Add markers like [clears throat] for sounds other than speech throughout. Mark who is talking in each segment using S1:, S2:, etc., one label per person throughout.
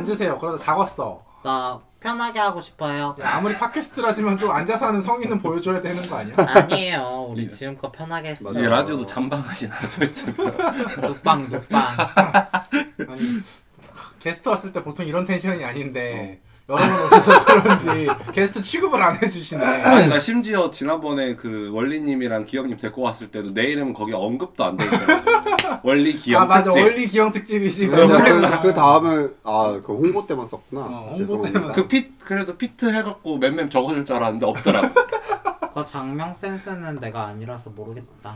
S1: 해주세요. 그러다 작았어.
S2: 나 편하게 하고 싶어요.
S1: 야, 아무리 팟캐스트라지만 좀 앉아서 하는 성의는 보여줘야 되는 거 아니야?
S2: 아니에요. 우리 지금껏 편하게 했어.
S3: 이 라디오도 잠방하신 아저씨가
S2: 눕방 눕방.
S1: 아니, 게스트 왔을 때 보통 이런 텐션이 아닌데 여러분 오셔서 그런지 게스트 취급을 안 해주시네. 아,
S3: 나 아, 그러니까 심지어 지난번에 그 원리님이랑 기영님 데리고 왔을 때도 내 이름 거기 언급도 안 되고 원리 기영
S1: 아 맞아
S3: 특집
S1: 원리 기영 특집이지.
S4: 그, 그 다음에 아그 홍보 때만 썼구나.
S1: 어, 홍보
S4: 죄송합니다.
S1: 때만.
S3: 그 핏, 그래도 피트 해갖고 맴맴 적어줄 줄 알았는데 없더라고
S2: 그 장명 센스는 내가 아니라서 모르겠다.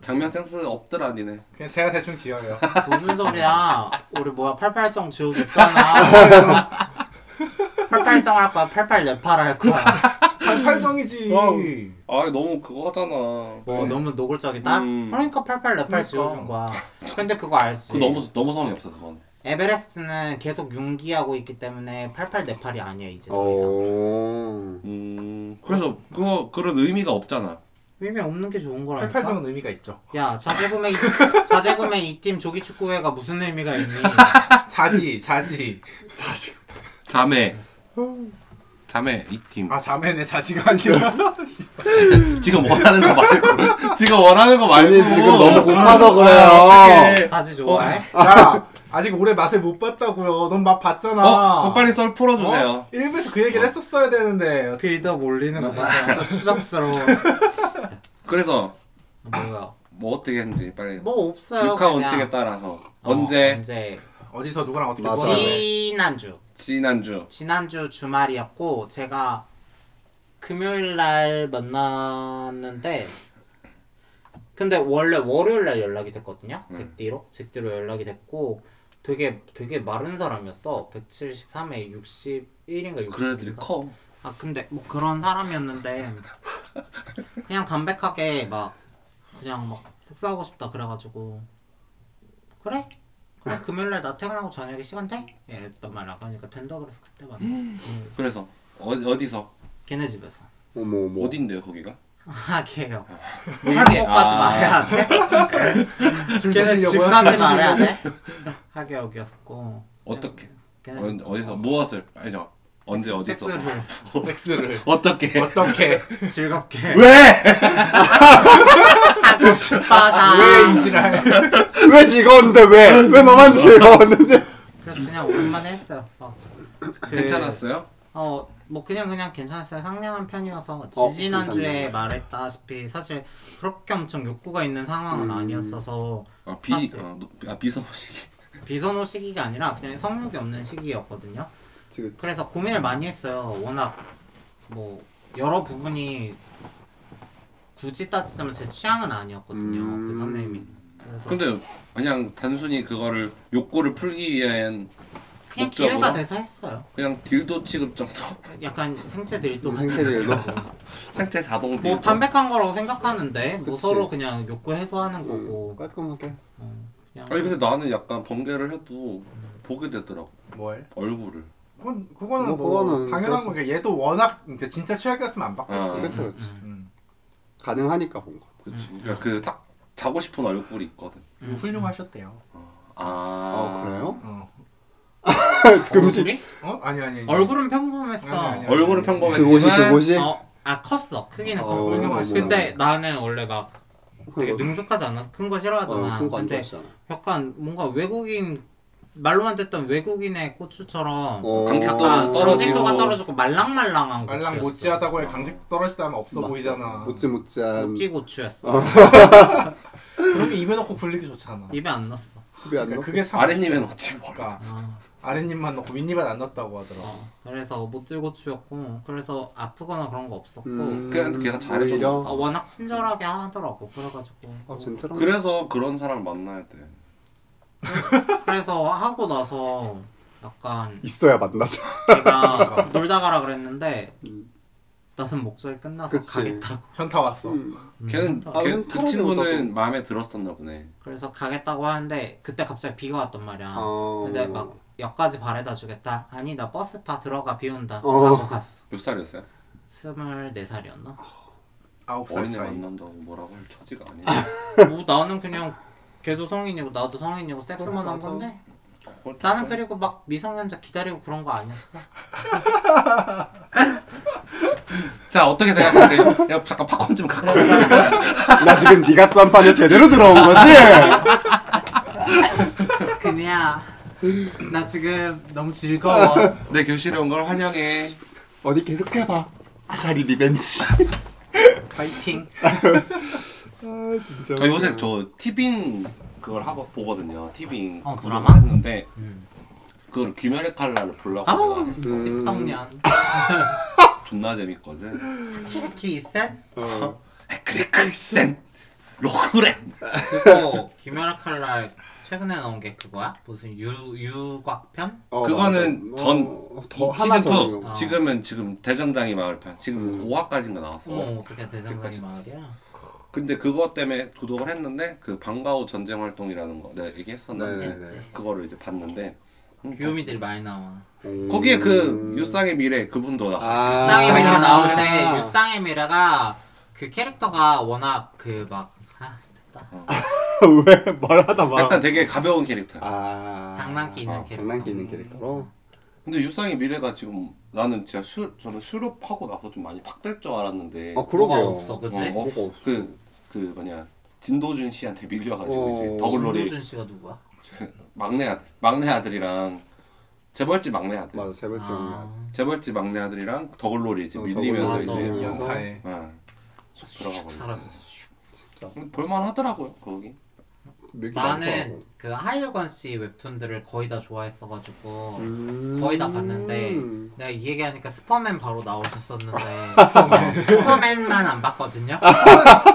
S3: 장면 센스 없더라 니네
S1: 그냥 제가 대충 지어요.
S2: 무슨 소리야? 우리 뭐야 팔팔정 지워줬잖아. 팔팔정 할 거야. 팔팔열팔 할 거야.
S1: 팔팔정이지.
S3: 어. 아 너무 그거잖아
S2: 뭐 너무 노골적이다.
S3: 음.
S2: 그러니까 팔팔열팔 지워준 거야. 근데 그거 알지?
S3: 그 너무 너무 성의 없어 그건
S2: 에베레스트는 계속 융기하고 있기 때문에 팔팔네팔이 아니야 이제 더 이상.
S4: 어.
S3: 음 그래서 그거 그런 의미가 없잖아
S2: 의미 없는 게 좋은 거라니까.
S1: 팔팔정은 의미가 있죠.
S2: 야 자제구매 자제구매 이 팀 조기축구회가 무슨 의미가 있니?
S1: 자지 자지.
S3: 자매 자매 이팀
S1: 아 자매네 자지가 아니라.
S3: 지금 원하는 거 말고 [laughs] 지금 원하는 거 말고
S4: 아니 지금 너무
S3: 아,
S4: 고파서 그래요.
S3: 네. 어떡해.
S2: 자지 좋아해?
S1: 야 아직 올해 맛을 못 봤다고요. 넌 맛 봤잖아.
S3: 어, 그럼 빨리 썰 풀어주세요.
S1: 어? 1부에서 그 얘기를 했었어야 되는데
S2: 빌드업 올리는 거 봐. 아, 진짜 추잡스러워.
S3: 그래서
S2: 뭐야?
S3: 뭐 어떻게 했는지 빨리
S2: 뭐 없어요.
S3: 육하
S2: 그냥.
S3: 원칙에 따라서
S2: 어,
S3: 언제
S2: 언제?
S1: 어디서 누구랑 어떻게
S4: 맞아.
S1: 지...
S2: 지난주
S3: 지난주
S2: 지난주 주말이었고 제가 금요일 날 만났는데 근데 원래 월요일 날 연락이 됐거든요.
S3: 음.
S2: 잭디로 잭디로 연락이 됐고 되게 되게 마른 사람이었어. 173에 61인가 60인가.
S3: 그런 애들이 커
S2: 아 근데 뭐 그런 사람이었는데 그냥 담백하게 막 그냥 막 식사하고 싶다 그래가지고 그래? 그럼 금요일날 나 퇴근하고 저녁에 시간 돼? 이랬단 말이야 그러니까 된다 그래서 그때 만났어
S3: 그래서 어, 어디서
S2: 걔네 집에서 [laughs]
S4: 어머 어머.
S3: 어딘데요 거기가
S2: 아 걔요 한국까지
S3: 아.
S2: 말해야
S3: [laughs]
S2: 돼?
S1: 줄
S2: 걔네
S1: 서시려고요?
S2: 집까지 말해야 돼? 하게 여기였고
S3: 어떻게
S2: 걔네 집
S3: 어, 어디서 무엇을 아니죠 언제 어디서
S2: 섹스를
S1: 섹스를
S3: [laughs] 어떻게
S1: 어떻게
S2: 즐겁게
S3: 왜
S2: 하고 싶어서
S1: 왜 이지랄
S4: 왜 즐거웠는데 왜? 왜 너만 즐거웠는데?
S2: 그래서 그냥 오랜만에 했어요 막 그-
S3: 괜찮았어요
S2: 어 뭐 그냥 그냥 괜찮았어요 상냥한 편이어서
S4: 어,
S2: 지지난주에
S4: 괜찮네요.
S2: 말했다시피 사실 그렇게 엄청 욕구가 있는 상황은 아니었어서
S3: 아, 비
S2: 봤어요.
S3: 어, 노- 아, 비서식이
S2: 비선호 시기가 아니라 그냥 성욕이 없는 시기였거든요
S4: 지금
S2: 그래서 고민을 많이 했어요 워낙 뭐 여러 부분이 굳이 따지자면 제 취향은 아니었거든요
S4: 음.
S2: 그 선생님이 그래서
S3: 근데 그냥 단순히 그거를 욕구를 풀기 위한
S2: 그냥
S3: 목적으로?
S2: 기회가 돼서 했어요
S3: 그냥 딜도 취급 정도 [laughs]
S2: 약간 생체 드립도
S4: 음,
S2: 같은
S4: 행세들도
S3: 생체 자동
S2: [laughs]
S3: 딜도
S2: 뭐 담백한 거라고 생각하는데 뭐
S4: 그치.
S2: 서로 그냥 욕구 해소하는 거고
S4: 깔끔하게.
S2: 그냥
S3: 음. 아니 근데 나는 약간 번개를 해도 보게 되더라고
S1: 뭘?
S3: 얼굴을
S1: 그건 그거는 뭐,
S4: 뭐, 그거는
S1: 당연한
S4: 그럴
S1: 거니까 얘도 워낙 이제 진짜 최악이었으면 안
S3: 어.
S1: 바꿨지
S4: 그렇죠 그렇죠.
S1: 음.
S4: 가능하니까 본 거.
S3: 그치 그러니까 그 딱 자고 싶은 얼굴이 있거든
S1: 음.
S2: 음.
S1: 훌륭하셨대요
S3: 아,
S4: 아 그래요?
S1: 어,
S4: 금식.
S2: 얼굴이?
S1: 어? 아니 아니 아니.
S2: 얼굴은 평범했어.
S1: 아니, 아니, 아니.
S3: 얼굴은
S4: 음. 그곳이
S3: 평범했지만
S4: 그곳이.
S2: 어, 아 컸어. 크기는
S4: 어,
S2: 컸어.
S1: 훌륭한
S2: 근데 나는 원래 막 되게
S4: 그거-
S2: 능숙하지 않아서 큰 거
S4: 어,
S2: 싫어하잖아.
S4: 그거 안
S2: 근데
S4: 좋았잖아.
S2: 약간 뭔가 외국인 말로만 듣던 외국인의 고추처럼
S4: 어.
S3: 강착도
S2: 약간
S3: 떨어지고.
S2: 강직도가 떨어지고 말랑말랑한 고추였어.
S1: 말랑 못지하다고 해 강직 떨어지다 하면 없어
S4: 맞다.
S1: 보이잖아
S4: 못지 못지한
S2: 못지 고추였어.
S4: 음.
S1: 그렇게 입에 넣고 굴리기 좋잖아
S2: 입에 안 넣었어.
S4: 그게 안
S1: 그러니까
S4: 넣.
S1: 그게 상
S3: 아랫님에 넣지 뭘
S1: 그러니까
S2: 아,
S1: 아랫입만 넣고 윗입은 안 넣었다고 하더라
S2: 어. 그래서 못지 고추였고 그래서 아프거나 그런 거 없었고
S4: 음,
S3: 그냥 걔가 잘해줘.
S4: 오히려-
S2: 어, 워낙 친절하게 하더라고. 그래가지고
S4: 아 젠틀한.
S3: 그래서 그런 사람 만나야 돼
S4: 음.
S2: 그래서 하고 나서 약간
S4: 있어야 만나서. 그러니까.
S2: 제가 놀다 가라 그랬는데
S4: 음.
S2: 나는 목적이 끝나서
S4: 그치.
S2: 아, 가겠다고
S1: 현타 왔어
S4: 음.
S3: 걔는
S2: 음.
S4: 아,
S3: 걔,
S4: 그냥
S3: 그
S4: 털어내고
S3: 친구는
S4: 나도.
S3: 마음에 들었었나 보네
S2: 그래서 가겠다고 하는데 그때 갑자기 비가 왔단 말이야
S4: 어.
S2: 근데 막 역까지 바래다 주겠다 아니 나 버스 타 들어가 비 온다
S4: 어.
S2: 하고 갔어
S3: 몇 살이었어요?
S2: 24살이었나?
S1: 아홉 살
S3: 어린애
S1: 차이
S3: 만난다고 뭐라고 할 처지가 아니야
S2: 뭐 나는 그냥 걔도 성인이고 나도 성인이고 섹스만
S4: 그래,
S2: 한
S4: 맞아.
S2: 건데
S3: 그걸 또
S2: 나는
S3: 좀-
S2: 그리고 막 미성년자 기다리고 그런 거 아니었어.
S3: 자 어떻게 생각하세요? [laughs] 야 잠깐 팝콘 좀 갖고 와.
S4: [laughs] 나 지금 네가 짬판에 제대로 들어온 거지?
S2: 그냥 나 지금 너무 [laughs] 즐거워.
S3: 내 교실에 온 걸 환영해
S4: 어디 계속 해봐. 아가리 리벤지.
S2: 파이팅.
S4: 아 진짜.
S3: 아, 요새 저 티빙 그걸 하고 보거든요 티빙
S2: 어,
S3: 그걸
S2: 드라마?
S3: 했는데
S2: 음.
S3: 그걸 귀멸의 칼날을 보려고
S2: 아우
S3: 내가
S4: 음.
S2: 십덕년.
S3: 존나 재밌거든
S2: 키키 센.
S4: 어.
S3: 에크레크센 로그렌
S4: 어.
S2: 그리고 어, 김연아 칼날 최근에 나온 게 그거야? 무슨 유 유곽편?
S4: 어,
S3: 그거는
S4: 맞아.
S3: 전
S4: 어, 더 하나 음.
S3: 시즌2
S4: 전이요.
S2: 아.
S3: 지금은 지금 대장장이 마을판 지금 5화까지인가 나왔어
S2: 어머 어떻게 대장간이
S3: 끝까지
S2: 마을이야?
S3: 근데 그것 때문에 구독을 했는데 그 방과후 전쟁 활동이라는 거 내가 얘기했었는데
S4: 네, 네.
S3: 그거를 이제 봤는데 음,
S2: 귀요미들이 많이 나와.
S3: 거기에 그 유쌍의 미래 그분도 나왔어
S4: 음. 아.
S2: 유쌍의 미래가
S4: 아.
S2: 나오는데 유쌍의 미래가 그 캐릭터가 워낙 그막아 됐다.
S3: 아,
S4: 왜 말하다 마.
S3: 약간 되게 가벼운 캐릭터야
S4: 아
S2: 장난기 있는
S4: 어,
S2: 캐릭터.
S4: 장난기 있는 캐릭터로.
S3: 음. 근데 유쌍의 미래가 지금 나는 진짜 수, 저는 수렵하고 나서 좀 많이 팍 될 줄 알았는데
S4: 어
S2: 뭐가
S4: 그러게요.
S2: 없어 그치?
S3: 어, 어,
S4: 뭐가 없어.
S3: 그, 그 뭐냐 진도준 씨한테 밀려가지고
S4: 어.
S3: 이제
S2: 진도준
S3: 더블로리
S2: 씨가 누구야?
S3: 막내 아들 막내 아들이랑 재벌집 막내 아들
S4: 맞아 세 번째 장난.
S2: 아,
S3: 재벌집 막내 아들이랑 더글로리 이제
S4: 어,
S3: 밀리면서
S2: 더글로리.
S3: 이제
S2: 맞아.
S1: 연타에
S3: 아, 쑥
S2: 슉
S3: 들어가 버렸지
S2: 사라졌어. 슉.
S4: 진짜.
S3: 근데 볼만하더라고요 거기
S4: 맥이
S2: 나는 그 하일권 씨 웹툰들을 거의 다 좋아했어가지고
S4: 음.
S2: 거의 다 봤는데 내가 이 얘기하니까 스퍼맨 바로 나오셨었는데 스퍼맨만 안 봤거든요.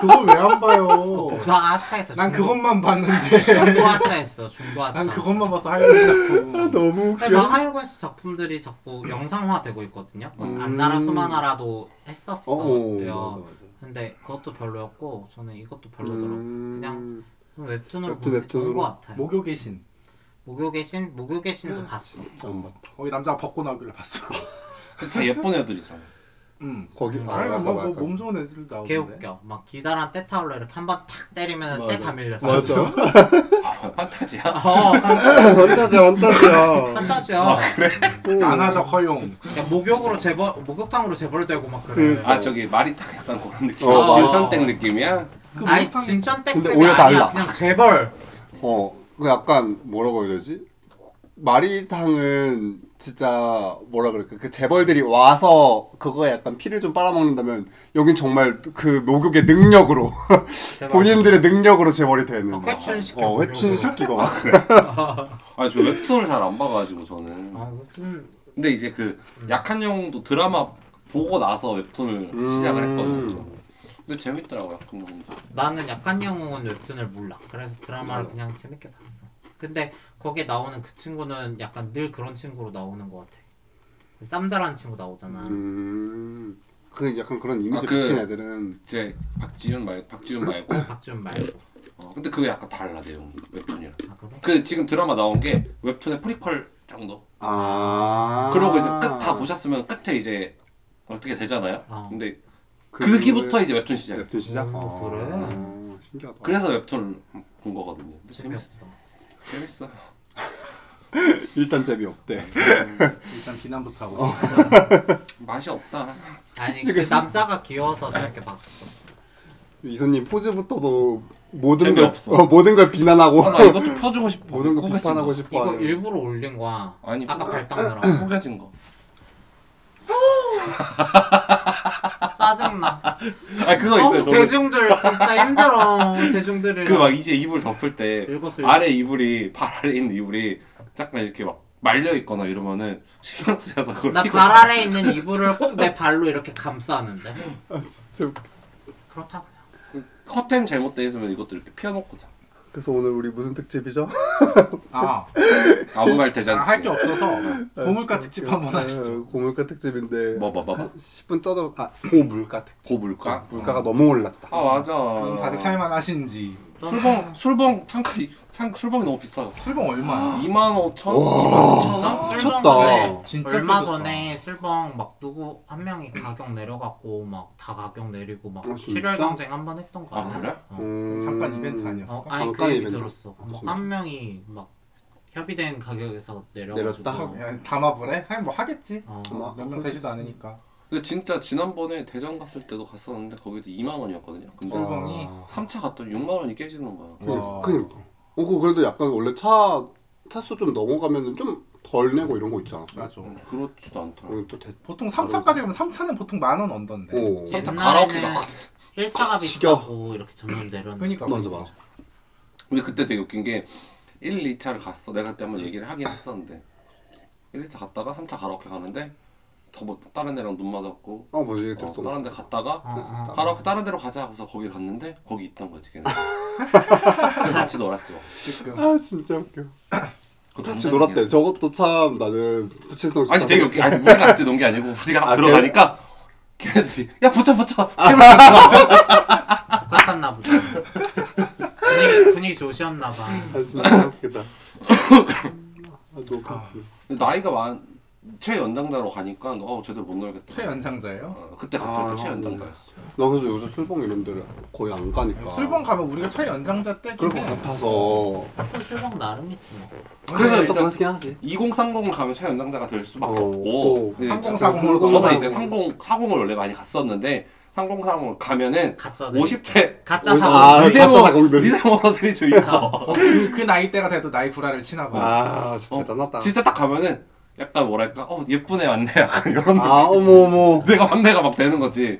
S1: 그걸 왜 안
S2: 그거
S1: 봐요?
S2: 복사 하차했어.
S1: 어. [laughs] 난
S2: 중도-
S1: 그것만
S2: [laughs]
S1: 봤는데
S2: 중도 하차했어. 중도 하차.
S1: 난 그것만 봐서
S4: [laughs]
S1: 하이라이트 잡고
S4: 아, 너무
S2: 근데 막 하일권 씨 작품들이 자꾸 영상화 되고 있거든요. 뭐
S4: 음.
S2: 안나라 수마나라도 했었어요.
S4: 어. 맞아, 맞아.
S2: 근데 그것도 별로였고 저는 이것도 별로더라고. 요
S4: 음.
S2: 그냥 웹툰으로
S4: 웹툰,
S2: 보는 게 좋은
S4: 웹툰으로.
S2: 것 같아요.
S1: 목욕의 신
S2: 목욕의 신, 목욕의 신도 봤어.
S1: 아,
S4: 안 봤다.
S1: 거기 남자가 벗고 나오길래 봤어
S3: 다 예쁜 애들이잖아
S1: 응
S4: 거기
S2: 음.
S4: 아,
S1: 아니
S4: 약간, 약간. [laughs]
S1: 뭐몸 좋은 애들 나오는데
S2: 개 웃겨. 막 기다란 때타올로 이렇게 한 번 탁 때리면
S4: 맞아.
S2: 때다 밀렸어.
S4: 맞아.
S3: 아, 판타지야
S2: 어,
S4: 환타지야 환타지야.
S2: 판타지야.
S4: 아.
S1: 만화적 허용
S2: 야, 목욕으로 재벌, 목욕탕으로 재벌되고 막 그래.
S4: 그-
S3: 아 저기 마리탕 약간 그런 느낌
S4: 어, 맞아.
S3: 진천땡 느낌이야
S1: 그
S2: 아니
S1: 목욕탕-
S2: 진짜 땡땡이
S4: 근데 오히려
S2: 아니야.
S4: 달라.
S2: 그냥 재벌.
S4: 어, 그 약간 뭐라고 해야 되지? 마리탕은 진짜 뭐라 그럴까? 그 재벌들이 와서 그거 약간 피를 좀 빨아먹는다면 여긴 정말 그 목욕의 능력으로
S2: 재벌.
S4: 본인들의 능력으로 재벌이 되는.
S2: 어, 아, 회춘시켜.
S4: 어, 회춘시키고 막
S3: 아니 저 웹툰을 잘 안 봐가지고 저는
S2: 아, 웹툰
S3: 근데 이제 그 약한 영웅도 드라마 보고 나서 웹툰을
S4: 음.
S3: 시작을 했거든요. 근데 재밌더라고요. 약한 영웅도.
S2: 나는 약간 영웅은 웹툰을 몰라. 그래서 드라마를
S4: 나도.
S2: 그냥 재밌게 봤어. 근데 거기에 나오는 그 친구는 약간 늘 그런 친구로 나오는 것 같아. 쌈자라는 친구 나오잖아.
S4: 음, 그 약간 그런 이미지
S3: 아, 그-
S4: 박힌 애들은
S3: 제 박지윤 말고 박지윤 말고.
S2: 박준 말고.
S3: 어, 근데 그게 약간 달라 내용이 웹툰이랑.
S2: 아 그래?
S3: 그 지금 드라마 나온 게 웹툰의 프리퀄 정도.
S4: 아
S3: 그러고 이제 끝 다 보셨으면 끝에 이제 어떻게 되잖아요.
S2: 어.
S3: 근데
S4: 그
S3: 그기부터 네. 이제 웹툰 시작.
S4: 웹툰 시작.
S2: 음,
S4: 아,
S2: 그래?
S4: 신기하다.
S3: 그래서 웹툰을 본 거거든요. 근데 재밌어.
S2: 재밌었어.
S3: 재밌어.
S4: 일단 재미 없대.
S1: 일단 비난부터 하고 있어.
S3: 맛이 없다.
S2: 아니
S4: 지금-
S2: 그 남자가 귀여워서 저렇게 봤어.
S4: 이소님 포즈부터도 모든 걸
S3: 재미없어.
S4: 어, 모든 걸 비난하고
S3: 아, 나 이것도 펴주고 싶어.
S4: 모든 걸
S3: 구겨진
S4: 비판하고
S3: 거.
S4: 싶어.
S2: 이거
S4: 하는.
S2: 일부러 올린 거야.
S3: 아니,
S2: 아까
S3: 뭐-
S2: 발딱 나라.
S3: 구겨진 거.
S2: 짜증나.
S3: 아 그거 있어요.
S2: 어우,
S3: 저는
S2: 대중들 진짜 힘들어. 대중들을
S3: 그 막 이제 이불 덮을 때
S1: 네.
S2: 읽었어요.
S3: 아래 이불이 발 아래 있는 이불이 잠깐 이렇게 막 말려 있거나 이러면은 신경 쓰여서 그걸
S2: 나
S3: 피고
S2: 발 아래 있는 이불을 꼭 내 발로 이렇게 감싸는데
S4: 아, 진짜. 웃겨.
S2: 그렇다고요.
S3: 자. 커튼 잘못돼 있으면 이것도 이렇게 피워놓고 자
S4: 그래서 오늘 우리 무슨 특집이죠?
S1: 아,
S3: 아무말 대잔치
S1: 할 게 없어서 [laughs] 고물가 특집 한번 하시죠.
S4: 어, 고물가 특집인데
S3: 뭐뭐뭐뭐
S4: 한 10분 떠들어 아 고물가 특집.
S3: 고물가 음.
S4: 물가가 너무 올랐다.
S3: 아 맞아
S1: 아, 그럼 다들 살만 하신지
S3: 술봉 술봉 창크 창 술봉이 너무 비싸졌어
S1: 술봉
S3: [gasps]
S1: 얼마야?
S3: 2만 5천 2만 4천 원
S4: 미쳤다.
S2: 술벙
S1: 진짜
S2: 얼마
S1: 세졌다.
S2: 전에 술벙 막 누구 한 명이 가격 내려갔고 막 다 가격 내리고 막
S4: 아, 진짜?
S2: 출혈 경쟁 한 번 했던 거
S3: 아
S2: 아니야?
S3: 그래?
S2: 어.
S4: 음...
S1: 잠깐 이벤트 아니었어?
S2: 어, 아니 그
S4: 잠깐
S2: 얘기
S4: 이벤트.
S2: 들었어.
S4: 무슨
S2: 뭐한 명이 막 협의된 가격에서
S4: 내렸다?
S2: 내려가지고
S1: 야, 담합을 해? 하긴 뭐 하겠지.
S2: 어,
S4: 아마
S1: 몇명 되지도 않으니까.
S3: 근데 진짜 지난번에 대전 갔을 때도 갔었는데 거기도 2만 원이었거든요. 근데
S2: 어.
S4: 와.
S1: 술봉이 아.
S3: 3차 갔더니 6만 원이 깨지는 거야.
S1: 와.
S4: 어, 음. 그러니까. 그니까. 어, 그거 그래도 약간 원래 차, 차수 좀 넘어가면 좀 덜 내고 이런 거 있잖아.
S1: 맞아.
S3: 음, 그렇지도 않더라.
S4: 어, 또 됐. 어.
S1: 보통 3차까지 가면 3차는 보통 만 원 언던데.
S4: 오.
S3: 참- 살짝 가라오케
S2: 옛날에는
S3: 갔거든.
S2: 1차가
S4: 지겨워.
S2: 비싸고 이렇게 점점 내렸는데
S1: 그러니까
S4: 맞아, 맞아.
S3: 근데 그때 되게 웃긴 게 1, 2차를 갔어. 내가 그때 한번 얘기를 하긴 했었는데 1, 2차 갔다가 3차 가라오케 가는데 더뭐 다른 애랑 눈 맞았고
S4: 어, 맞아. 이게
S3: 어,
S4: 또.
S3: 다른 데 갔다가
S2: 어, 어.
S3: 가라오케 다른 데로 가자 하고서 거기 갔는데 거기 있던 거지
S4: [laughs]
S3: 걔는. 그래서 같이 놀았죠.
S1: 지금.
S4: 아, 진짜 웃겨.
S3: 그것도
S4: 같이
S3: 동생이야.
S4: 놀았대. 저것도 참 나는 부친성
S3: 아니 되게 웃기. 아니 우리가 같이 논 게 아니고 우리가 딱
S4: 아,
S3: 들어가니까 걔네들이 야 붙여 붙여.
S2: 똑같았나 보다 분위기, 분위기 좋으셨나 봐
S4: 아, 진짜 [coughs] 웃기다. 아, 너무 웃겨.
S3: 근데 나이가 많 최연장자로 가니까 어 제대로 못 놀겠다.
S1: 최연장자예요?
S3: 어, 그때 갔을
S4: 아,
S3: 때 최연장자였어.
S4: 나 그래서 요새 술봉 이런 데를 거의 안 가니까.
S1: 술봉 가면 우리가 최연장자 때긴
S4: 아. 그럴 것
S1: 해.
S4: 같아서.
S2: 또 술방 어, 나름이지 뭐
S3: 그래서
S4: 또
S3: 일단
S4: 그렇긴 하지.
S3: 2030을 가면 최연장자가 될 수밖에
S4: 네, 어,
S3: 없고
S4: 어.
S3: 근데 이제
S1: 30, 40 으로
S3: 저는 이제
S4: 넘어가고.
S3: 30, 40을 원래 많이 갔었는데 3030을 가면은
S1: 아,
S2: 가짜들
S1: 네.
S3: 50대
S2: 가짜
S4: 오십-
S2: 사고
S4: 아, 가짜
S3: 미세모
S4: 사공들이.
S3: 미세모들이 좀 있어.
S1: 그, 그 나이 때가 돼도 나이 구라를 치나 봐.
S4: 아, 진짜
S3: 어,
S4: 대단하다.
S3: 진짜 딱 가면은 약간 뭐랄까 어 예쁜 애 왔네 약간 이런
S4: 아, 어머, 어머.
S3: 내가 환대가 막 되는 거지.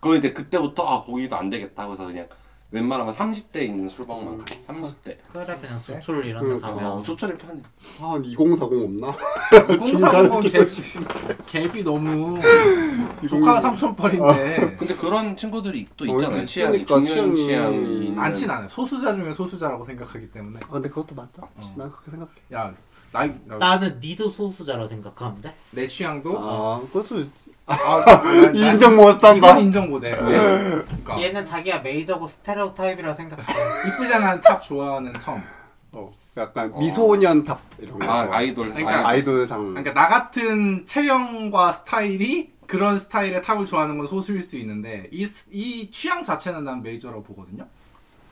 S3: 그럼 이제 그때부터 아 거기도 안 되겠다 하고서 그냥 웬만하면 30대 있는 술방만 가. 30대.
S2: 그래 그냥 조촐 이런 데
S4: 응,
S1: 네.
S2: 가면
S3: 어, 조철이 편해.
S4: 아, 2040 [laughs] 없나?
S1: 2040은 그 갭이, 갭이 너무
S4: 음.
S1: 조카 삼촌뻘인데
S3: 근데 그런 친구들이 또
S4: 어,
S3: 있잖아요.
S4: 있으니까,
S3: 취향이 중요한
S4: 취향이.
S3: 취향이 있는.
S1: 많진 않아요. 소수자 중에 소수자라고 생각하기 때문에.
S4: 아, 근데 그것도 맞다. 난 그렇게 생각해.
S1: 야, 나이, 나-
S2: 나는 니도 소수자라 생각하는데
S1: 내 취향도
S4: 아, 그것도 있지. [laughs]
S1: 아, 난-
S4: 인정
S1: 난
S4: 못한다.
S1: 이건 인정 못해. 네.
S4: [laughs]
S1: 그러니까
S2: 얘는 자기가 메이저고 스테레오타입이라 생각해
S1: 이쁘장한 탑 좋아하는 텀.
S4: 어, 약간
S3: 어.
S4: 미소년 탑 이런 거.
S3: 아 아이돌.
S1: 그러니까
S3: 아이-
S4: 아이돌상.
S1: 그러니까 나 같은 체형과 스타일이 그런 스타일의 탑을 좋아하는 건 소수일 수 있는데 이, 스- 이 취향 자체는 난 메이저라고 보거든요.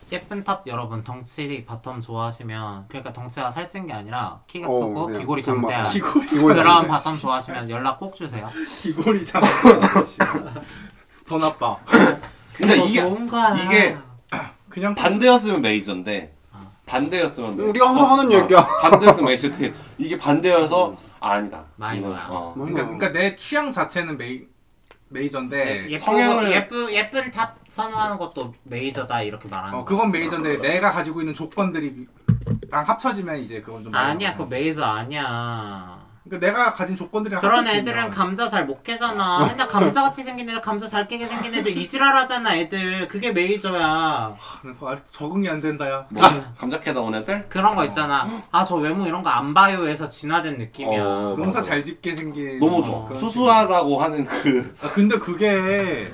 S1: [laughs]
S2: 예쁜 탑 여러분 덩치 바텀 좋아하시면 그러니까 덩치가 살찐 게 아니라 키가
S4: 어,
S2: 크고
S4: 그냥
S2: 귀골이
S4: 정말
S2: 장대한
S1: 귀골이
S4: 귀골
S2: 그런
S4: 장대.
S2: 바텀 좋아하시면 연락 꼭 주세요
S1: 귀골이 참. [laughs] 더 나빠.
S3: 근데 이게
S2: 뭔가
S3: 이게
S1: 그냥
S3: 반대였으면 메이저인데 반대였으면 메이저.
S4: 우리가 항상 하는
S3: 어,
S4: 얘기야.
S3: 어, 반대였으면 메이저인데 이게 반대여서 아, 아니다.
S2: 마이너야.
S3: 이건, 어.
S4: 뭐?
S1: 그러니까, 그러니까 내 취향 자체는 메이 메이저인데
S2: 예쁘,
S3: 성향을-
S2: 예쁘 예쁜 탑 선호하는 것도 메이저다 이렇게 말하는
S1: 어
S2: 거
S1: 그건 메이저인데 내가 가지고 있는 조건들이랑 합쳐지면 이제 그건 좀
S2: 아니야 그
S1: 그
S2: 메이저 아니야
S1: 그러니까 내가 가진 조건들이랑
S2: 그런
S1: 합쳐지면 아,
S2: 애들은 감자 잘 못
S3: 어.
S2: 깨잖아 맨날 감자같이 생긴 애들 감자 잘 깨게 생긴 애들 이지랄하잖아 애들 그게 메이저야
S1: 그거 아직 적응이 안 된다야.
S3: 뭐
S4: 아.
S3: 감자캐다 온 애들?
S2: 그런 거 있잖아 아 저 외모 이런 거 안 봐요 해서 진화된 느낌이야
S3: 어,
S1: 농사 잘 짓게 생긴
S3: 너무
S1: 그런
S3: 좋아.
S1: 친구.
S3: 수수하다고 하는 그
S1: 아, 근데 그게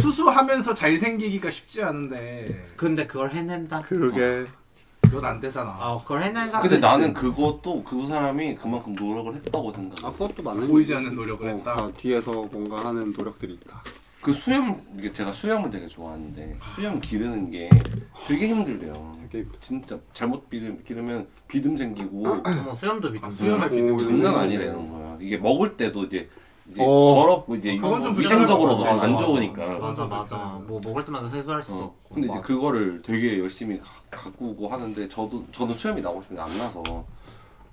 S1: 수수하면서 잘생기기가 쉽지 않은데
S2: 근데 그걸 해낸다
S4: 그러게.
S1: 이건 안 되잖아
S2: 어 그걸 해낸다
S3: 근데 나는 그것도 그 사람이 그만큼 노력을 했다고 생각해.
S4: 아, 그것도 맞는
S1: 보이지
S4: 얘기지.
S1: 않는 노력을
S4: 어,
S1: 했다.
S4: 다 뒤에서 뭔가 하는 노력들이 있다.
S3: 그 수염 이게 제가 수염을 되게 좋아하는데 수염 기르는 게 되게 힘들대요.
S4: 되게 힘들어.
S3: 진짜 잘못 비름, 기르면 비듬 생기고
S2: 뭐 수염도
S3: 아,
S2: 믿음
S1: 수염을
S4: 오,
S3: 장난 아니라는 거야. 이게 먹을 때도 이제 이제
S4: 어.
S3: 더럽고 이제
S1: 그건 좀
S3: 위생적으로도
S1: 불편할
S3: 좀
S1: 것
S3: 안
S1: 같아.
S3: 좋으니까.
S2: 맞아 맞아 뭐 먹을 때마다 세수할 수도
S3: 어.
S2: 없고
S3: 근데 이제 그거를 되게 열심히 가, 가꾸고 하는데 저도 저는 수염이 나고 싶은데 안 나서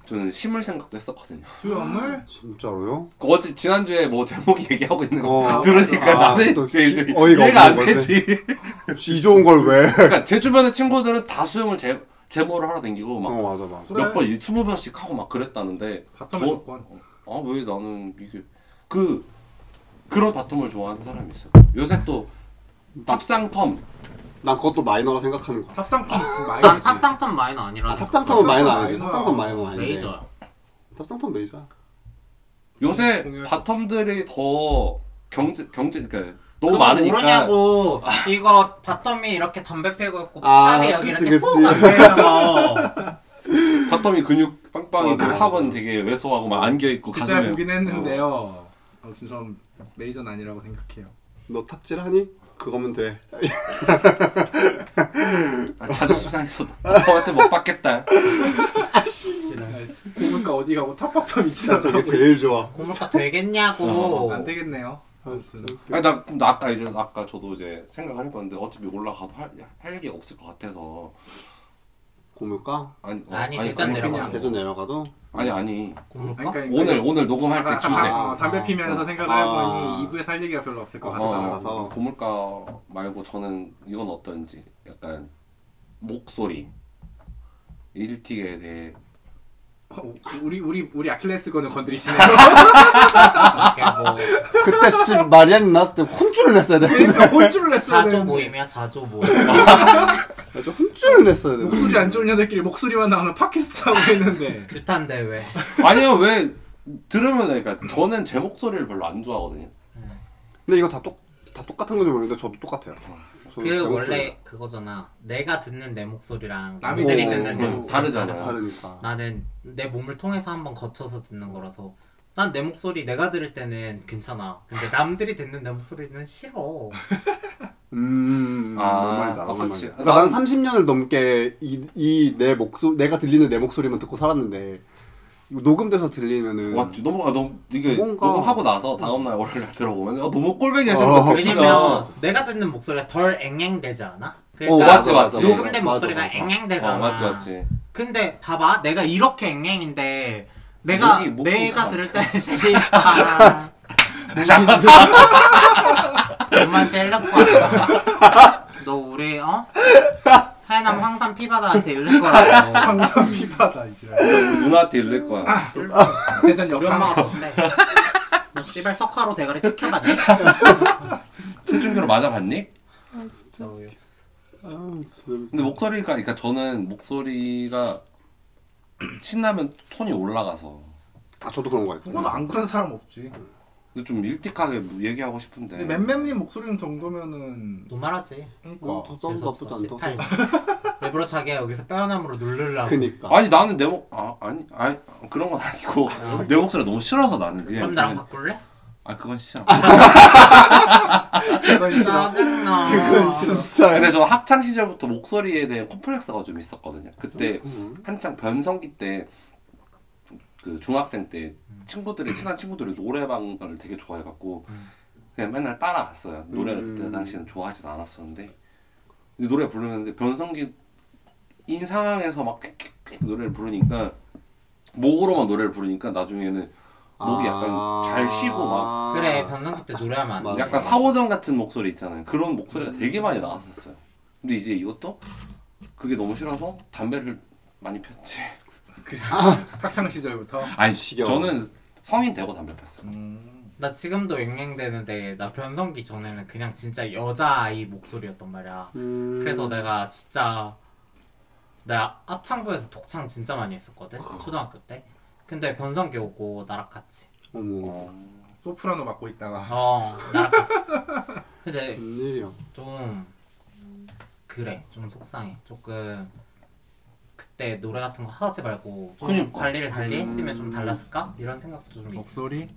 S3: 저는 심을 생각도 했었거든요. [laughs]
S1: 수염을
S4: 진짜로요?
S3: 어제 지난주에 뭐 제목이 얘기하고 있는 거
S4: 어.
S3: 들으니까
S4: 아,
S3: 나는
S4: 또
S3: 이제 이제
S4: 어이가
S3: 이해가 안
S4: 없는 거지.
S3: 되지.
S4: [laughs] 이 좋은 걸 왜?
S3: 그러니까 제 주변의 친구들은 다 수영을 제 제모를 하러 다니고 막
S4: 어, 맞아, 맞아.
S1: 그래.
S3: 몇 번, 어? 일- 스무 번씩 하고 막 그랬다는데
S1: 바텀의
S3: 저-
S1: 조건
S3: 아 왜 나는 이게 그 그런 바텀을 좋아하는 사람이 있어요. 요새 또 탑상 펌
S4: 난 그것도 마이너라 생각하는 거야.
S1: 탑상품 지금 많이
S2: 난
S1: 알지
S2: 탑상턴 마이너 그러니까. 아니라
S4: 아, 탑상텀은 마이너 아니지.
S1: 마이너야.
S4: 탑상텀 마이너 아닌데.
S2: 메이저야
S4: 탑상텀 메이저야.
S3: 요새
S1: 공유할
S3: 바텀들이 더 경제 경제 그러니까 너무
S2: 그거
S3: 많으니까 아.
S2: 모르냐고 이거 바텀이 이렇게 담배 피고 있고
S4: 아,
S2: 탑이 여기
S4: 그치,
S2: 이렇게
S3: [laughs]
S4: 그치.
S2: 뽕안돼서
S3: 바텀이 근육 빵빵이고
S4: 맞아.
S3: 탑은 되게 왜소하고 막 안겨 있고
S1: 진짜
S3: 가슴에
S1: 그
S3: 어.
S1: 보긴 했는데요 아무튼 전 메이저는 아니라고 생각해요
S4: 너 탑질하니? 그거면 돼.
S3: 아, 아, 자존심 상했어도 너한테 못 받겠다. 아,
S1: 고물가 그러니까 어디 가고 탑박터
S4: 진짜 저게
S1: 미치더라고.
S4: 제일 좋아.
S2: 고물가
S3: 어,
S2: 되겠냐고.
S1: 안 되겠네요.
S4: 아, 진짜.
S3: 아니 나, 그럼 나 아까 이제 아까 저도 이제 생각을 해봤는데 어차피 올라가도 할, 할 얘기가 없을 것 같아서
S4: 고물가?
S3: 아니 어,
S2: 아니, 대전
S3: 그냥-
S2: 내려가는
S4: 대전 내려가도?
S3: 아니 아니
S2: 고물가?
S1: 아니, 그러니까
S3: 오늘 오늘 녹음할
S1: 아까
S3: 때 주제
S1: 아, 담배 피면서 생각을
S4: 아.
S1: 해보니 2부에 살 얘기가 별로 없을 것
S4: 아,
S1: 같다.
S4: 맞아,
S3: 어,
S4: 맞아. 가서.
S3: 고물가 말고 저는 이건 어떤지 약간 목소리 일틱에 대해
S1: 어, 우리 우리 우리 아킬레스건을
S3: [laughs]
S1: 건드리시네.
S3: 아,
S2: 그냥 뭐
S4: 그때 씨 마리안 나왔을 때 혼쭐을 냈어야 되는데.
S1: 그러니까 혼쭐을 냈어야
S2: 자조
S1: 되는데.
S2: 모임이야 자조 모임.
S3: 아,
S4: 아, 저 혼쭐을 냈어야
S1: 네.
S4: 되는데.
S1: 목소리 안 좋은 애들끼리 목소리만 나오면 팟캐스트 하고 [laughs] 있는데.
S2: 규탄 대회.
S3: 아니요 왜 들으면 그러니까 저는 제 목소리를 별로 안 좋아하거든요
S4: 근데 이거 다, 똑, 다 똑같은 건지 모르겠는데 저도 똑같아요. 저도 제
S2: 그
S4: 목소리가
S2: 원래 그거잖아. 내가 듣는 내 목소리랑
S1: 남이
S2: 남들이
S4: 오,
S2: 듣는 내
S4: 음,
S2: 목소리
S3: 다르잖아요.
S4: 다르니까.
S2: 나는 내 몸을 통해서 한번 거쳐서 듣는 거라서 난 내 목소리 내가 들을 때는 괜찮아. 근데 남들이 듣는 내 목소리는 싫어.
S4: 음,
S3: 아,
S4: 뭔 말인지 알아,
S3: 아,
S4: 뭔 말인지.
S3: 그치.
S4: 그러니까
S3: 난-
S4: 나는 30년을 넘게 이 내 목소 내가 들리는 내 목소리만 듣고 살았는데 이거 녹음돼서 들리면은
S3: 와 진짜 너무 아 너무 이게
S4: 그 뭔가-
S3: 녹음하고 나서 다음 날 월요일 들어보면 아 너무 꼴뱅이야
S4: 어,
S3: 싶어
S2: 왜냐면 내가 듣는 목소리가 덜 앵앵되지 않아?
S4: 어,
S2: 그러니까
S3: 맞아, 맞아.
S2: 녹음된
S4: 맞아,
S2: 목소리가
S4: 맞아.
S2: 앵앵되잖아.
S3: 어 맞지 맞지
S2: 근데 봐봐 내가 이렇게 앵앵인데 내가
S3: 목이- 목이
S2: 내가
S3: 다
S2: 들을 때 [laughs] 씨발
S4: [laughs] 아,
S3: 잠깐
S2: 엄마한테 일렀고 하지 너 우리 어? 하얀남 황산 피바다한테 일릴 거라고
S1: 항상 피바다 이제.
S3: 누나한테 일릴
S4: 아!
S3: 거야
S1: 대전
S2: 우리
S1: 역강.
S2: 엄마가 뭔데 너 씨발 석화로 대가리 찍혀봤니?
S3: 체중계로 맞아봤니?
S2: 진짜 어이없어
S4: 아, 진짜.
S3: 근데 목소리가 그러니까 저는 목소리가 신나면 톤이 올라가서
S4: 아 저도 그런 거
S1: [laughs]
S4: 같아요.
S1: 그건 안 그런 사람 없지.
S3: 근데 좀 일찍하게 얘기하고 싶은데
S1: 근데 맴맴님 목소리는 정도면은
S2: 노말하지
S1: 네. 그러니까
S4: 썸도 나쁘지 않다.
S2: 18 일부러 자기가 여기서 뼈나무로 누르려고
S4: 그니까.
S3: 아니 나는 내목아 아니 아니 그런 건 아니고 내 목소리 가 너무 싫어서 나는 예, 그게
S2: 그럼 나랑 바꿀래?
S3: 아 그건 싫어
S1: 그건 싫어.
S2: 짜증나
S1: 그건 싫어.
S4: 진짜.
S3: 근데 저 학창 시절부터 목소리에 대해 콤플렉스가 좀 있었거든요 그때 한창 변성기 때 그 중학생 때 친구들이 친한 친구들이 노래방을 되게 좋아해갖고 그냥 맨날 따라갔어요 노래를 그때
S4: 음.
S3: 당시에는 좋아하진 않았었는데 근데 노래 부르는데 변성기 인 상황에서 막 꽥꽥꽥 노래를 부르니까 목으로만 노래를 부르니까 나중에는
S4: 아.
S3: 목이 약간 잘 쉬고 막
S2: 그래 변성기 때 노래하면 안돼
S4: 맞아. 음.
S3: 약간 사오정 같은 목소리 있잖아요 그런 목소리가 되게 많이 나왔었어요 근데 이제 이것도 그게 너무 싫어서 담배를 많이 폈지
S1: 그 아. 학창 시절부터.
S3: 아니
S4: 지겨워.
S3: 저는 성인 되고 담배 폈어요.
S1: 음.
S2: 나 지금도 앵앵대는데 나 변성기 전에는 그냥 진짜 여자아이 목소리였단 말이야
S4: 음.
S2: 그래서 내가 진짜 나 합창부에서 독창 진짜 많이 했었거든 초등학교 때 근데 변성기 오고 나락갔지
S4: 어머.
S3: 어.
S1: 소프라노 맡고 있다가.
S2: 어 나락갔어 근데
S4: 웬일이야.
S2: 좀 그래 좀 속상해 조금 그때 노래 같은 거 하지 말고 좀
S3: 그니까.
S2: 관리를 달리 했으면
S4: 음.
S2: 좀 달랐을까 이런 생각도 좀 있어
S1: 목소리?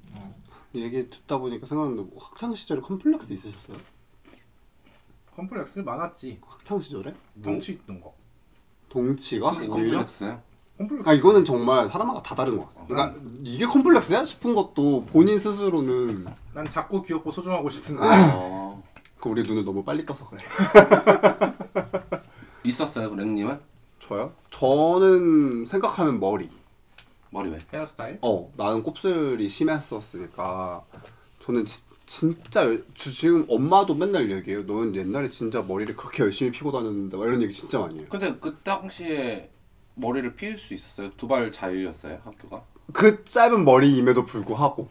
S4: 얘기 듣다 보니까 생각났는데 뭐 학창 시절에 컴플렉스 있으셨어요?
S1: 컴플렉스 많았지.
S4: 학창 시절에?
S1: 덩치 있던 거.
S4: 동치가
S3: 그게
S4: 오히려
S3: 컴플렉스예요?
S1: 컴플렉스.
S4: 아 이거는 정말 사람마다 다 다른 것 같아. 그러니까 이게 컴플렉스야 싶은 것도 본인 스스로는
S1: 난 작고 귀엽고 소중하고 싶은데.
S3: 어.
S4: 그 우리 눈을 너무 빨리 떠서 그래.
S3: 있었어요, 그 랭님은?
S4: 저요? 저는 생각하면 머리.
S3: 머리 왜?
S1: 헤어스타일?
S4: 어 나는 곱슬이 심했었으니까 저는 지, 진짜 열- 저 지금 엄마도 맨날 얘기해요. 너는 옛날에 진짜 머리를 그렇게 열심히 피고 다녔는데 막 이런 얘기 진짜 많이 해요.
S3: 근데 그 당시에 머리를 피울 수 있었어요? 두발 자유였어요, 학교가?
S4: 그 짧은 머리임에도 불구하고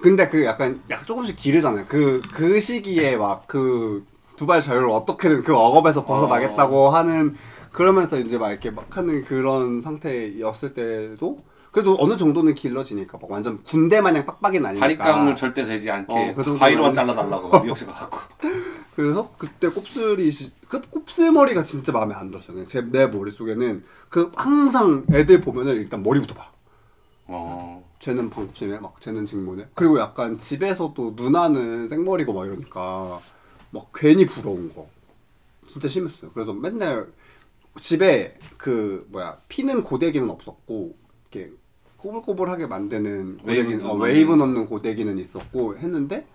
S4: 근데 그 약간 약 조금씩 기르잖아요 그 그 시기에 막 그 두발 자유를 어떻게든 그 억압에서 벗어나겠다고 하는 그러면서 이제 막 이렇게 막 하는 그런 상태였을 때도 그래도 어느 정도는 길러지니까 막 완전 군대 마냥 빡빡이는 아니니까 그러니까.
S3: 다리깡을 절대 되지 않게
S4: 어, 그 정도는-
S3: 가위로만 잘라달라고 미역실 갖고.
S4: 그래서 그때 곱슬이 시- 그 곱슬머리가 진짜 마음에 안 들었어요 제내 머릿속에는 그 항상 애들 보면은 일단 머리부터 봐
S3: 어.
S4: 쟤는 방법심에 막 쟤는 직모네 그리고 약간 집에서도 누나는 생머리고 막 이러니까 막 괜히 부러운 거 진짜 심했어요 그래서 맨날 집에 그 뭐야 피는 고데기는 없었고 이렇게 꼬불꼬불하게 만드는 고데기는
S3: 웨이브는
S4: 어,
S3: 없는.
S4: 웨이브 넣는 고데기는 있었고 했는데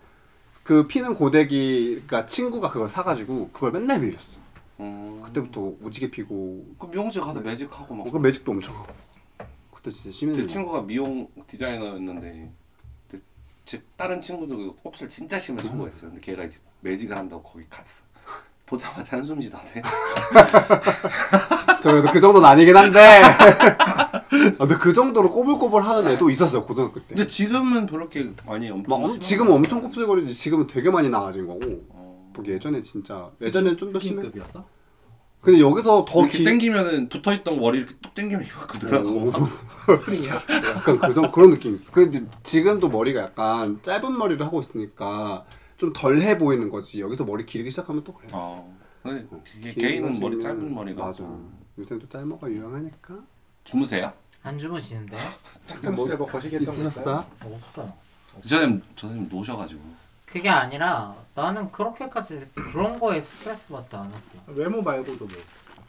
S4: 그 피는 고데기가 친구가 그걸 사가지고 그걸 맨날 빌렸어.
S3: 음.
S4: 그때부터 오지게 피고
S3: 그 미용실 가서 매직하고 막.
S4: 그 매직도 엄청 하고 그때 진짜
S3: 제
S4: 심했는데
S3: 친구가 미용 디자이너였는데 근데 제 다른 친구도 그 곱슬 진짜
S4: 음.
S3: 심을 친구였어요. 근데 걔가 이제 매직을 한다고 거기 갔어. 보자마자 한숨 쉬던데.
S4: 저도 그 정도는 아니긴 한데 [laughs] 아, 근데 그 정도로 꼬불꼬불하는 애도 있었어요 고등학교 때.
S3: 근데 지금은 그렇게 많이
S4: 막
S3: 엄청
S4: 엄, 지금 은 엄청 곱슬거리지 지금은 되게 많이 나아진 거고
S3: 어.
S4: 또 예전에 진짜 예전에 좀 더 심해
S1: 신급이었어?
S4: 근데 여기서 더
S3: 이렇게
S4: 기...
S3: 땡기면은 붙어있던 머리 이렇게 뚝 땡기면 이만큼
S4: 오.
S3: 늘어나고
S1: 스프링이야?
S4: 약간 그 정, 그런 느낌이 있어 근데 지금도 머리가 약간 짧은 머리를 하고 있으니까 좀 덜해 보이는 거지 여기서 머리 길기 시작하면 또 그래
S3: 어. 근데 그게 개인은 머리 짧은 머리가
S4: 맞아 요새 또 짧은가 유명하니까
S3: 주무세요?
S2: 안 주무시는데?
S1: 학창 시절 뭐 거시기했던 거 있어요?
S4: 있으셨어?
S2: 없어요.
S3: 저님 저님 노셔가지고
S2: 그게 아니라 나는 그렇게까지 그런 거에 스트레스 받지 않았어.
S1: 외모 말고도 뭐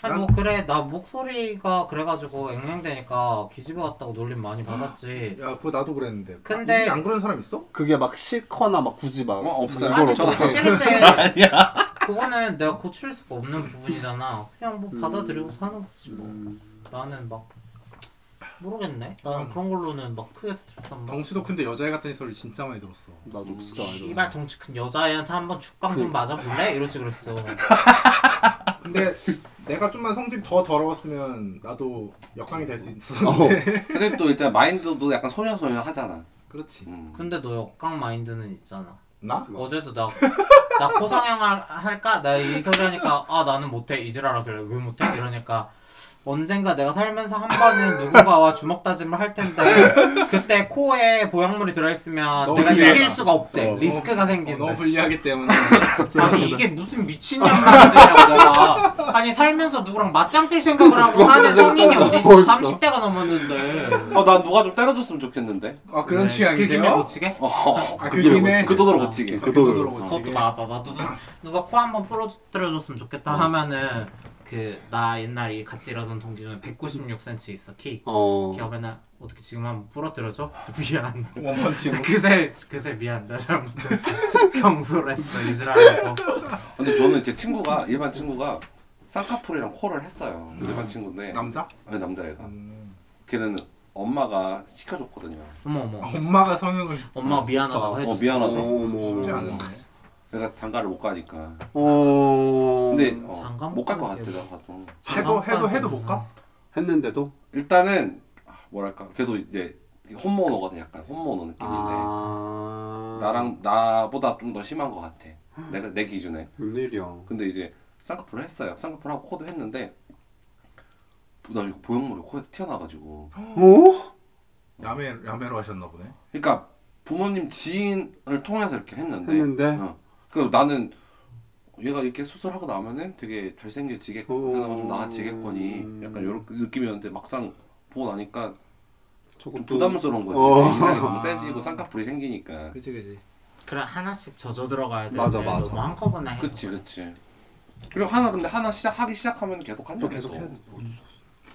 S2: 아니 뭐 그래 나 목소리가 그래가지고 앵앵대니까 기집애 왔다고 놀림 많이 받았지.
S1: 야, 그거 나도 그랬는데.
S2: 근데-
S1: 아, 이게 안 그런 사람 있어?
S4: 그게 막 싫거나 막 굳이 막
S3: 어, 없어요.
S4: 이걸
S3: 아니,
S4: 어떻게
S3: 저는-
S2: 싫은데
S3: 아니야
S2: 그거는 내가 고칠 수가 없는 부분이잖아. 그냥 뭐 받아들이고
S1: 음.
S2: 사는 거지 뭐.
S4: 음.
S2: 나는 막 모르겠네. 나는 그런 걸로는 막 크게 스트레스 안 받아.
S1: 음. 덩치도 큰데 여자애 같다는 소리 진짜 많이 들었어.
S4: 나도 진짜 알아
S2: 씨발 덩치 큰 여자애한테 한번 죽방
S1: 그
S2: 좀 맞아볼래? 이러지 그랬어.
S1: 근데 내가 좀만 성질 더 더러웠으면 나도 역광이 될 수
S4: 어.
S1: 있었는데.
S3: 근데 또 일단 마인드도 약간 소녀소녀 하잖아
S1: [laughs] 그렇지.
S3: 음.
S2: 근데 너 역광 마인드는 있잖아.
S1: 나?
S4: 뭐?
S2: 어제도 나, 나 코성형 할- 할까? 나 이 소리 하니까, 아, 나는 못해. 이지라라 그래. 왜 못해? 이러니까, 언젠가 내가 살면서 한 번은 누군가와 주먹 다짐을 할 텐데, 그때 코에 보약물이 들어있으면
S1: 너무
S2: 내가
S1: 불리하다.
S2: 이길 수가 없대.
S4: 어.
S2: 리스크가
S1: 어,
S2: 생긴대.
S1: 너무 불리하기 때문에.
S2: 아니, 이게 무슨 미친년 말이냐고, 내가. 아니, 살면서 누구랑 맞짱 뜰 생각을 하고 하는 성인이 어딨어. 30대가 넘었는데.
S3: 어나 누가 좀 때려줬으면 좋겠는데
S1: 아, 그런
S2: 네,
S1: 취향이세요?
S2: 그 김에 못 치게?
S3: 어,
S1: 아,
S4: 그게
S1: 그김에
S3: 그 돈으로 고치게
S4: 그
S1: 돈으로
S4: 돈으로.
S1: 못
S2: 그것도
S1: 치게.
S2: 맞아. 나도 누- 누가 코 한번 부러뜨려줬으면 좋겠다 하면은 그 나 옛날 이 같이 일하던 동기 중에 196cm 있어 키.
S4: 어
S2: 걔가 맨날 어떻게 지금 한번 부러뜨려줘? [laughs] 미안.
S1: 원펀치 뭐.
S2: 그새 그새 미안. 나 잘못했어. [laughs] 경솔했어 이즈라고.
S3: 근데 저는 제 친구가 일반 친구가 쌍꺼풀이랑 코를 했어요
S4: 음.
S3: 일반 친구인데
S1: 남자?
S3: 아니 남자애가 걔는 엄마가 시켜줬거든요
S2: 어머 어머.
S1: 아, 엄마가 성형을
S2: 엄마 미안하다고 아, 해줬어.
S3: 어 미안하다
S2: 음.
S1: 쉽지
S4: 어머 뭐.
S1: 않은데.
S3: 내가 장가를 못 가니까
S4: 어
S3: 근데
S2: 음, 장가 음.
S3: 못 갈 것
S2: 못 가는
S3: 같아
S2: 게
S1: 해도
S3: 나가도
S1: 해도 해도 못 가?
S4: 했는데도
S3: 일단은 아, 뭐랄까 걔도 이제 혼모노거든 약간 혼모노 느낌인데
S4: 아
S3: 네. 나랑 나보다 좀 더 심한 것 같아 내가 내 기준에
S4: 웬일이야
S3: 근데 이제 쌍꺼풀을 했어요 쌍꺼풀하고 코도 했는데 나 이거 보형물이 코에서 튀어나가지고
S4: 어?
S1: 야매 야매로 하셨나 보네.
S3: 그러니까 부모님 지인을 통해서 이렇게 했는데
S4: 했는데?
S3: 어. 그 나는 얘가 이렇게 수술하고 나면은 되게 잘생겨지겠고
S4: 오.
S3: 그나마 좀 나아지겠거니 약간 요런 느낌이었는데 막상 보고 나니까 좀
S4: 저것도
S3: 그 부담스러운 거지
S4: 어.
S3: 인상이 너무
S4: [laughs]
S3: 세지고 쌍꺼풀이 생기니까
S1: 그지 그지.
S2: 그래 하나씩 젖어 들어가야 돼.
S4: 맞아, 맞아.
S2: 너무 한꺼번에. 해.
S3: 그치 그치 그리고 하나 근데 하나 시작 하기 시작하면 계속 한다
S4: 또 계속 해야 돼.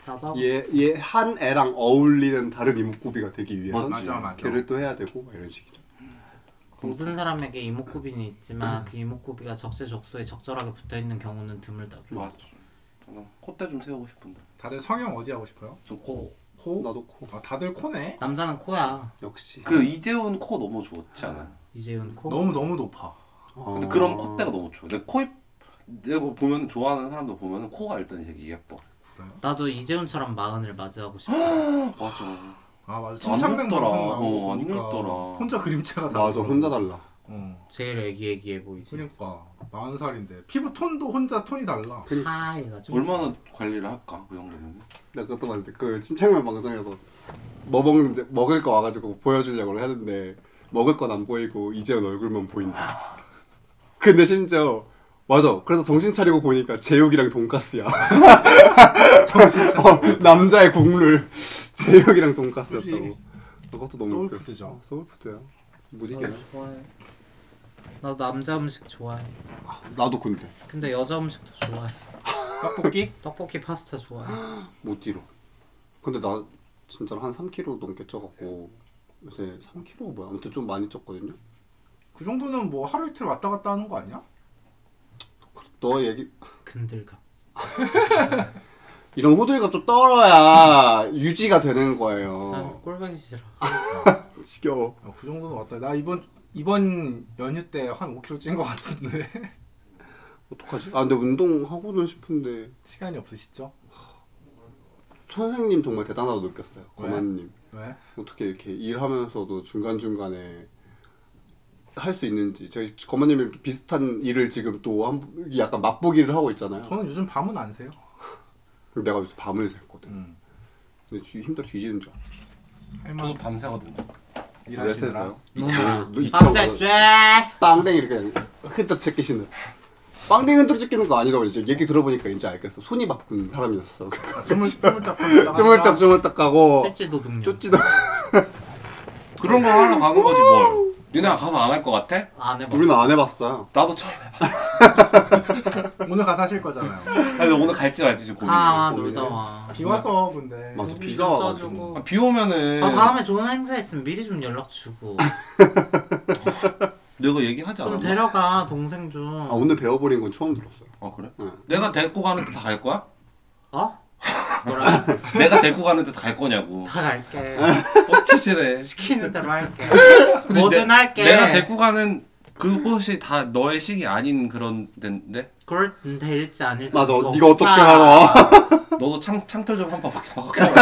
S2: 나도
S4: 예.
S2: 하고
S4: 어. 얘얘 한 애랑 어울리는 다른 이목구비가 되기 위해서
S3: 맞지.
S1: 어, 맞아 맞아.
S4: 걔를 또 해야 되고 막 이런 식이죠.
S2: 모든 사람에게 이목구비는 있지만 그 이목구비가 적재적소에 적절하게 붙어 있는 경우는 드물다.
S3: 맞지 난 콧대 좀 세우고 싶은데
S1: 다들 성형 어디 하고 싶어요?
S3: 좀코그
S1: 코?
S4: 나도 코
S1: 아, 다들 코네.
S2: 남자는 코야.
S4: 역시.
S3: 그 이재훈 코 너무 좋지 않아
S2: 이재훈 코.
S1: 너무 너무 높아.
S4: 어.
S3: 근데 그런 콧대가 너무 좋아 내 코입 내가 보면 좋아하는 사람들 보면 코가 일단 되게 예뻐 어,
S2: 나도 이재훈처럼 마흔을 맞이하고
S4: [gasps]
S2: 싶어.
S3: 맞아
S1: 아 맞아.
S3: 안
S1: 침착맨
S3: 늙더라.
S1: 같은 거 나오고
S3: 어, 안
S1: 보니까
S3: 늙더라.
S1: 혼자 그림체가 다.
S4: 맞아 혼자 달라.
S1: 어.
S2: 제일 애기애기해 보이지.
S1: 그러니까 4 0 살인데 피부 톤도 혼자 톤이 달라.
S2: 하얘가지고.
S3: 얼마나 관리를 할까 그 정도면
S4: 나 그것도 봤는데 그 침착맨 방송에서 뭐 먹는지 먹을 거 와가지고 보여주려고 했는데 먹을 건 안 보이고 이재현 얼굴만 보인다. [laughs] 근데 심지어 맞아. 그래서 정신 차리고 보니까 제육이랑 돈까스야. [laughs] 어, 남자의 국룰 제육이랑 돈까스였다고.
S1: 혹시
S4: 그것도 너무
S1: 소울푸드죠?
S4: 웃겼어. 어, 소울푸드야. 못
S2: 나
S4: 이겼어.
S2: 좋아해. 나 남자 음식 좋아해.
S4: 나도 근데. [laughs]
S2: 근데 여자 음식도 좋아해.
S1: 떡볶이?
S2: 떡볶이 파스타 좋아해.
S4: 못뭐 뒤로. 근데 나 진짜로 한 3kg 넘게 쪄갖고 요새 3kg 뭐야? 아무튼 좀 많이 쪘거든요.
S1: 그 정도는 뭐 하루 이틀 왔다 갔다 하는 거 아니야?
S4: 너 얘기 [gasps]
S2: 근들감.
S4: 이런 호들갑 좀 떨어야 유지가 되는 거예요.
S2: 난 꼴보기 싫어.
S4: 지겨워.
S1: 어, 그 정도는 왔다. 나 이번 이번 연휴 때 한 5kg 찐 것 같은데 [laughs]
S4: 어떡하지? 아 근데 운동하고는 싶은데
S1: 시간이 없으시죠?
S4: 선생님 정말 대단하다고 느꼈어요.
S1: 네.
S4: 거만님.
S1: 왜?
S4: 어떻게 이렇게 일하면서도 중간중간에 할 수 있는지 저희 거만님이 비슷한 일을 지금 또 한, 약간 맛보기를 하고 있잖아요.
S1: 저는 요즘 밤은 안 새요.
S4: 내가 요새 밤을 샜거든.
S1: 음.
S4: 근데 뒤- 힘들어 뒤지는 줄 알아.
S3: 저도
S1: 할만
S3: 밤새거든요.
S1: 일하시느라. 음.
S4: 이틀 너 이틀
S2: 음. 밤새
S4: 하고
S2: 쬐.
S4: 빵댕이를 그냥 흔들어 제끼시는. 빵댕이 흔들어 제끼는 거 아니라고 이제 얘기 들어보니까 이제 알겠어. 손이 바쁜 사람이었어.
S1: 조물 조물딱
S4: [laughs]
S1: 하다가
S4: 조물딱 조물딱 가고
S2: 찌찌도 능력.
S4: 어. 쫓지도.
S3: 그런 거 하러 가는 거지 뭘. 니네가 가서 안 할 것 같아?
S2: 안 해봤어.
S4: 우리는 안 해봤어.
S3: 나도 처음 해봤어.
S1: 오늘 가서 하실 거잖아요.
S3: 근데 오늘 갈지 말지 지금 고민.
S2: 다
S3: 아,
S2: 놀다 와.
S1: 비 와서 근데
S4: 맞아 어, 비가
S2: 좀
S4: 와가지고. 어,
S2: 쪄주고.
S3: 비 오면은
S2: 아 다음에 좋은 행사 있으면 미리 좀 연락 주고
S4: [laughs]
S3: 내가 얘기하지
S2: 좀
S3: 않았나?
S2: 데려가 동생 좀.
S4: 아 오늘 배워버린 건 처음 들었어요.
S3: 아 그래?
S4: 응.
S3: 내가 데리고 가는데 다 갈 거야?
S2: 어? 뭐라?
S3: 내가 데리고 가는데 다 갈 거냐고.
S2: [laughs] 다 갈게.
S3: 뻑치시네.
S2: 시키는 대로 할게.
S3: [laughs] 근데
S2: 뭐든
S3: 내-
S2: 할게.
S3: 내가 데리고 가는 그곳이 다 너의 식이 아닌 그런 데인데
S2: 그럴 될지 아닐지. 뭐
S4: 맞아.
S2: 그거
S4: 네가 어떻게
S2: 없다.
S4: 알아?
S1: [laughs]
S3: 너도 창 창틀 좀 한번 바꿔 바꿔.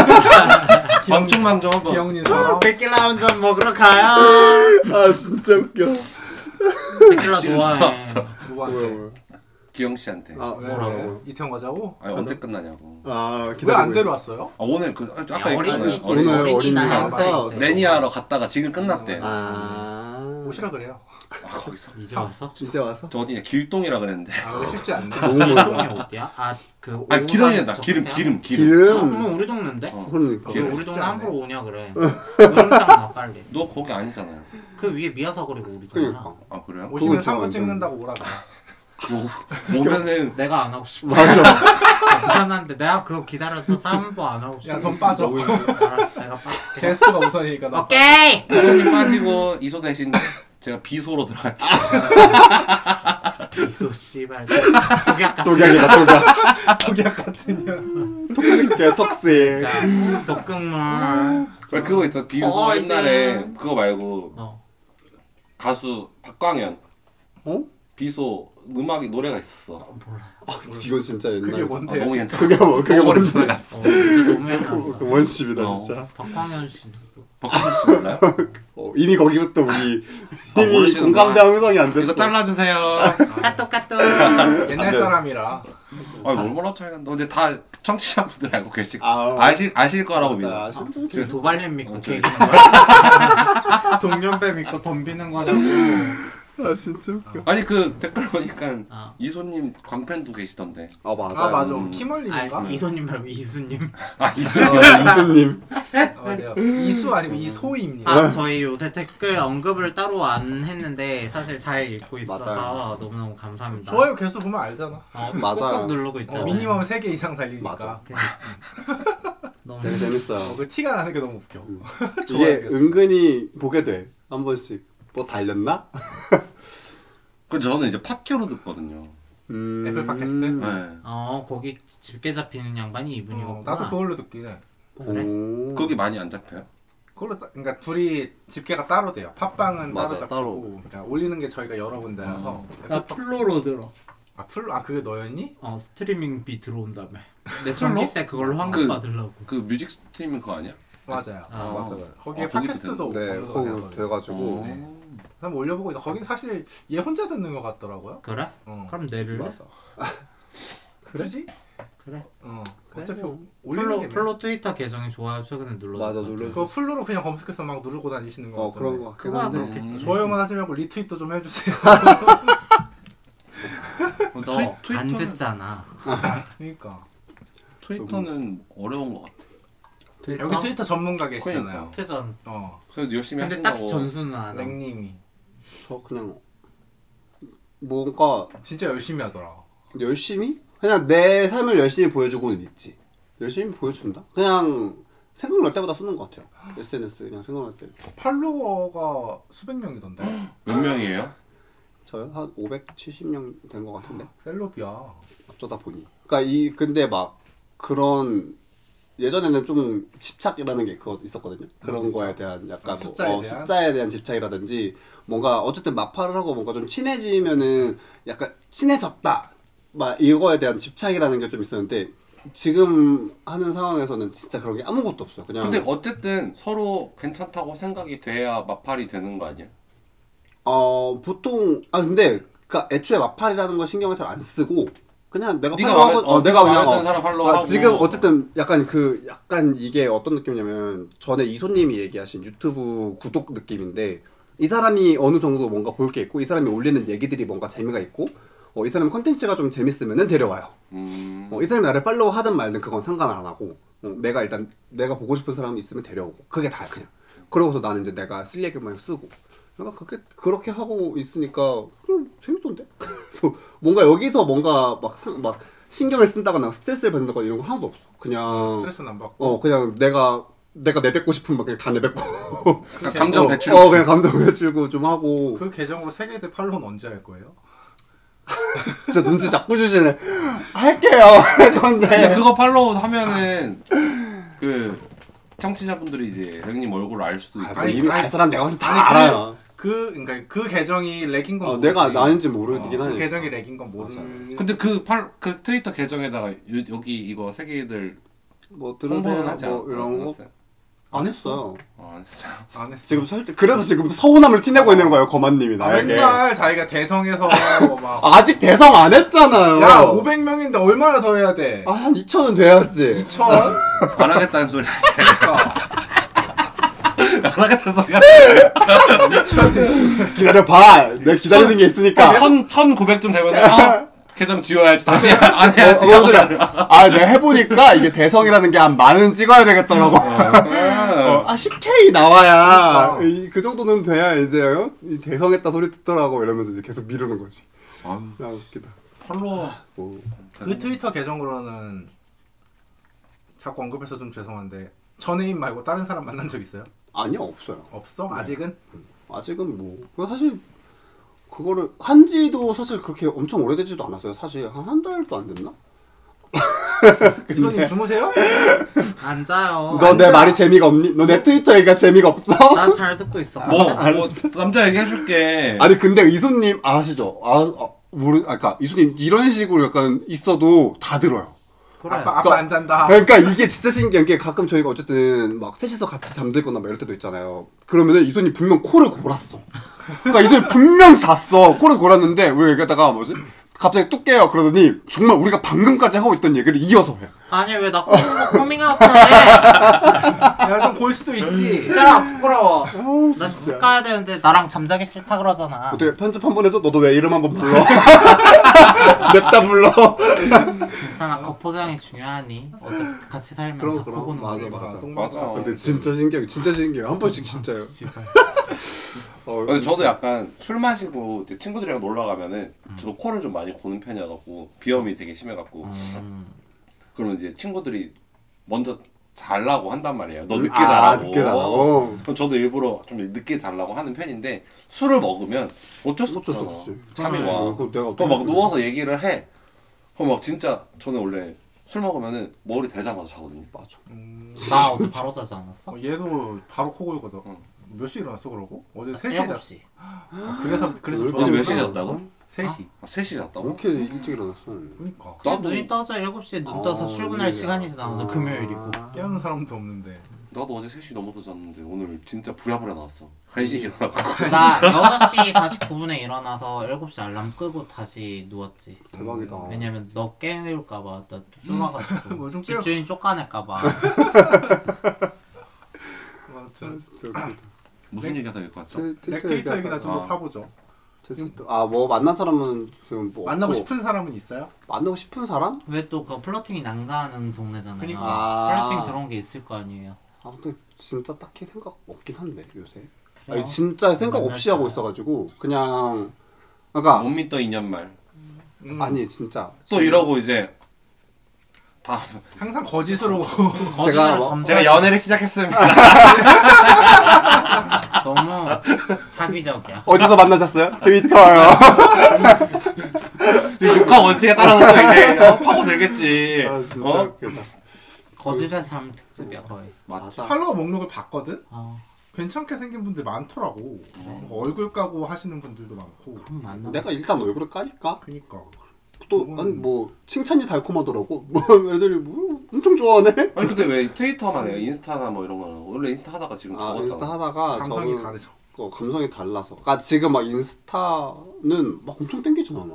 S3: 방충망 좀 한번.
S1: 기영님 사람
S2: 백길 라운전 먹으러 가요.
S4: 아 진짜 웃겨.
S2: 백길라
S3: 지금
S2: 좋아해.
S3: 나왔어.
S1: 누구한테?
S4: 네.
S3: 기영 씨한테.
S4: 아
S1: 왜,
S4: 뭐라고?
S1: 왜? 이태원 가자고?
S3: 아니 언제 끝나냐고.
S4: 아
S1: 왜 안
S4: 기다리고. 있어.
S1: 데려왔어요?
S3: 아 오늘 그 아, 아까
S2: 야,
S3: 얘기했잖아요.
S2: 어린이집
S4: 어린이-
S3: 어린이.
S4: 오늘
S2: 어린이날
S4: 어린이날
S2: 행사에
S4: 행사.
S3: 매니아로 갔다가 지금 끝났대. 아,
S4: 아
S1: 오시라 그래요.
S3: 거기서
S2: 이제 와서?
S4: 진짜 와서?
S3: 저 어디냐 길동이라 그랬는데.
S1: 아, 그거 쉽지 않네.
S4: 너무 멀다.
S2: 기름이 어디야? 아그
S3: 뭐, 아 기름이다 기름 기름 기름.
S4: 기름. 음.
S2: 한번 아, 우리 동네인데?
S3: 어.
S4: 그러니까.
S2: 왜
S3: 기름
S2: 우리 동네
S1: 쉽지 않네.
S2: 함부로 오냐 그래. 기름 나 빨리.
S3: 너 거기 아니잖아요.
S2: 그 위에 미아사거리고 우리 동네.
S4: 그러니까.
S3: 아 그래요? 그
S1: 오시면
S4: 제가
S1: 사진
S4: 안
S1: 찍는다고 오라고.
S3: 오- 오면은
S2: 내가 안 하고 싶어.
S4: 맞아. [laughs]
S2: 미안한데 내가 그거 기다려서 3부 안 하고 싶어.
S1: 야, 돈 빠져.
S2: 알았어, 내가 빠질게.
S1: 게스트가 우선이니까 나.
S2: 오케이.
S3: 손님 빠지고 이소 대신 제가 비소로 들어갈게요.
S2: 이소 씨발 독약 같은.
S4: 독약이다 [laughs] 독약.
S1: 독약 같은 년.
S4: 톡식해 톡식.
S2: 그러니까 독극물.
S3: 왜 그거 있잖아 비소
S2: 어,
S3: 옛날에
S2: 이제.
S3: 그거 말고
S2: 어.
S3: 가수 박광현
S4: 어?
S3: 비소 음악이 노래가 있었어.
S4: 아, 이건 진짜 옛날.
S1: 그게
S3: 아,
S1: 뭔데?
S3: 너무 옛날.
S4: 그게 뭐 그게
S3: 오버를 [laughs]
S4: 뭔지.
S3: 들어갔어.
S2: 어 진짜 너무 옛날.
S4: 그 원십이다
S3: 어.
S4: 진짜.
S2: 박광현 씨 누구?
S3: 박광현 씨 몰라요?
S4: 어, 이미 거기부터 우리
S3: 아,
S4: [laughs] 이미
S3: 모르시는구나.
S4: 공감대 형성이 안 됐어.
S3: 이거 잘라주세요.
S2: 까똑 까똑.
S1: 옛날
S4: 네.
S1: 사람이라.
S3: 아니 얼마나 차이가 나. 근데 다 청취자분들 알고 계실
S4: 아우. 어.
S3: 아실 아실 거라고
S4: 진짜
S3: 믿어.
S4: 아쉽다.
S2: 지금 도발님 믿고
S3: 어,
S2: 개기는 거야? 동년배 믿고 덤비는 거냐고.
S4: 아 진짜 웃겨.
S3: 아니 그 댓글 보니까
S2: 아.
S3: 이소님 광팬도 계시던데.
S4: 아 맞아.
S1: 아, 맞아.
S3: 음.
S1: 키멀님인가?
S2: 아, 이소님 말고 이수님.
S3: 아 이소님.
S4: 이수님.
S1: [laughs] 맞아요. 이수 아니고 이소입니다.
S2: 아 저희 요새 댓글 언급을 따로 안 했는데 사실 잘 읽고 있어서
S4: 맞아요.
S2: 너무너무 감사합니다.
S1: 좋아요 개수 보면 알잖아.
S2: 어,
S4: 맞아요.
S2: 꼭꼭 누르고 있잖아요. 네.
S1: 어, 미니멈 3개 이상 달리니까.
S4: 맞아.
S2: 음. 너무
S4: 되게
S1: 어,
S4: 재밌어요.
S1: 그 티가 나는 게 너무 웃겨. 좋아요,
S4: 이게
S1: 알겠어.
S4: 은근히 보게 돼. 한 번씩. 뭐 달렸나?
S3: 그 저는 이제 팟캐로 듣거든요.
S4: 음.
S1: 애플 팟캐스트?
S3: 네.
S2: 어 거기 집게 잡히는 양반이 이분이었구나.
S1: 어, 나도 그걸로 듣긴 해.
S2: 그래?
S4: 오.
S3: 네. 거기 많이 안 잡혀요?
S1: 그걸로 따, 그러니까 둘이 집계가 따로 돼요. 팟빵은
S4: 맞아,
S1: 따로 잡고
S4: 따로.
S1: 그러니까 올리는 게 저희가 여러 군데라서 네,
S2: 나 플로로 들어.
S1: 아 플로 아 그게 너였니?
S2: 어 스트리밍 비 들어온 다음에 내 전기세 그걸로 환급
S3: 그-
S2: 받으려고.
S3: 그 뮤직 스트리밍 그거 아니야?
S1: 맞아요.
S2: 아,
S4: 맞아요.
S1: 거기에
S3: 아, 거기도
S1: 팟캐스트도
S4: 네,
S1: 업로드가
S4: 거기
S1: 돼요,
S4: 돼가지고.
S3: 어.
S1: 한번 올려보고 있다. 거긴 사실 얘 혼자 듣는 것 같더라고요.
S2: 그래?
S1: 어.
S2: 그럼 내를 해?
S4: 맞아.
S1: 그러지?
S2: 그래.
S1: 어.
S4: 그래.
S1: 어차피 올리는
S2: 플로
S1: 게
S2: 플로 트위터 계정이 좋아요 최근에 눌러.
S4: 맞아, 눌러줘.
S1: 그거 플로로 그냥 검색해서 막 누르고 다니시는 거
S4: 어 그런 거 같긴
S2: 그거야
S4: 한데.
S2: 그렇겠지.
S1: 좋아요만 하지 말고 리트윗도 좀 해주세요.
S4: [laughs]
S3: 트위-
S2: 너안
S3: 트위터는-
S2: 듣잖아.
S1: 그러니까
S3: 트위터는 어려운 것 같아.
S1: 여기 트위터 전문가 계시잖아요.
S4: 그러니까.
S2: 트전.
S1: 어
S3: 그래서 열심히
S2: 근데
S3: 하신다고.
S2: 딱히 점수는
S4: 아,
S2: 안
S4: 네.
S2: 해.
S1: 랭님이
S4: 저 그냥 뭔가
S1: 진짜 열심히 하더라.
S4: 열심히? 그냥 내 삶을 열심히 보여주고는 있지. 열심히 보여준다? 그냥 생각날 때마다 쓰는 것 같아요. SNS 그냥 생각날 때.
S1: 팔로워가 수백
S4: [gasps]
S1: 명이던데.
S3: 몇 명이에요?
S4: 저요? 한 570명 된 것 같은데.
S1: 셀럽이야.
S4: 어쩌다 보니. 그러니까 이 근데 막 그런 예전에는 좀 집착이라는 게 그거 있었거든요. 그런 거에 대한 약간 뭐,
S1: 숫자에
S4: 어,
S1: 대한?
S4: 숫자에 대한 집착이라든지 뭔가 어쨌든 마파를 하고 뭔가 좀 친해지면은 약간 친해졌다 막 이거에 대한 집착이라는 게 좀 있었는데 지금 하는 상황에서는 진짜 그런 게 아무것도 없어요. 그냥
S3: 근데 어쨌든 서로 괜찮다고 생각이 돼야 마팔이 되는 거 아니야?
S4: 어 보통 아 근데 그러니까 애초에 마팔이라는 걸 신경을 잘 안 쓰고 그냥 내가
S3: 네가
S4: 팔로우하고
S3: 마음에- 어,
S4: 내가
S3: 네가
S4: 그냥
S3: 마음에 드는 사람 팔로우하고.
S4: 아, 지금 어쨌든 약간 그 약간 이게 어떤 느낌이냐면 전에 이소님이 얘기하신 유튜브 구독 느낌인데 이 사람이 어느 정도 뭔가 볼 게 있고 이 사람이 올리는 얘기들이 뭔가 재미가 있고 어, 이 사람 컨텐츠가 좀 재밌으면은 데려와요.
S3: 음.
S4: 어, 이 사람이 나를 팔로우 하든 말든 그건 상관 안 하고 어, 내가 일단 내가 보고 싶은 사람이 있으면 데려오고 그게 다야 그냥 그러고서 나는 이제 내가 쓸 얘기만 쓰고 내가 그렇게 그렇게 하고 있으니까 그냥 재밌던데 [laughs] 그래서 뭔가 여기서 뭔가 막, 상- 막 신경을 쓴다거나 스트레스를 받는다거나 이런 거 하나도 없어 그냥
S1: 스트레스는 안 받고.
S4: 어 그냥 내가 내가 내뱉고 싶은 막 그냥 다 내뱉고
S3: 그러니까 감정
S4: 어,
S3: 배출.
S4: 어 그냥 감정 배출고 좀 하고
S1: 그 계정으로 세계대 팔로우는 언제 할 거예요?
S4: 진짜 눈치 자꾸 주시네 [laughs] 할게요 [laughs] 할
S3: 근데
S4: 건데
S3: 그거 팔로우 하면은 그 청취자분들이 이제 랭님 얼굴을 알 수도 있고.
S4: 아니, 뭐 이미
S1: 아니,
S4: 알 사람 내가 봤을 때 다
S1: 아니, 그-
S4: 알아요
S1: 그 그러니까 그 계정이 렉인 건
S4: 아,
S1: 모르지.
S4: 내가 나인지 모르긴
S1: 그
S4: 하네.
S1: 어, 계정이 렉인 건
S4: 아,
S1: 모르는.
S3: 근데 그 팔 그 트위터 계정에다가 요, 여기 이거 세계들
S4: 뭐 들으세요,
S3: 홍보는 하지 않-
S4: 뭐 이런 거.
S3: 않았어요?
S4: 안 했어요.
S3: 어, 안 했어요.
S1: 안 했어.
S4: 지금 솔직 그래서 지금 서운함을 티내고 있는 거예요, 거만님이
S1: 아,
S4: 나에게.
S1: 맨날 자기가
S4: [laughs]
S1: 대성에서 막.
S4: 아직 대상 안 했잖아요. 어.
S1: 야 500명인데 얼마나 더 해야 돼?
S4: 아, 한 2천은 돼야지.
S1: 천?
S4: 어.
S3: 안 하겠다는 소리.
S1: 그러니까.
S3: 안 하겠다는 소리야.
S4: [laughs] 기다려봐. 내가 기다리는 게 있으니까.
S1: 아,
S3: 천, 천 구백쯤 되면 아, 계정 지워야지. 다시 안
S4: 어,
S3: 해야지.
S4: 뭔
S1: [laughs]
S4: 소리야. 아, 내가 해보니까 이게 대성이라는 게 한 만은 찍어야 되겠더라고. [laughs] 어, 아, 10K 나와야.
S1: 그러니까.
S4: 이, 그 정도는 돼야 이제 어? 이 대성했다 소리 듣더라고 이러면서 이제 계속 미루는 거지.
S3: 아유,
S4: 야, 웃기다.
S3: 팔로워.
S4: 뭐.
S1: 그 트위터 계정으로는 자꾸 언급해서 좀 죄송한데 전혜인 말고 다른 사람 만난 적 있어요?
S4: 아니요, 없어요.
S1: 없어?
S4: 네. [laughs]
S1: 아직은?
S4: 아직은 뭐 그거 사실 그거를 한지도 사실 그렇게 엄청 오래되지도 않았어요. 사실 한 한 달도 안 [laughs] 됐나? 그
S1: 이소님
S4: 네.
S1: 주무세요?
S2: 앉아요.
S4: 너 내
S1: 완전-
S4: 말이 재미가 없니? 너 내 트위터 얘기가 재미가 없어?
S2: 나 잘 듣고 있어.
S3: 뭐, 뭐 남자 얘기 해줄게.
S4: 네. 아니 근데 이소님 아시죠? 아, 아 모르 아까 이소님 이런 식으로 약간 있어도 다 들어요.
S2: 그래.
S1: 아빠 아빠
S4: 그러니까-
S1: 안 잔다.
S4: 그러니까 이게 진짜 신기한 게 가끔 저희가 어쨌든 막 셋이서 같이 잠들거나 막 이럴 때도 있잖아요. 그러면은 이소님 분명 코를 골았어. 그러니까 이소님 분명 잤어. 코를 골았는데 우리가 얘기하다가 뭐지? 갑자기 뚝 깨요. 그러더니 정말 우리가 방금까지 하고 있던 얘기를 이어서 해.
S2: 아니 왜 나 커밍아웃하네?
S1: 야좀볼 수도 있지.
S2: 세라 부끄러워.
S4: 아우,
S2: 나
S4: 진짜.
S2: 시집 가야 되는데 나랑 잠자기 싫다 그러잖아.
S4: 어떻게 편집 한 번 해줘? 너도 내 이름 한 번
S2: [laughs]
S4: 불러. 냅다 불러.
S2: 괜찮아 겉포장이 중요하니 어제 같이 살면
S4: 그럼,
S2: 다
S4: 그럼.
S2: 보고는
S4: [laughs] 맞아,
S2: 거니까.
S4: 맞아.
S3: 맞아.
S4: 근데 진짜 신기해요. 진짜 신기해요. 한 번씩 아, 진짜요. 어,
S3: 근데 저도 약간 술 마시고 이제 친구들이랑 놀러 가면은 저도 코를 좀 많이 고는 편이어갖고 비염이 되게 심해갖고 그러면 이제 친구들이 먼저 잘라고 한단 말이에요. 너 늦게
S4: 아,
S3: 자라고.
S4: 늦게 자라고.
S3: 그럼 저도 일부러 좀 늦게 자려고 하는 편인데 술을 먹으면 어쩔 수
S4: 어쩔 수
S3: 없잖아.
S4: 없지.
S3: 잠이
S4: 네,
S3: 와.
S4: 그거 내가 어떻게
S3: 그럼 막
S4: 그래.
S3: 누워서 얘기를 해. 그럼 막 진짜 저는 원래 술 먹으면은 머리 대자마자 자거든요.
S4: 맞아.
S2: 나 어제 바로 자지 않았어?
S1: 음, 어, 얘도 바로 코 골거든. 몇 시에 일어났어 그러고? 어제 3시에 잤어. 아,
S2: 7시
S1: 그래서 그래서
S4: 아, 왜
S1: 저도
S3: 너는 몇
S4: 이렇게
S3: 시에
S4: 일어났어?
S3: 잤다고?
S1: 3시.
S3: 아, 3시
S4: 왜
S3: 잤다고?
S4: 이렇게 일찍 일어났어?
S1: 그러니까
S3: 나도-
S2: 눈이 떠져 7시에 눈 떠서
S4: 아,
S2: 출근할
S4: 오늘이야.
S2: 시간이 지나는데
S4: 아. [laughs]
S2: 금요일이고
S1: 깨우는 사람도 없는데.
S3: 나도 어제 3시 넘어서 잤는데 오늘 진짜 부랴부랴 나왔어. 간신히 일어나고.
S2: 나 6시 49분에 일어나서 7시 알람 끄고 다시 누웠지
S4: 대박이다.
S2: 왜냐면 너 깨울까봐 나
S1: 음. [laughs]
S2: 쫄아가지고
S1: 뭐좀 깨워.
S2: 집주인 쫓아낼까봐
S1: 맞아.
S4: 진짜 웃기다.
S3: 무슨
S4: 네.
S3: 얘기하다 여기까지 왔죠?
S4: 제
S1: 내
S4: 트위터
S1: 트위터 얘기나
S4: 얘기하다가
S1: 좀 더
S3: 아.
S1: 파보죠.
S4: 제 트위터- 아, 뭐 만난 사람은 지금 뭐
S1: 만나고
S4: 없고.
S1: 싶은 사람은 있어요?
S4: 만나고 싶은 사람?
S2: 왜 또 그 플러팅이 낭자하는 동네잖아요
S1: 그니까.
S4: 아.
S2: 플러팅 들어온 게 있을 거 아니에요
S4: 아무튼 진짜 딱히 생각 없긴 한데 요새.
S2: 그래요.
S4: 아니, 진짜 생각 없이
S2: 만나지
S4: 하고
S2: 마요.
S4: 있어가지고 그냥 그러니까
S2: 음.
S3: 못 아, 믿던 인연말.
S1: 음.
S4: 아니 진짜
S3: 또 이러고 이제 다
S1: 항상 거짓으로
S4: 제가
S2: 거짓을
S4: 뭐-
S2: 점점
S3: 제가 연애를 시작했습니다.
S4: 아,
S3: [laughs]
S2: 너무 자기적이야.
S4: 어디서 만나셨어요? 트위터요.
S3: 녹화 원칙에 따라서 이제 어, 파고들겠지.
S2: 네.
S4: 아 [laughs] 진짜
S3: 어?
S4: 웃기다.
S2: 거짓의 삶 특집이야 거의.
S3: 맞아.
S1: 팔로워 목록을 봤거든.
S2: 어,
S1: 괜찮게 생긴 분들 많더라고. 뭔가 얼굴 까고 하시는 분들도 많고.
S2: 그럼 만나.
S4: 내가 일단 얼굴을 까니까
S1: 그니까.
S4: 또 아니 뭐 칭찬이 달콤하더라고. [laughs] 뭐 애들이 뭐 엄청 좋아하네.
S3: 아니 근데 왜 트위터만 해요? 인스타나 뭐 이런 거는 원래 인스타 하다가 지금
S4: 아 인스타
S3: 접었잖아.
S4: 하다가
S1: 감성이
S4: 저는
S1: 다르죠.
S4: 어, 감성이 달라서. 그러니까 지금 막 인스타는 막 엄청 땡기진 않아.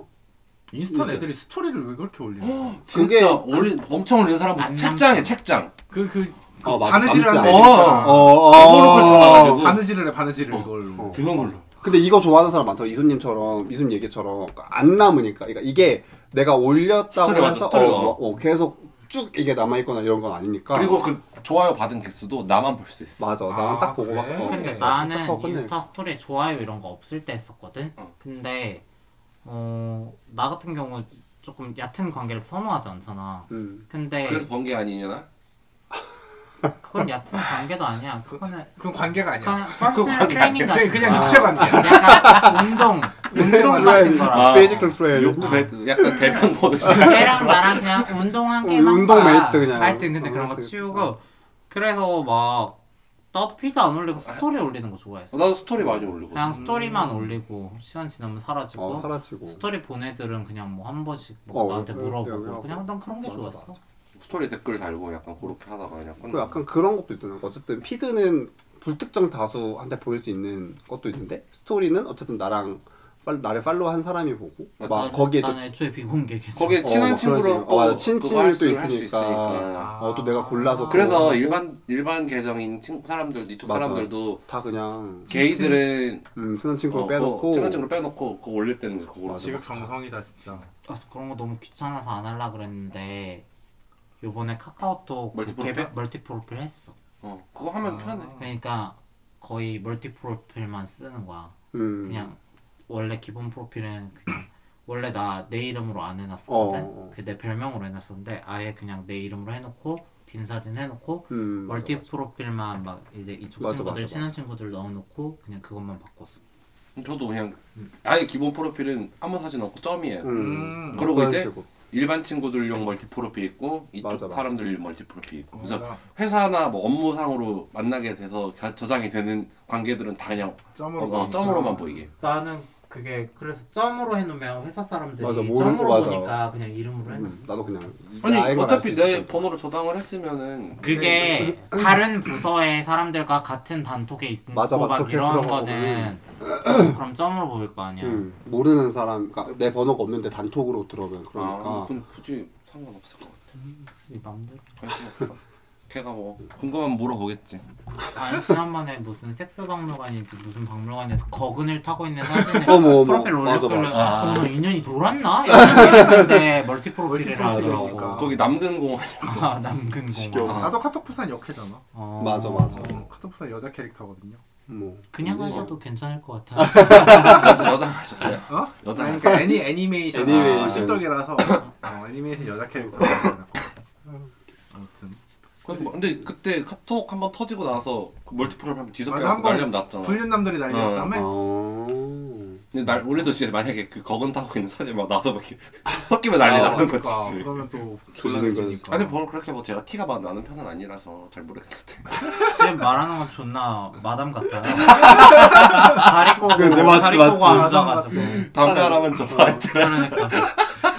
S1: 인스타
S4: 네.
S1: 애들이 스토리를 왜 그렇게 올리냐.
S3: [gasps]
S4: 그게-
S3: 진짜 올린 엄청 올린 사람
S2: 안
S3: 책장에 책장.
S1: [gasps] 그, 그, 그
S4: 어, 맞아.
S1: 바느질이라는
S4: 남자.
S1: 애 있잖아.
S4: 어, 어,
S3: 그걸로
S4: 어.
S3: 펼쳐놔가지고.
S1: 바느질을 해, 바느질을 이걸로.
S4: 어.
S3: 그런 걸로.
S4: 근데 이거 좋아하는 사람 많더라. 이수님처럼, 이수님 얘기처럼. 안 남으니까. 그러니까 이게 내가 올렸다고
S3: 스토리 맞아,
S4: 해서
S3: 스토리가.
S4: 어, 어, 계속 쭉 이게 남아있거나 이런 건 아니니까.
S3: 그리고 그 좋아요 받은 개수도 나만 볼 수 있어.
S4: 맞아. 나랑
S1: 아,
S4: 딱 보고 막.
S1: 그래?
S4: 어,
S2: 근데
S1: 네.
S2: 나는
S4: 하고 끝내.
S2: 인스타 스토리 좋아요 이런 거 없을 때 했었거든.
S3: 어.
S2: 근데 어, 나 같은 경우 조금 얕은 관계를 선호하지 않잖아.
S4: 음.
S2: 근데
S3: 그래서 번 게 아니냐?
S2: 그건 얕은 관계도 아니야. 그거는
S1: 그건 관계가 아니야.
S2: 그냥 퍼스널
S3: 관계
S2: 트레이닝
S1: 그냥,
S2: 같은
S1: 그냥
S2: 거야.
S1: 육체 관계야.
S2: 약간 운동
S4: [laughs]
S2: 운동 같은 거라.
S4: 피지컬 트레일.
S3: 욕구배드 약간 대변
S4: [laughs]
S3: 보듯이.
S2: 걔랑 나랑 그냥 운동한 게임 한
S4: 운동
S2: 거야.
S4: 메이트 그냥.
S2: 하여튼 근데 그런 거
S4: 하여튼.
S2: 치우고 그래서 막 나도 피드 안 올리고 스토리 올리는 거 좋아했어.
S3: 나도 스토리 많이 올리고.
S2: 그냥 스토리만 올리고 시간 지나면 사라지고
S4: 어, 사라지고.
S2: 스토리 본 애들은 그냥 뭐 한 번씩 뭐
S4: 어,
S2: 나한테
S4: 그래,
S2: 물어보고
S4: 그래, 그래.
S2: 그냥 난 그런 게
S4: 맞아,
S2: 좋았어.
S3: 스토리 댓글 달고 약간 그렇게 하다가 그냥
S4: 그리고
S3: 끝나.
S4: 약간 그런 것도 있더라고. 어쨌든 피드는 불특정 다수한테 보일 수 있는 것도 있는데, 스토리는 어쨌든 나랑, 팔- 나를 팔로우 한 사람이 보고, 막
S3: 맞지.
S4: 아, 거기에 또
S2: 난 애초에 비공개 계정.
S3: 거기에 친한
S4: 어,
S3: 친구로
S4: 그런 어, 맞아.
S3: 또
S4: 친-
S3: 그거
S4: 친구들도
S3: 할 수- 할수
S4: 있으니까.
S3: 있으니까.
S4: 어, 또 내가 골라서
S3: 그래서
S4: 어,
S3: 일반 일반 계정인 친구 사람들 이쪽
S4: 맞아.
S3: 사람들도
S4: 다 그냥,
S3: 게이들은
S4: 음, 친한 친구를
S3: 어,
S4: 빼놓고.
S3: 그거 친한 친구로 빼놓고 그거 올릴 때는 그거로.
S1: 지극 정성이다, 진짜.
S2: 아, 그런 거 너무 귀찮아서 안 하려 그랬는데 요번에 카카오톡 그
S3: 멀티프로필?
S2: 개발- 멀티프로필 했어.
S3: 어 그거 하면
S1: 아.
S3: 편해.
S2: 그러니까 거의 멀티프로필만 쓰는 거야.
S4: 음.
S2: 그냥 원래 기본 프로필은 그냥 원래 나 내 이름으로 안 해놨었거든.
S4: 어.
S2: 그 내 별명으로 해놨었는데 아예 그냥 내 이름으로 해놓고 빈 사진 해놓고
S4: 음, 맞아,
S2: 멀티
S4: 맞아.
S2: 프로필만 막 이제 이쪽
S4: 맞아,
S2: 친구들
S4: 맞아,
S2: 친한 친구들 넣어놓고 그냥 그것만 바꿨어.
S3: 저도 그냥 아예 기본 프로필은 아무 사진 없고 점이에요.
S4: 음.
S1: 음.
S3: 그러고
S4: 그런
S3: 이제
S4: 식으로.
S3: 일반 친구들용 멀티 프로필 있고 이쪽
S4: 맞아, 어. 맞아.
S3: 사람들용 멀티 프로필 있고 그래서
S1: 맞아.
S3: 회사나 뭐 업무상으로 만나게 돼서 겨- 저장이 되는 관계들은 다 그냥
S1: 점으로.
S3: 어, 어,
S1: 보니까.
S3: 점으로만 보이게.
S2: 나는 그게 그래서 점으로 해놓으면 회사 사람들이
S4: 맞아, 모르고 점으로 맞아. 보니까
S2: 그냥 이름으로
S4: 음, 나도 그냥
S3: 아니
S4: 나인 걸
S3: 어차피
S4: 알수
S3: 내
S4: 있을
S3: 번호를 저장을 했으면은
S2: 그게 다른 부서의 사람들과 같은 단톡에 있고
S4: 맞아, 맞아.
S2: 막
S4: 그렇게
S2: 이런
S4: 들어가고
S2: 거는 그럼 점으로 보일 거 아니야.
S4: 음, 모르는 사람, 그러니까 내 번호가 없는데 단톡으로 들어오면
S3: 아
S4: 그러니까
S3: 근데 굳이 상관없을 것 같아.
S2: 네 맘대로.
S3: 관심 없어. 걔가 뭐 궁금하면 물어보겠지.
S2: 아니 지난번에 무슨 섹스 박물관인지 무슨 박물관에서 거근을 타고 있는 사진을
S4: 어머, 어머.
S2: 프로필
S4: 맞아,
S2: 올렸길래
S3: 맞아.
S2: 어, 인연이 돌았나? 이랬는데 멀티 프로필이라
S1: 멀티
S2: 그러고
S1: 프로필이니까.
S3: 거기 남근 공원 아,
S2: 아, 남근
S4: 지겨워.
S2: 공원
S1: 나도 카톡 부산 역해잖아.
S2: 어,
S4: 맞아, 맞아.
S1: 어, 카톡 부산 여자 캐릭터거든요.
S4: 뭐
S2: 그냥
S4: 근데
S2: 하셔도 괜찮을 것 같아요
S3: 여자 여자 하셨어요.
S1: 어?
S3: 여자.
S1: 그러니까 애니 애니메이션
S4: 애니메이션.
S1: 아, 실덕이라서 어, 애니메이션 여자 캐릭터 아무튼
S3: 그래서 뭐- 근데 그때 카톡 한 번 터지고 나서 그 멀티플을 한번 뒤섞여
S1: 맞아, 한번
S3: 난리 한번 났잖아.
S1: 불륜 남들이
S3: 어.
S1: 날렸다며
S4: 어...
S3: 근데 날 올해도 진짜 만약에 그 거건 타고 있는 사진 막 나서
S1: [laughs]
S3: 막 이렇게 섞이면 난리 나는 거지. 진짜.
S1: 아, 어, 그러니까. 그러면 또
S4: 조지는
S3: 아,
S1: 곤란해지니까
S3: 근데 보면 그렇게 뭐 제가 티가 막 나는 편은 아니라서 잘 모르겠는데.
S2: 지금 말하는 건 존나 마담 같아요 다리 꼬고
S4: 그치, 맞지,
S2: 다리
S4: 맞지.
S2: 꼬고 앉아가지고
S3: 담배 하나만 줘봐 했잖아.
S2: 그러니까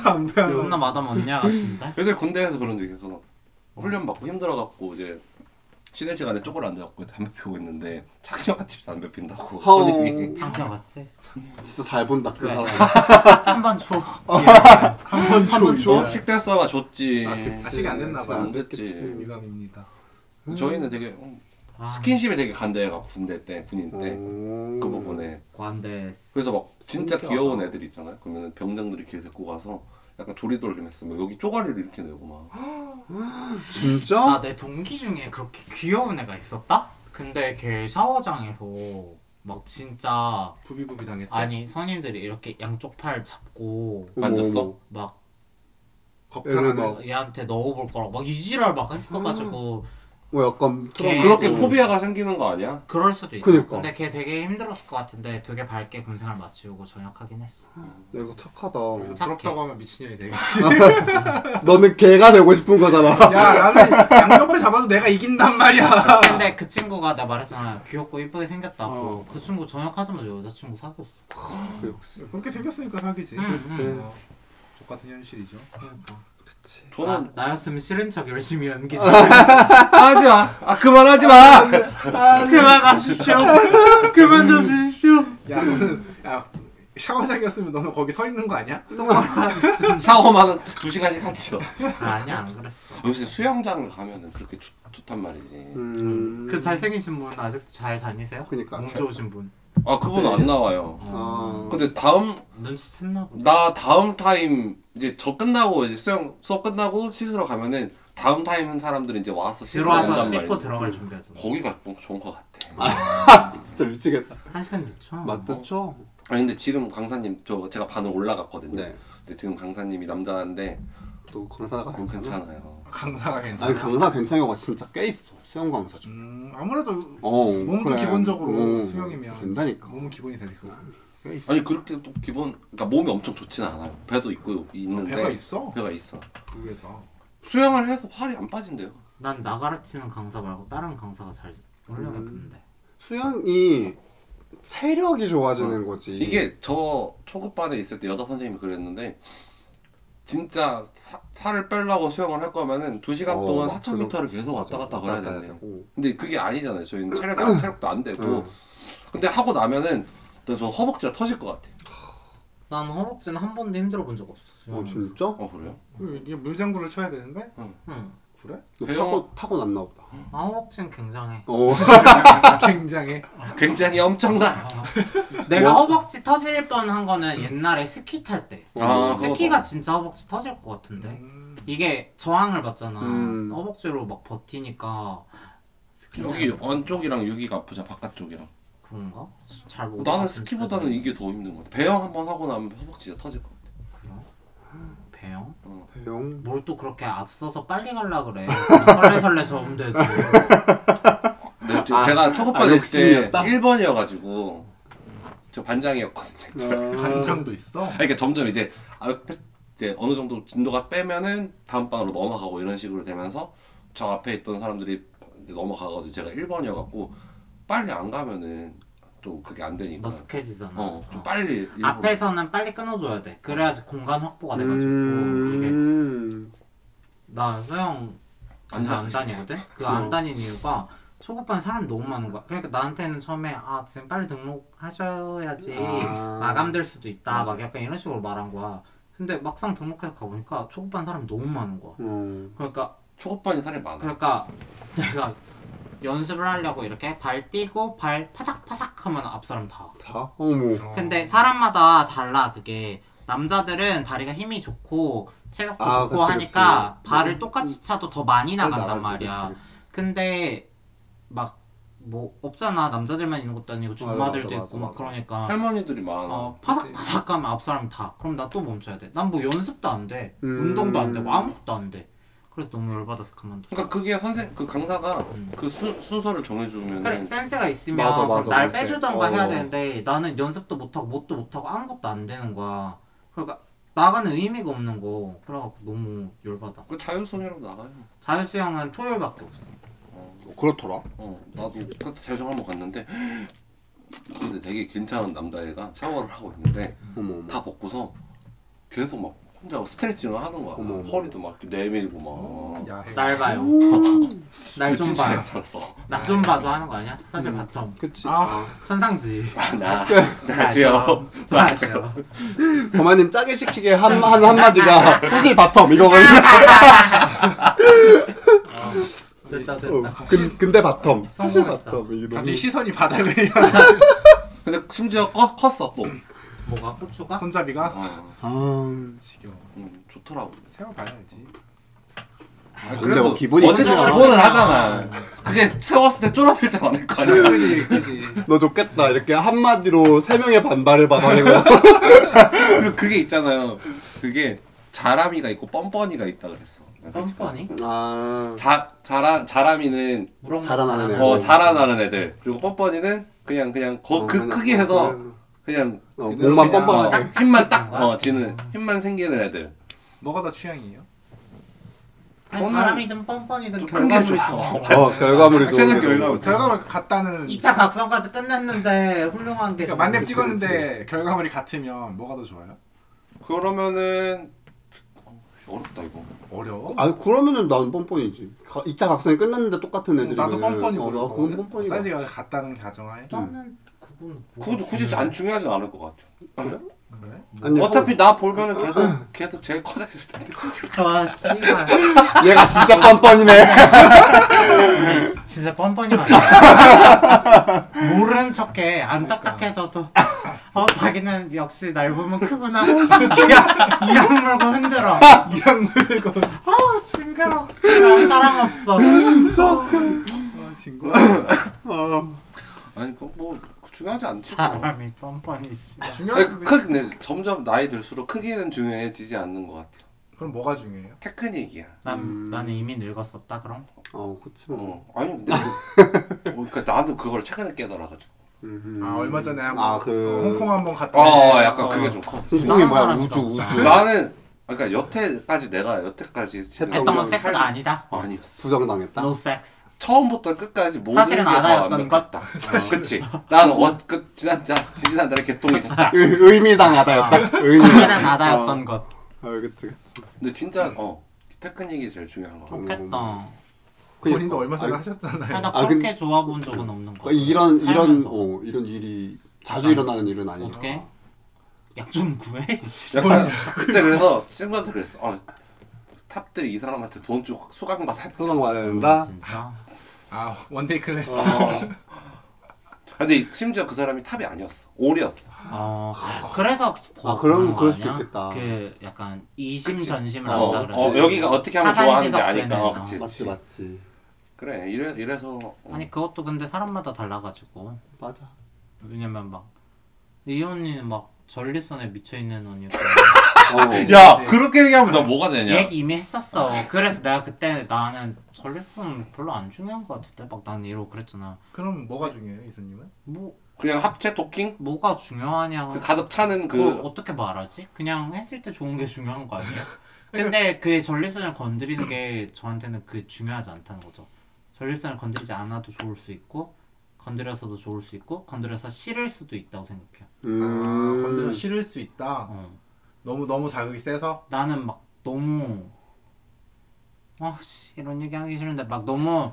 S1: 담배 안
S2: 존나 마담 언냐 같은데
S3: 예전에 군대에서 그런 적이 있어서 훈련 받고 힘들어갖고 이제 쉬는 시간에 쪼그려 앉아갖고 담배 피우고 있는데 창녀가 집 담배 핀다고 [laughs]
S4: 허우.
S3: 선생님이
S2: 창피한 같지?
S4: 진짜 잘 본다 그
S2: 그래.
S4: 사람
S2: 네. 한번 줘.
S1: 어. 한번
S3: 저 식대 써가 줬지.
S4: 아, 그치.
S1: 아직 안 됐나
S3: 안
S1: 봐요
S3: 됐지.
S1: 유감입니다
S3: 저희는 되게 음,
S2: 아,
S3: 스킨십이 되게 간대가 군대 때 군인 때
S4: 음.
S3: 그
S4: 오.
S3: 부분에
S2: 관대.
S3: 그래서 막 진짜 귀여운 애들 있잖아요. 그러면 병장들이 이렇게 데리고 가서 약간 조리돌림 했으면 여기 쪼가리를 이렇게 내고 막
S4: 진짜?
S2: 아내 동기 중에 그렇게 귀여운 애가 있었다? 근데 걔 샤워장에서 막 진짜
S1: 부비부비 당했다
S2: 아니 선임들이 이렇게 양쪽 팔 잡고
S4: 어머,
S3: 만졌어?
S4: 어머.
S2: 막
S1: 겁탈하는
S4: 막-
S2: 아, 그 얘한테 넣어볼 거라고 막 이지랄 막 했어가지고
S4: 뭐 약간
S2: 걔-
S3: 그렇게
S4: 음.
S3: 포비아가 생기는 거 아니야?
S2: 그럴 수도 있어.
S4: 그니까.
S2: 근데 걔 되게 힘들었을 것 같은데 되게 밝게 군생활 마치고 전역하긴 했어.
S4: 야, 이거 착하다.
S1: 그래서
S2: 착해.
S1: 부럽다고 하면 미친년이 되겠지.
S4: 너는 개가 되고 싶은 거잖아.
S1: 야 나는 양옆에 잡아도 내가 이긴단 말이야.
S2: 근데 그 친구가 나 말했잖아 귀엽고 이쁘게 생겼다고.
S4: 어.
S2: 그 친구 전역하자마자 여자친구 사귀었어.
S4: 역시.
S1: 그렇게 생겼으니까 사귀지.
S2: 음,
S4: 그치.
S1: 어, 똑같은 현실이죠.
S3: 저는
S2: 나, 나였으면 싫은 척 열심히 연기자. [laughs]
S3: 하지 마. 아 그만하지 마.
S2: 그만하십시오. 그만두십시오.
S1: 야 너는 야 샤워장이었으면 너는 거기 서 있는 거 아니야?
S3: 샤워만 두 시간씩 하죠.
S2: 아니 안 그랬어.
S3: 요새 수영장을 가면은 그렇게 좋, 좋단 말이지.
S4: 음.
S2: 그 잘생기신 분 아직도 잘 다니세요?
S4: 그니까.
S2: 몸 좋으신 분.
S3: 아 그분 안 나와요.
S4: 아.
S3: 근데 다음
S2: 눈치챘나 보다.
S3: 나 다음 타임 이제 저 끝나고 이제 수영 수업 끝나고 씻으러 가면은 다음 타임은 사람들이 이제 와서 씻으러
S2: 들어와서
S3: 온단
S2: 씻고
S3: 말이야.
S2: 들어갈 준비하잖아.
S3: 거기가 좀 좋은 것 같아.
S4: 진짜 미치겠다.
S2: 한 시간 늦죠.
S4: 맞죠?
S3: 아 근데 지금 강사님 저 제가 반을 올라갔거든요.
S4: 네.
S3: 근데 지금 강사님이 남자인데
S4: 또 강사가
S3: 어.
S4: 괜찮아.
S3: 괜찮아요.
S1: 강사가 괜찮아.
S4: 아니 강사 괜찮이가 진짜 꽤 있어. 수영 강사 중.
S1: 음 아무래도
S4: 어.
S1: 몸도 기본적으로 수영이면
S4: 음, 된다니까.
S1: 몸은 기본이 되니까.
S4: 꽤 있어.
S3: 아니 그렇게 또 기본 그러니까 몸이 엄청 좋진 않아요. 배도 있고 있는데
S1: 배가 있어?
S3: 배가 있어.
S1: 그게 다.
S3: 수영을 해서 팔이 안 빠진대요.
S2: 난 나 가르치는 강사 말고 다른 강사가 잘 훈련해 보는데.
S4: 수영이 체력이 좋아지는 거지.
S3: 이게 저 초급반에 있을 때 여자 선생님이 그랬는데 진짜 사, 살을 빼려고 수영을 할 거면은 2시간
S4: 어,
S3: 동안
S4: 막
S3: 4,000m를 계속 왔다 갔다 걸어야
S4: 왔다
S3: 된대요. 네.
S4: 되고.
S3: 근데 그게 아니잖아요. [clears throat] 저희는 체력, 체력도 안 되고. 근데 하고 나면은 일단 저 허벅지가 터질 것 같아요.
S2: 난 허벅지는 한 번도 힘들어 본 적 없어.
S4: 어 진짜?
S3: 어 그래요?
S1: 그 이게 물장구를 쳐야 되는데
S2: 응.
S1: 그래?
S4: [laughs]
S3: 배영-
S4: 타고 타고 났나 보다.
S2: 아 허벅지는 굉장해. [laughs]
S4: 어.
S1: 굉장해.
S3: 아, 굉장히
S2: 아,
S3: 엄청나.
S2: [laughs] 내가
S4: 뭐?
S2: 허벅지 터질 뻔한 거는 옛날에 스키 탈 때.
S3: 아,
S2: 스키가
S3: 그거다.
S2: 진짜 허벅지 터질 것 같은데.
S1: 음,
S2: 이게 저항을 받잖아.
S4: 음.
S2: 허벅지로 막 버티니까 스키는
S3: 여기 안쪽이랑 여기가 아프죠. 바깥쪽이랑.
S2: 그런가? 잘 모르.
S3: 나는 스키보다는 이게 더 힘든 것 같아. 배영 한번 하고 나면 허벅지가 터질 것 같아.
S2: 배영?
S4: 배영.
S2: 뭘 또 그렇게 앞서서 빨리 갈라 그래? [laughs] 설레설레 저으면 되지.
S3: 어. 근데 네, 제- 제가 초급반
S4: 아,
S3: 있을 때
S4: 욕심이었다?
S3: 1번이어가지고 저
S2: 음.
S3: 반장이었거든요. 제가.
S4: 아.
S1: 반장도 있어.
S3: 아니, 그러니까 점점 [laughs] 이제 앞에 이제 어느 정도 진도가 빼면은 다음 방으로 넘어가고 이런 식으로 되면서 저 앞에 있던 사람들이 이제 넘어가가지고 제가 1번이어갖고 빨리 안 가면은 또 그게 안 되니까
S2: 머쓱해지잖아.
S3: 어, 좀 빨리 일부러-
S2: 앞에서는 빨리 끊어줘야 돼. 그래야지 공간 확보가 돼가지고 이게
S4: 음.
S2: 나 수영 안, 안 다니거든? 그 안 다닌 이유가 초급반 사람이 너무 많은 거야. 그러니까 나한테는 처음에 아 지금 빨리 등록하셔야지
S4: 아.
S2: 마감될 수도 있다 막 약간 이런 식으로 말한 거야. 근데 막상 등록해서 가보니까 초급반 사람이 너무 많은 거야.
S4: 어.
S2: 그러니까
S3: 초급반이 사람이 많아.
S2: 그러니까 내가 연습을 하려고 이렇게 발 띄고 발 파삭파삭 하면 앞 사람 다. 와.
S4: 다?
S1: 어.
S4: 어머.
S2: 음. 근데 사람마다 달라 그게 남자들은 다리가 힘이 좋고 체력도
S4: 아,
S2: 좋고
S4: 그치,
S2: 하니까
S4: 그치.
S2: 발을
S4: 음,
S2: 똑같이 차도 더 많이 나간단
S4: 나가지,
S2: 말이야.
S4: 그치, 그치.
S2: 근데 막 뭐 없잖아 남자들만 있는 것도 아니고 중마들도
S4: 맞아,
S2: 있고
S4: 맞아,
S2: 막
S4: 맞아.
S2: 그러니까
S3: 할머니들이 많아.
S2: 어, 파닥파닥하면 앞 사람이 다 그럼 나 또 멈춰야 돼. 난 뭐 연습도 안 돼,
S4: 음.
S2: 운동도 안 돼, 뭐 아무것도 안 돼. 그래서 너무 열받아서 그만뒀어.
S3: 그러니까 그게 선생 그 강사가
S2: 음.
S3: 그 수, 순서를 정해주면
S2: 그래 센스가 있으면
S4: 맞아,
S2: 그럼
S4: 맞아,
S2: 날
S4: 맞아.
S2: 빼주던가
S4: 어.
S2: 해야 되는데 나는 연습도 못하고 뭣도 못하고 아무것도 안 되는 거야. 그러니까 나가는 의미가 없는 거. 그래갖고 너무 열받아.
S3: 그 자율성이라고 나가요.
S2: 자유수영은 토요일밖에 없어.
S4: 어, 그렇더라.
S3: 어, 나도 그때 재정 한번 갔는데 근데 되게 괜찮은 남자애가 샤워를 하고 있는데
S2: 음.
S4: 어머 어머.
S3: 다 벗고서 계속 막 혼자 스트레칭을 하는 거야.
S4: 어머, 어머.
S3: 허리도 막 이렇게 내밀고 막.
S1: 야,
S2: 날 봐요.
S4: 음.
S2: 날 좀
S3: 아, 진짜
S2: 봐요.
S3: 괜찮았어.
S2: 나 좀 봐줘 하는 거 아니야? 사실 바텀
S4: 그치.
S1: 아,
S2: 천상지
S3: 나, 나죠. 나죠.
S2: [laughs] 맞아요
S4: 범아님 짜게 시키게 한, 한
S2: 아,
S4: 한마디가 사실 바텀 이거거든요.
S2: 됐다 됐다
S4: 어, 근, 근데 바텀. 사실
S2: 성공했어.
S4: 바텀. 이게 너무
S1: 갑자기 시선이 바닥을 [laughs]
S3: 근데 심지어 꺼, 컸어 또.
S2: 뭐가 고추가?
S1: 손잡이가
S3: 어,
S4: 아,
S1: 지겨워.
S3: 음, 좋더라고.
S1: 세워봐야지.
S3: 아,
S4: 근데 뭐 기본이
S3: 어쨌든
S2: 있잖아.
S3: 기본은 하잖아. 그게 세웠을 때 쫄아들지 않을 거 아니야.
S1: 그지 그지.
S4: 너 좋겠다.
S2: [laughs]
S4: 이렇게 한마디로 세 명의 반발을 받아내고.
S3: 그리고 그게 있잖아요. 그게 자람이가 있고 뻔뻔이가 있다 그랬어. 난 그렇게
S2: 뻔뻔이?
S3: 봤어.
S4: 아
S3: 자 자라 자람이는
S2: 무럭무럭
S4: 자라나는
S2: 자라나.
S4: 애들.
S3: 어 자라나는 애들 그리고 뻔뻔이는 그냥 그냥 거, 그 크기에서 그냥
S4: 어, 몸만
S1: 그냥-
S3: 어,
S4: 뻔뻔하게
S3: 딱 힘만 딱어 지는 힘만 생기는 애들
S1: 뭐가 더 취향이에요?
S2: 아니, 사람이든 뻔뻔이든
S3: 큰 게
S2: 결과물이
S3: 좋죠.
S2: 좋아.
S4: 어 결과물이 좋은
S3: 최종
S4: 게
S3: 결과물.
S4: 좋은
S1: 결과물 같다는
S2: 2차 각성까지 끝냈는데 훌륭한 게뭐
S1: 그러니까 만렙
S4: 그치,
S1: 찍었는데 결과물이 같으면 뭐가 더 좋아요?
S3: 그러면은 어, 어렵다 이거.
S1: 어려워?
S4: 아 그러면은 난 뻔뻔이지. 가, 2차 각성이 끝났는데 똑같은 애들이.
S1: 음, 나도 뻔뻔이고
S4: 어, 나 그건 뻔뻔이.
S1: 아, 사이즈가 같다는 가정하에
S2: 나는 그건 뭐
S3: 그것도 굳이 안 중요하진 않을 것 같아. 어,
S1: 음. 그래?
S4: 아니
S3: 어차피 나 보면은 계속 계속 제일 커져 있을 텐데.
S2: 아 씨발
S4: [laughs]
S1: [laughs]
S4: 얘가
S1: 어.
S4: 진짜 뻔뻔이네.
S2: 진짜 뻔뻔히 맞아 모르는 척해 안
S1: 그러니까.
S2: 딱딱해져도 어 자기는 역시 날 보면 크구나 이악 이악 물고 흔들어
S1: 이악 물고
S2: 아 징그러 사람, 사랑 없어
S1: 아,
S3: 음.
S1: 친구
S4: 어.
S3: 아니 그뭐 중요하지 않지.
S2: 사람이 뻔뻔히 씨발
S3: 아니,
S1: 중요한
S3: 그, 크, 근데 점점 나이 들수록 크기는 중요해지지 않는 것 같아요.
S1: 그럼 뭐가 중요해요?
S3: 테크닉이야.
S2: 난 나는 이미 늙었었다 그럼
S4: 어 그치 뭐.
S3: 어. 아니 근데 그, [laughs] 어, 그러니까 나도 그걸 최근에 깨달아가지고.
S4: 음.
S1: 아 얼마 전에 한번
S4: 아, 그-
S1: 어, 홍콩 한번 갔다
S3: 어
S1: 왔는데
S3: 약간
S2: 어.
S3: 그게 좀 커.
S4: 그게 뭐야
S2: 사람이다.
S4: 우주
S1: 아,
S4: 우주.
S3: 나는 그러니까 여태까지 내가 여태까지
S4: 했던
S2: 했던 건
S4: 그러니까 살-
S2: 섹스가 아니다
S3: 아니었어.
S4: 부정당했다.
S2: no sex
S3: 처음부터 끝까지 모든
S2: 사실은
S3: 게다
S2: 아다였던 것.
S3: 완벽했다. 어, 그치. 나는 어, 그 지난 나- 지난달에 개똥이 됐다.
S4: [laughs] 의-
S1: 아,
S4: 의미상하다였다.
S2: 사실은
S4: 의미상.
S2: 아다였던 것
S4: 어 그치 그치. 어, 뭐,
S3: 근데 진짜 어 테크닉이 제일 중요한 것 같아.
S2: 좋겠다
S1: 본인도 얼마 전에
S4: 아니,
S1: 하셨잖아요
S2: 나
S4: 아,
S2: 그렇게
S4: 근데-
S2: 좋아 본 적은 없는 거
S4: 그러니까 이런 이런
S2: 살면서.
S4: 어 이런 일이 자주 일어나는 일은 아니야.
S2: 어떻게 약 좀 구해 씨.
S3: 약간 그때 그래서 친구한테 그랬어. 어, 탑들이 이 사람한테 돈 좀 수강 받아.
S4: 소송 음, 받아야 된다.
S2: 진짜
S1: 아 원데이 클래스
S4: 어.
S3: 근데 심지어 그 사람이 탑이 아니었어. 올이었어.
S2: 어 그래서 더
S4: 아, 그럼
S2: 그런 거
S4: 그럴 수도
S2: 아니야?
S4: 있겠다.
S2: 그 약간 이심
S3: 그치.
S2: 전심을
S3: 어,
S2: 한다 그래서
S3: 어, 여기가 어떻게 하면 좋아하는지
S2: 사산지석
S3: 아니까. 어,
S2: 되는
S3: 그치,
S2: 거.
S3: 그치.
S4: 맞지 맞지.
S3: 그래 이래 이래서 어,
S2: 아니 그것도 근데 사람마다 달라가지고
S4: 맞아.
S2: 왜냐면 막 이 언니는 막 전립선에 미쳐 있는 언니고 아,
S4: 어.
S3: 야 그렇게 얘기하면 나 뭐가 되냐?
S2: 얘기 이미 했었어. 그래서 내가 그때 나는 전립선 별로 안 중요한 것 같을 때막 난 이러고 그랬잖아.
S1: 그럼 뭐가 중요해요 이수님은?
S2: 뭐
S3: 그냥 합체 토킹?
S2: 뭐가 중요하냐?
S3: 그 가득 차는
S2: 어. 그걸
S3: 그
S2: 어떻게 말하지? 그냥 했을 때 좋은 게 중요한 거 아니에요? 근데 그 전립선을 건드리는 게 저한테는 그 중요하지 않다는 거죠. 전립선을 건드리지 않아도 좋을 수 있고 건드려서도 좋을 수 있고 건드려서 싫을 수도 있다고 생각해요.
S1: 아, 건드려
S4: 음.
S1: 싫을 수 있다
S2: 어.
S1: 너무 너무 자극이 세서
S2: 나는 막 너무 아씨 이런 얘기 하기 싫은데 막 너무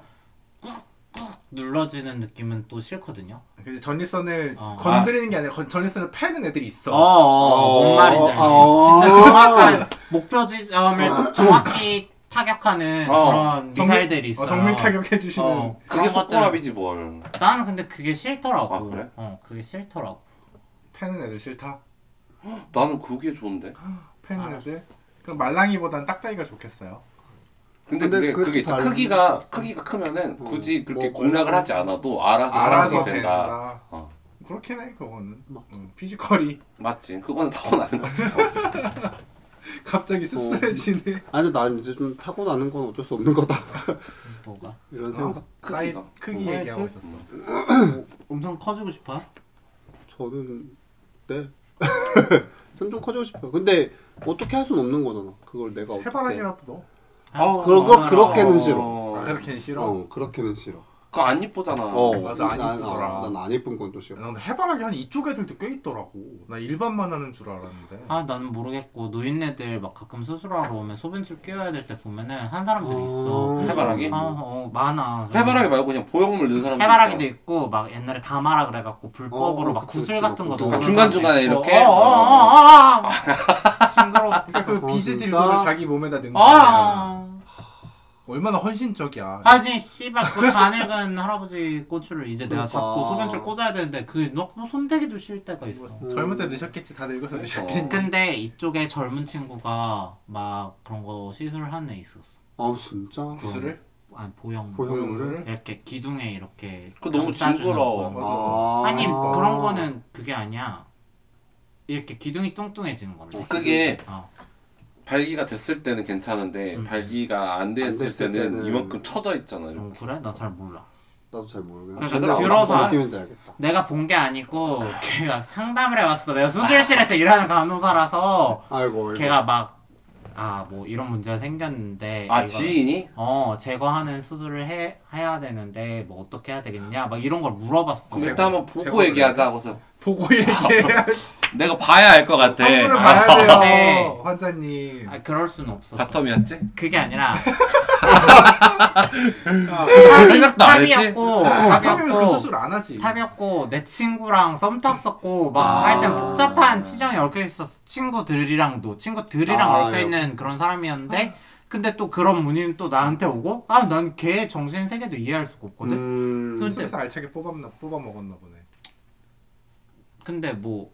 S2: 꾹꾹 눌러지는 느낌은 또 싫거든요.
S1: 그래서 전립선을
S2: 어.
S1: 건드리는 게 아니라 건- 전립선을 패는 애들이 있어
S2: 어, 어, 뭔 말인지 알지.
S4: 어.
S2: 진짜 정확한 목표 지점을 정확히 타격하는
S3: 어.
S2: 그런
S1: 정밀-
S2: 미사일들이 있어요.
S1: 어, 정밀 타격해 주시는
S2: 어,
S3: 그게
S2: 그런 것들은
S3: 속궁합이지 뭘.
S2: 나는 근데 그게 싫더라고.
S3: 아, 그래?
S2: 어, 그게 싫더라고.
S1: 패는 애들 싫다
S3: 나는 그게 좋은데.
S1: 패는
S2: 알았어.
S1: 애들 그럼 말랑이보단 딱딱이가 좋겠어요
S3: 근데,
S4: 근데
S3: 그게
S4: 그
S3: 그게 있다.
S4: 다른
S3: 크기가 크기가 크면은
S4: 어,
S3: 굳이 그렇게
S4: 뭐,
S3: 공략을
S4: 뭐,
S3: 하지 않아도 알아서
S1: 알아서
S3: 사람이 된다.
S1: 된다
S3: 어.
S1: 그렇긴 해 그거는
S4: 맞아.
S1: 응, 피지컬이 [laughs]
S3: 맞지. 그거는 타고나는 거지.
S1: 갑자기 씁쓸해지네
S4: 아니 난 이제 좀 타고 나는 건 어쩔 수 없는 거다. [laughs]
S2: 뭐가?
S4: 이런 생각.
S1: 아. 사이
S3: [laughs] 크기가. 뭐.
S1: 크기
S4: 뭐
S2: 어.
S1: 얘기하고
S2: 음.
S1: 있었어
S2: 엄청 커지고 싶어요?
S4: 저는 네. [laughs] 전좀 커지고 싶어요. 근데 어떻게 할 수는 없는 거잖아. 그걸 내가 어떻게.
S1: 해바라기라도 넣어
S2: 아,
S4: 그거-
S2: 어,
S4: 그렇게는
S2: 어.
S4: 싫어.
S1: 아 그렇게는 싫어
S4: 어 그렇게는 싫어. 어.
S3: 그거 안 이쁘잖아.
S1: 맞아, 안 이쁘더라.
S4: 난안 예쁜 건 또 싫어.
S1: 난 해바라기 한 이쪽 애들도 꽤 있더라고. 나 일반만 하는 줄 알았는데.
S2: 아 나는 모르겠고 노인네들 막 가끔 수술하러 오면 소변줄 끼워야 될 때 보면은 한 사람들이 있어.
S3: 해바라기?
S2: 어, 어 많아.
S3: 해바라기 말고 그냥 보형물 넣은 사람.
S2: 해바라기도 있고 막 옛날에 다마라 그래갖고 불법으로
S4: 어,
S2: 막
S4: 그치,
S2: 구슬
S4: 그치,
S2: 같은 거
S4: 그치.
S2: 넣는
S4: 그러니까
S3: 중간중간에
S2: 사람도 있고.
S3: 이렇게? 아,
S2: 어, 어, 어, 어, 어.
S1: [laughs]
S2: 징그러워.
S1: 그러니까 그
S4: 어,
S1: 비즈
S4: 진짜?
S1: 딜도를 자기 몸에다 넣는
S2: 어,
S1: 거야.
S3: 아.
S2: 어.
S1: 얼마나 헌신적이야.
S2: 아니 씨발 그안 읽은 [laughs] 할아버지 고추를 이제 내가 잡고
S4: 그러니까.
S2: 소변줄 꽂아야 되는데 그 너무 손대기도 싫을 때가 있어.
S1: 뭐, 젊을 때 넣으셨겠지. 다들 읽어서
S4: 음.
S1: 넣으셨겠니.
S2: 근데 이쪽에 젊은 친구가 막 그런 거 시술하는 애 있었어.
S4: 아 진짜.
S1: [laughs] 구슬을?
S2: 아니 보형
S4: 보형.
S1: 고용을?
S2: 이렇게 기둥에 이렇게
S3: 그거 너무
S2: 점 싸주는
S3: 징그러워.
S2: 거.
S4: 아.
S2: 아니 그런 거는 네, 그게 아니야. 이렇게 기둥이 뚱뚱해지는 건데.
S3: 어, 그게
S2: 어.
S3: 발기가 됐을 때는 괜찮은데 발기가 안 됐을,
S4: 됐을
S3: 때는, 음.
S4: 때는
S3: 이만큼 쳐져 있잖아요.
S2: 어, 그래? 나 잘 몰라.
S4: 나도 잘 모르겠네.
S2: 음,
S4: 제대로
S2: 들어서
S4: 들어서
S2: 알-
S4: 느낌인지 알겠다.
S2: 내가 본 게 아니고 걔가 상담을 해왔어. 내가
S3: 아.
S2: 수술실에서 일하는 간호사라서
S4: 아이고. 이거.
S2: 걔가 막 아 뭐 이런 문제가 생겼는데 네, 이거-
S3: 아 지인이?
S2: 어 제거하는 수술을 해 해야 되는데 뭐 어떻게 해야 되겠냐 막 이런 걸 물어봤어.
S3: 그럼 일단 한번
S1: 제가
S3: 보고
S1: 그래요.
S3: 얘기하자 하고서
S1: 보고 [laughs] 얘기해야지.
S3: 내가 봐야 알 것 같아.
S1: 환불을
S3: 아,
S1: 봐야 돼요,
S2: 네.
S1: 환자님.
S2: 아 그럴 수는 없었어.
S3: 바텀이었지?
S2: 그게
S3: [laughs]
S2: 아니라
S1: 아,
S2: 탑이-
S3: 그 생각도 안 했지? 어.
S2: 탑이었고
S1: 박형이면 그
S2: 어. 탑이었고
S1: 수술 안 하지.
S2: 탑이었고 내 친구랑 썸 탔었고 막
S3: 아.
S2: 하여튼 복잡한 치정이 얽혀 있었어 친구들이랑도 친구들이랑
S4: 아,
S2: 얽혀
S4: 예.
S2: 있는 그런 사람이었는데 근데 또 그런 문의는 또 나한테 오고 아 난 걔 정신 세계도 이해할 수가 없거든
S4: 음.
S2: 술-
S1: 그래서 알차게 뽑았나 뽑아 먹었나 보네.
S2: 근데 뭐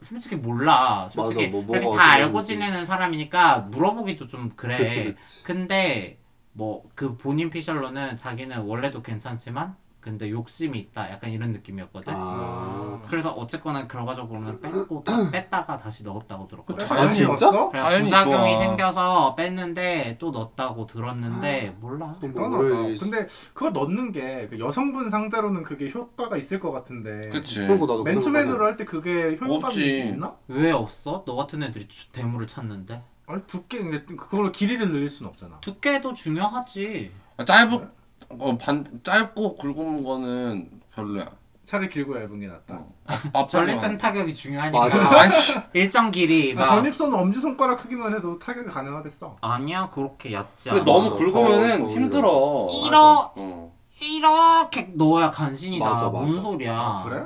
S2: 솔직히 몰라 솔직히
S4: 맞아, 뭐 뭐가
S2: 이렇게
S4: 어떻게
S2: 다 알고
S4: 되는지.
S2: 지내는 사람이니까 물어보기도 좀 그래
S4: 그치, 그치.
S2: 근데 뭐 그 본인 피셜로는 자기는 원래도 괜찮지만 근데 욕심이 있다 약간 이런
S1: 네.
S2: 느낌이었거든
S1: 음.
S4: 아.
S2: 그래서 어쨌거나 결과적으로는 뺐고 다- 뺐다가 다시 넣었다고 들었거든.
S3: 그쵸.
S1: 아,
S3: 진짜?
S1: 진짜?
S2: 그래서
S3: 자연히
S2: 부작용이
S3: 좋아.
S2: 생겨서 뺐는데 또 넣었다고 들었는데 몰라.
S4: 또 뭐를
S1: 떠나다. 근데 그거 넣는 게그 여성분 상대로는 그게 효과가 있을 것 같은데.
S3: 그치.
S4: 그런 거 나도
S1: 맨투맨으로 할 때 그게 효과가
S3: 없지.
S1: 있나?
S2: 왜 없어? 너 같은 애들이 주- 대물을 찾는데
S1: 아니 두께 근데 그걸로 길이를 늘릴 순 없잖아.
S2: 두께도 중요하지.
S3: 아, 짧고 어, 반 짧고 굵은 거는 별로야.
S1: 차를 길고 얇은 게 낫다.
S3: 어. 아,
S2: [laughs] 전립선 타격이
S4: 맞아.
S2: 중요하니까
S3: 아니 씨.
S2: 일정 길이
S1: 아,
S2: 막
S1: 전립선은 엄지 손가락 크기만 해도 타격이 가능하댔어.
S2: 아니야 그렇게 얕지
S3: 근데
S2: 않아.
S3: 너무
S4: 맞아.
S3: 굵으면은
S4: 더, 더
S3: 힘들어.
S2: 이러
S3: 어.
S2: 이렇게 넣어야 간신이다.
S4: 맞아,
S2: 뭔
S4: 맞아.
S2: 소리야?
S1: 아, 그래?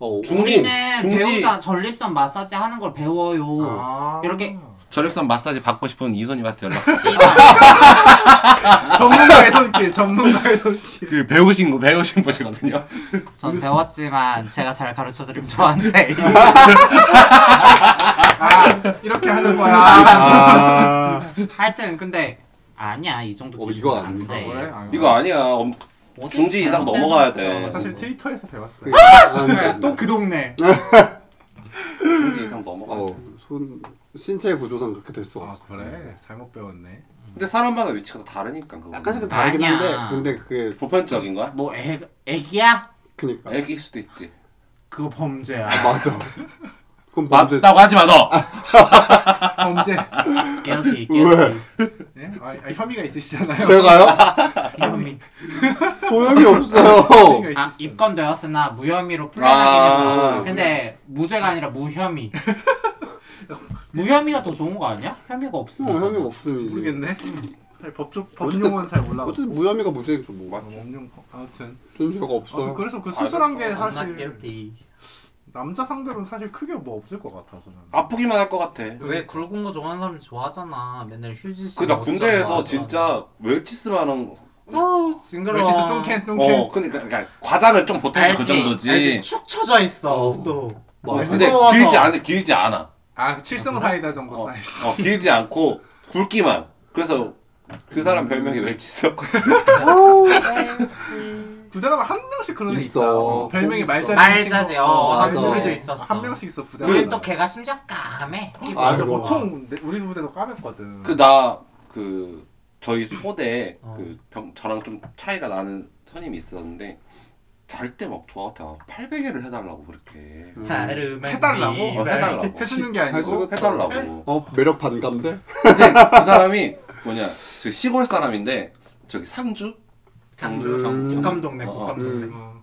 S4: 어,
S3: 중진.
S2: 우리는
S3: 중지.
S2: 배우자 전립선 마사지 하는 걸 배워요.
S1: 아.
S2: 이렇게
S3: 전립선 마사지 받고 싶은 이소님한테 연락 주세요.
S1: 전문가의 손길, 전문가의 손길.
S3: 그 배우신 거 배우신 분이거든요.
S2: 전 [laughs] 배웠지만 제가 잘 가르쳐 드림 저한테 이제
S1: 아, 이렇게 하는 거야. 아, [laughs]
S4: 아.
S2: 음. 하여튼 근데 아니야 이 정도
S4: 어,
S2: 기준
S4: 이건 안
S1: 아, 그래?
S2: 돼.
S1: 아,
S3: 이거 아니야. 엄-
S2: 어디 뭐.
S3: 중지 이상
S2: 잘못된 거야.
S3: 넘어가야 돼.
S1: 사실 트위터에서 배웠어.
S4: 그-
S1: 요
S2: 또그 동네.
S3: 중지 이상 넘어가.
S4: 어, 손 신체 구조상 그렇게 될 수가
S1: 아
S4: 없어.
S1: 그래? 잘못 배웠네.
S3: 근데 사람마다 위치가 다 다르니까 그거.
S4: 약간씩은 다르긴
S2: 아니야.
S4: 한데 근데 그게
S3: 보편적인 거야?
S2: 뭐 애, 애기야?
S4: 그니까
S3: 애기일 수도 있지.
S2: 그거 범죄야.
S4: 맞아. 그럼 범죄.
S3: 맞다고 하지 마 아, 너.
S1: 범죄.
S3: [laughs]
S2: 이렇게
S4: 왜?
S2: 이렇게
S1: 예? 아, 아, 혐의가 있으시잖아요.
S4: 제가요?
S2: 혐의.
S1: [laughs]
S4: 조용히
S1: 혐의가
S4: 없어요.
S2: 아
S1: 있으시잖아요.
S2: 입건되었으나 무혐의로
S3: 아,
S2: 풀려나긴 했어. 근데 무죄가 아니라 [laughs] 무혐의. 무혐의가 더 좋은 거 아니야? 혐의가
S3: 어,
S2: 없으면.
S4: 뭐 형이 없으면 이게.
S1: 모르겠네. 아니, 법조 법용은 잘 몰라.
S4: 어쨌든 무혐의가 무죄인 줄 몰라.
S1: 법용 아무튼.
S4: 전
S1: 음.
S4: 죄가
S1: 아, 그-
S4: 없어요.
S1: 그래서 그 수술한 게
S2: I'm not
S1: 사실
S2: guilty.
S1: 남자 상대로는 사실 크게 뭐 없을 것 같아서 저는.
S3: 아프기만 할 것 같아.
S2: 왜 굵은 거 좋아하는 사람 좋아하잖아. 맨날 휴지 씨.
S3: 그 나 군대에서 진짜 웰치스만한
S2: 아
S1: 멸치스
S2: 징그러워.
S1: 똥캔 똥캔.
S3: 어 근데 그러니까 과장을 좀 보태서 그 정도지.
S2: 알지? 아, 축 처져 있어. 또.
S4: 맞아.
S3: 근데
S2: 뭐,
S3: 그
S2: 무서워서.
S3: 길지 않아 길지 않아.
S1: 아 칠성 사이다 정도
S3: 어,
S1: 사이즈.
S3: 어, 길지 않고 굵기만. 그래서 그 사람 별명이 웰치스였고.
S2: 아,
S3: 아,
S1: 부대 가면 한 명씩 그런 애
S4: 있어.
S1: 있다. 어, 별명이
S4: 있어.
S1: 말자지.
S2: 말자지.
S1: 친구.
S2: 어,
S4: 맞아.
S2: 한 우리도 있었어.
S1: 한 명씩 있어 부대.
S2: 우리
S1: 가면.
S2: 또 걔가 심지어 까매.
S1: 맞아
S4: 아이고.
S1: 보통 내- 우리 부대도 까맸거든.
S3: 그 나 그 저희 소대
S2: 어.
S3: 그 병, 저랑 좀 차이가 나는 선임이 있었는데 잘 때 막 저한테 800회를 해달라고 그렇게
S4: 음.
S2: 하루만
S1: 해달라고?
S3: 어, 해달라고.
S1: 해주는 게
S4: 해주고
S1: 아니고
S3: 해달라고.
S4: 어 매력 반감대?
S3: 근데 그 사람이 뭐냐 저 시골 사람인데 저기 상주
S2: 상주
S4: 음.
S2: 국감동네 국감동네.
S4: 음.
S1: 어,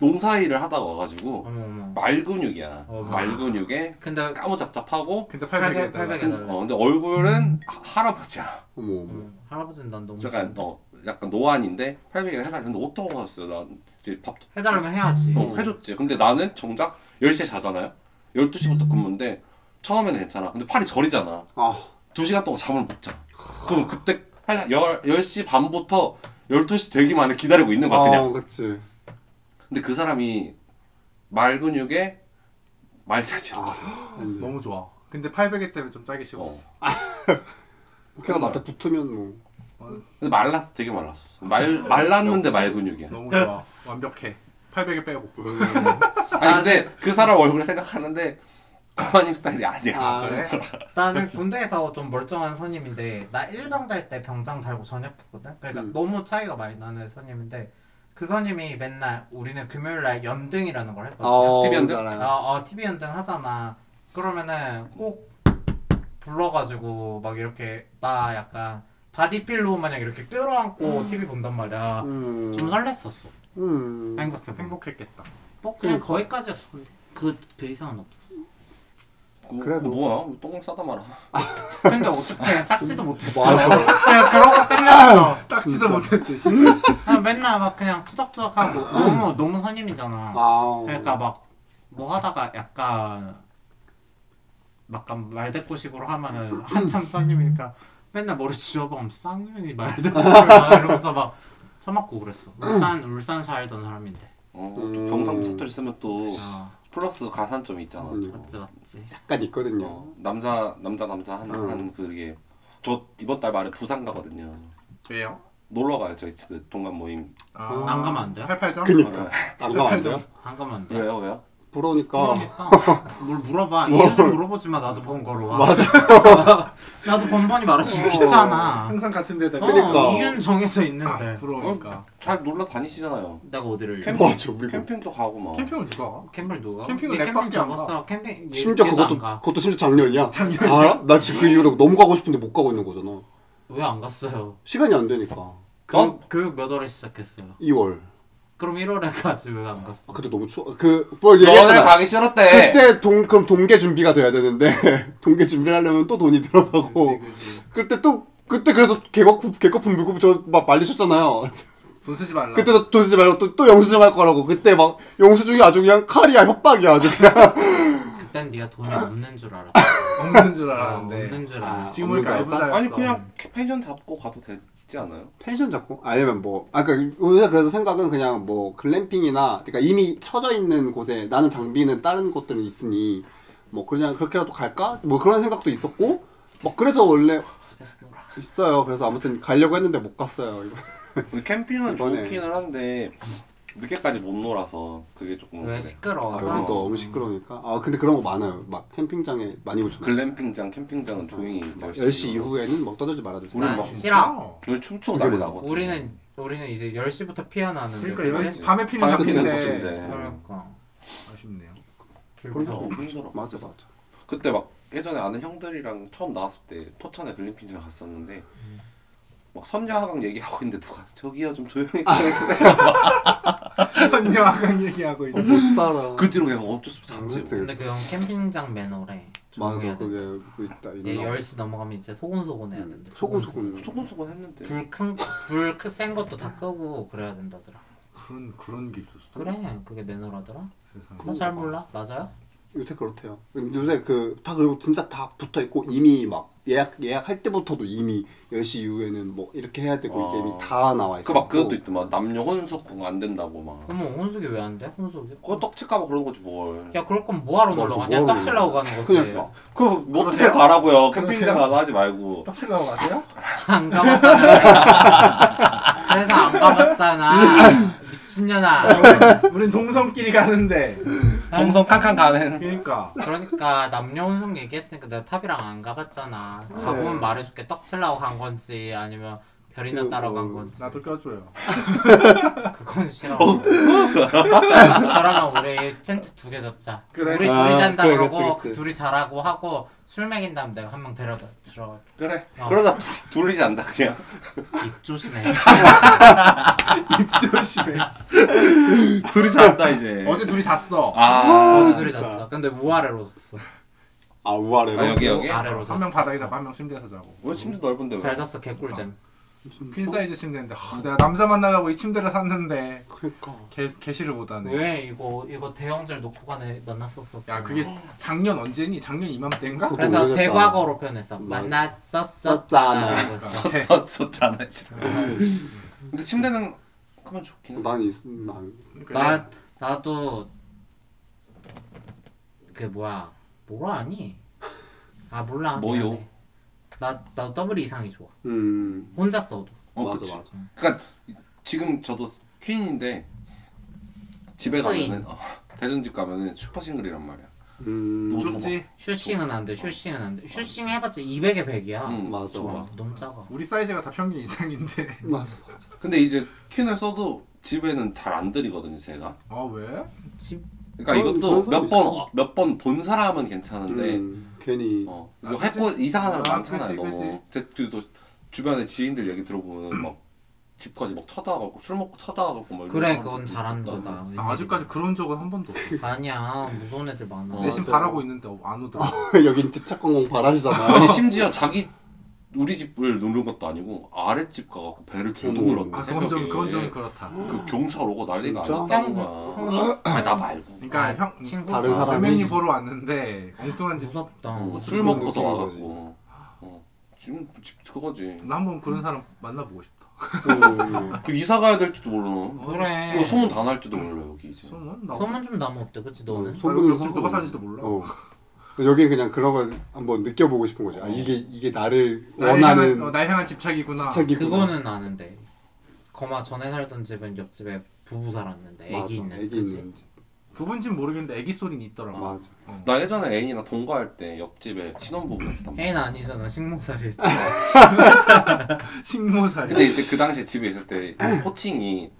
S3: 농사일을 하다가 와가지고
S2: 어머 어머.
S3: 말 근육이야.
S2: 어.
S3: 말 근육에
S2: 근데
S3: 까무잡잡하고
S1: 근데
S2: 팔백,
S1: 800에 달라.
S2: 팔백.
S3: 근- 어, 근데 얼굴은 하- 할아버지야.
S4: 어머 어머.
S2: 음, 할아버지는 난 너무
S3: 약간
S2: 싫은데.
S3: 어 약간 노안인데 800회를 해달라. 근데 어떻게 왔어요? 나 이제 밥
S2: 해달라면 해야지.
S3: 어, 해줬지. 근데 나는 정작 10시에 자잖아요. 12시부터 근무인데 처음엔 괜찮아. 근데 팔이 저리잖아.
S4: 아
S3: 2시간 동안 잠을 못 자. 그럼 그때 한 10, 10시 반부터 12시 되기만을 기다리고
S1: 음,
S3: 있는 거야 그냥.
S4: 어, 그치.
S3: 근데 그 사람이 말 근육에 말자지였거든.
S4: 아 근데
S1: 너무 좋아. 근데 800에 때문에 좀 짜기
S3: 어.
S1: 쉬웠어.
S4: 걔가 나한테 붙으면 뭐.
S3: 근데 말랐어. 되게 말랐었어. 말, 말랐는데 말 근육이야.
S1: 너무 좋아. 완벽해. 800에 빼고.
S4: 아, 네.
S3: 아니 근데 그 사람 얼굴을 생각하는데 부모님 스타일이 아니야.
S4: 아,
S1: 그래?
S2: 나는 군대에서 좀 멀쩡한 선임인데 나 일병 달 때 병장 달고 전역 붙거든. 그러니까
S4: 음.
S2: 너무 차이가 많이 나는 선임인데 그 선임이 맨날 우리는 금요일 날 연등이라는 걸 했거든요.
S1: 아,
S4: 어,
S3: TV 연등?
S4: 뭔지
S2: 어,
S4: 알아요.
S2: 어 TV 연등 하잖아. 그러면은 꼭 불러가지고 막 이렇게 나 약간 바디필로 마냥 이렇게 끌어안고 TV 본단 말이야.
S4: 음.
S2: 좀 설렜었어.
S4: 음.
S2: 행복해. 행복.
S1: 행복했겠다.
S2: 뭐 그냥 거기까지였어. 그그 그 이상은 없었어.
S3: 뭐,
S4: 그래도.
S3: 뭐야? 똥 싸다 말아.
S2: 근데 어떻게 닦지도 못했어.
S4: 맞아.
S2: 그냥 그러고 끝났어.
S1: 딱지도 못했듯이.
S2: 아, 맨날 막 그냥 투닥투닥하고
S4: [clears throat]
S2: 너무 너무 선임이잖아.
S4: 아.
S2: 그러니까 막 뭐 하다가 약간 약간 말대꾸식으로
S4: [clears throat]
S2: 하면은 한참 선임이니까 맨날 머리 쥐어보면 쌍년이
S4: [laughs]
S2: 말대꾸를 이러면서 막 처맞고 그랬어. 울산 울산 살던 사람인데.
S3: 어, 또
S4: 음.
S3: 경상도 사투리 쓰면 또
S2: 아,
S3: 플러스 가산점이 있잖아.
S4: 음.
S3: 또.
S2: 맞지 맞지.
S4: 약간 있거든요.
S3: 어, 남자 남자 남자 한
S4: 음.
S3: 한 그게 저 이번 달 말에 부산 가거든요.
S1: [laughs] 왜요?
S3: 놀러 가요 저희 그 동반 모임.
S1: 아,
S2: 어. 안 가면 안 돼요?
S1: 88점?
S4: 그니까. 안 가면 안 돼요?
S2: 안 가면 안
S4: 네.
S2: 돼.
S3: 왜요 왜요?
S4: 부러우니까.
S2: 그러니까 뭘 물어봐.
S4: [laughs] 뭘.
S2: 이유 좀 물어보지 마. 나도 번거로워.
S4: [laughs] 맞아.
S2: 나도 번번이 말해주기 귀찮아.
S1: 항상 같은 데다가.
S4: 어. 그러니까.
S2: 어, 이유는 정해져 있는데.
S1: 아, 부러우니까.
S3: 잘 놀러 다니시잖아요.
S2: 내가 어디를
S3: 캠-
S4: 맞아, 우리가.
S3: 캠핑도 가고 막.
S1: 캠핑을 누가 와?
S2: 캠핑 누가?
S1: 캠핑은
S2: 우리 캠핑
S1: 랩밖에 안
S2: 잡았어. 캠핑 얘-
S4: 뭐 심지어
S2: 얘도
S4: 그것도
S2: 안 가.
S4: 그것도 심지어 작년이야. 작년. 알아? 나 지금 그 이후로 너무 가고 싶은데 못 가고 있는 거잖아.
S2: 왜 안 갔어요?
S4: 시간이 안 되니까.
S2: 교육,
S3: 어?
S2: 교육 몇 월에 시작했어요?
S4: 2월.
S2: 그럼 1월에 가지 왜 안 갔어?
S4: 아, 그때 너무 추워. 그뭘 뭐
S3: 너네
S4: 얘기했잖아.
S3: 가기 싫었대.
S4: 그때 동 그럼 동계 준비가 돼야 되는데 [laughs] 동계 준비를 하려면 또 돈이 들어가고
S1: 그지.
S4: 그때 또 그때 그래도 개거품 개거품 물고 저막 말리셨잖아요.
S1: 돈 쓰지 말라.
S4: 그때도 돈 쓰지 말고 또, 또 영수증 할 거라고 그때 막 영수증이 아주 그냥 칼이야 협박이야 아주 그냥
S2: 그땐 네가 돈이
S4: 아.
S2: 없는 줄 알았다.
S1: 없는 줄
S2: 아,
S4: 네.
S1: 알았는데.
S2: 없는 줄 알았다.
S1: 지금 보니까
S4: 없는 줄
S1: 알부자였어.
S3: 아니 그냥 펜션 잡고 가도 되지 않아요?
S4: 펜션 잡고 아니면 뭐 아까 우리가 그래서 생각은 그냥 뭐 글램핑이나 그러니까 이미 처져 있는 곳에 나는 장비는 다른 곳들은 있으니 뭐 그냥 그렇게라도 갈까 뭐 그런 생각도 있었고 막 그래서 원래
S2: 집에서 놀아.
S4: 있어요 그래서 아무튼 가려고 했는데 못 갔어요
S3: 우리 캠핑은
S4: [laughs] 이번에.
S3: 좋기는 한데 늦게까지 못 놀아서 그게 조금
S2: 왜
S3: 그래.
S4: 아,
S2: 시끄러워서?
S4: 여기 또 너무 시끄러우니까. 아, 근데 그런 거 많아요. 막 캠핑장에 많이 오잖아요.
S3: 글램핑장 캠핑장은 조용히
S4: 10시, 이후에는 막 떠들지 말아주세요.
S3: 우린
S2: 난
S3: 막
S2: 싫어.
S3: 우리 춤추고
S4: 그게
S3: 난리
S4: 뭐야?
S3: 나거든.
S2: 우리는 우리는 이제 10시부터 피아노는
S1: 그러니까
S2: 그치?
S1: 여기 밤에 피는
S3: 밤에 피는
S1: 잡히는데.
S3: 잡히는데.
S2: 그러니까
S1: 아쉽네요.
S4: 네. 그런
S2: 길고
S4: 거
S3: 힘들어.
S4: 맞아, 맞아.
S3: 그때 막 예전에 아는 형들이랑 처음 나왔을 때 포천에 글램핑장 갔었는데 막 선녀하강 얘기하고 있는데 누가 저기요 좀 조용히 좀 해주세요.
S1: 선녀아강 얘기하고 있는.
S4: 못 살아.
S3: 그 뒤로 그냥 어쩔 수 없이 잤지.
S4: 그치.
S3: 뭐.
S2: 근데 그건 캠핑장 매너래. 조용해야
S4: 맞아,
S2: 돼. 네,
S4: 그게 그 있다.
S2: 얘
S4: 있나?
S2: 10시 넘어가면 이제 소곤소곤 해야 된대.
S4: 소금, 소금.
S3: 소곤소곤 했는데
S2: 그 불큰불센 것도 다 끄고 그래야 된다더라.
S1: 그런 그런 게 있었어.
S2: 그래 어. 그게 매너라더라.
S1: 세상에.
S2: 나 잘 몰라 맞아요?
S4: 요새 그렇대요. 요새 그, 다 그리고 진짜 다 붙어 있고, 이미 막 예약, 예약할 때부터도 이미 10시 이후에는 뭐 이렇게 해야 되고, 이게 이미 다 나와 있어.
S3: 그
S4: 뭐
S3: 막 그것도 있더만 남녀 혼숙 안 된다고 막.
S2: 어머 뭐 혼숙이 왜 안 돼? 혼숙이?
S3: 그거 떡칠까봐 그러는 거지 뭘.
S2: 야 그럴 거면 뭐하러
S4: 맞아,
S2: 놀러 가냐?
S4: 뭐하러
S2: 딱 치려고 가는 거지.
S4: 그니까.
S3: 그 모텔
S1: 그러세요?
S3: 가라고요.
S1: 그러세요?
S3: 캠핑장 가서 하지 말고.
S1: 떡칠라고 가세요? [laughs]
S2: [laughs] 안 가봤잖아. 그래서 안 가봤잖아. 미친년아.
S1: 우린 동성끼리 가는데.
S3: 동성 칸칸 가는.
S1: 그러니까.
S2: 그러니까 남녀 혼숙 얘기했으니까 내가 탑이랑 안 가봤잖아. 가보면 말해줄게. 떡 치려고 간 건지 아니면 별이나 따러 간 건지.
S1: 나도 껴줘요.
S2: 그건 싫어. 저랑 우리 텐트 두 개 잡자.
S1: 그래.
S2: 우리
S4: 아,
S2: 둘이 잔다
S4: 그래,
S2: 그러고
S4: 그치,
S2: 그
S4: 그치.
S2: 둘이 자라고 하고 술 먹인 다음 내가 한 명 데려다 들어갈게.
S1: 그래.
S2: 아.
S3: 그러다 둘이- 둘이 잔다 그냥.
S2: 입 조심해.
S1: 조심해.
S3: 둘이 잔다 이제.
S1: 어제 둘이 잤어.
S3: 아.
S2: 어제 둘이 잤어. 근데 우아래로 잤어.
S4: 아, 우아래로.
S3: 아, 여기 여기.
S2: 아래로
S1: 한 명
S2: 잤어.
S1: 바닥에 자고 한 명 침대에서 자고.
S3: 왜 침대 넓은데 왜?
S2: 잘
S3: [laughs]
S2: 잤어 개꿀잼.
S1: 퀸 사이즈 침대인데 하, 내가 남자 만나려고 이 침대를 샀는데
S4: 그니까.
S1: 개 개시를 아, 못하네.
S2: 왜 이거 이거 대형제를 놓고 가네 만났었어.
S1: 야 그게 작년 언제니? 작년 이맘때인가?
S4: 그거
S2: 아. 그래서
S4: 모르겠다.
S2: 대과거로 표현했어.
S4: 맞-
S2: 만났었었잖아. 라고 했어.
S1: 개-
S3: 썼었잖아 지금.
S1: 그러니까
S3: 근데 침대는 그러면 좋긴. 해.
S4: 난, 있, 난.
S1: 그래.
S2: 나 나도 그 뭐야 뭐라 하니? 아 몰라.
S3: 뭐요?
S2: 미안해. 나 나도 더블 이상이 좋아.
S4: 음.
S2: 혼자 써도.
S3: 어,
S4: 맞아,
S3: 그치.
S4: 맞아.
S3: 그러니까 지금 저도 퀸인데 집에
S2: 퀸.
S3: 가면은 어, 대전집 가면은 슈퍼싱글이란 말이야.
S4: 음,
S3: 노조가.
S1: 좁지?
S2: 슈싱은 안 돼. 슈싱은 안 돼. 슈싱 해봤자 200에 100이야.
S3: 응,
S4: 맞아,
S3: 맞아.
S4: 맞아.
S2: 너무 작아.
S1: 우리 사이즈가 다 평균 이상인데. [laughs]
S4: 맞아 맞아.
S3: 근데 이제 퀸을 써도 집에는 잘 안 들이거든요, 제가.
S1: 아 왜?
S2: 집
S3: 그러니까
S4: 그런-
S3: 이것도
S4: 그런 사람이
S3: 몇 번 몇 번 본 사람은 괜찮은데
S4: 음, 괜히
S3: 어,
S1: 아,
S3: 이거 할거
S1: 그치.
S3: 이상한 사람
S1: 아,
S3: 많잖아요,
S1: 그치,
S3: 너무. 제또 주변에 지인들 얘기 들어보면 막 집까지 막 쳐다가고 술 먹고 쳐다가고 막
S2: 그래
S3: 이런
S2: 그건
S3: 사람들
S2: 잘한
S3: 있으니까.
S2: 거다.
S1: 아, 아직까지 그런 적은 한 번도 없어.
S2: 아니야 무서운 애들 많아.
S3: 어,
S1: 내심
S4: 맞아.
S1: 바라고 있는데 안 오더라고.
S4: [laughs] 여긴 집착공공 바라시잖아.
S3: 아니 [laughs] 심지어 자기 우리 집을 누른 것도 아니고 아랫집 가갖고 배를 계속
S4: 어머.
S3: 눌렀다
S1: 아 그건 좀
S3: 새벽에
S1: 그건 좀 그렇다.
S3: 그 경찰 오고 난리가
S4: 진짜?
S1: [laughs]
S3: 아니었다는 거야 아니 나 말고
S1: 그러니까
S2: 아,
S1: 형
S2: 친구
S4: 다른
S2: 아,
S4: 사람이-
S1: 선배님 보러 왔는데 엉뚱한 집.
S2: 무섭다.
S3: 어,
S4: 그런
S3: 술 먹고서
S4: 느낌인
S3: 와갖고 어, 지금 집 그거지
S1: 나 한번 그런 사람 만나보고 싶다.
S4: 음,
S3: 그 이사 가야 될지도 몰라
S2: 그래.
S3: 이거 소문 다 날지도 몰라 여기 이제
S1: 소문 나.
S2: 소문 좀 나면 어때? 그치 너는?
S1: 소문
S4: 어, 소문은
S1: 옆집 아, 누가
S4: 상관없어.
S1: 사는지도 몰라.
S4: 어. 여긴 그냥 그런 걸 한번 느껴보고 싶은 거지. 아 이게 이게 나를
S1: 날
S4: 원하는
S1: 향한, 어, 날 향한 집착이구나.
S4: 집착이구나.
S2: 그거는 아는데 거마 전에 살던 집은 옆집에 부부 살았는데
S4: 맞아.
S2: 애기 있는
S4: 애기
S2: 그치?
S4: 있는 집.
S1: 부분진 모르겠는데 애기 소리는 있더라고.
S4: 맞아.
S1: 어.
S3: 나 예전에 애인이랑 동거할 때 옆집에 신혼부부였단 말이야
S2: 애는 아니잖아 식목살이 했지
S1: [laughs] 식모살. [laughs]
S3: 근데 이제 그 당시에 집에 있을 때 호칭이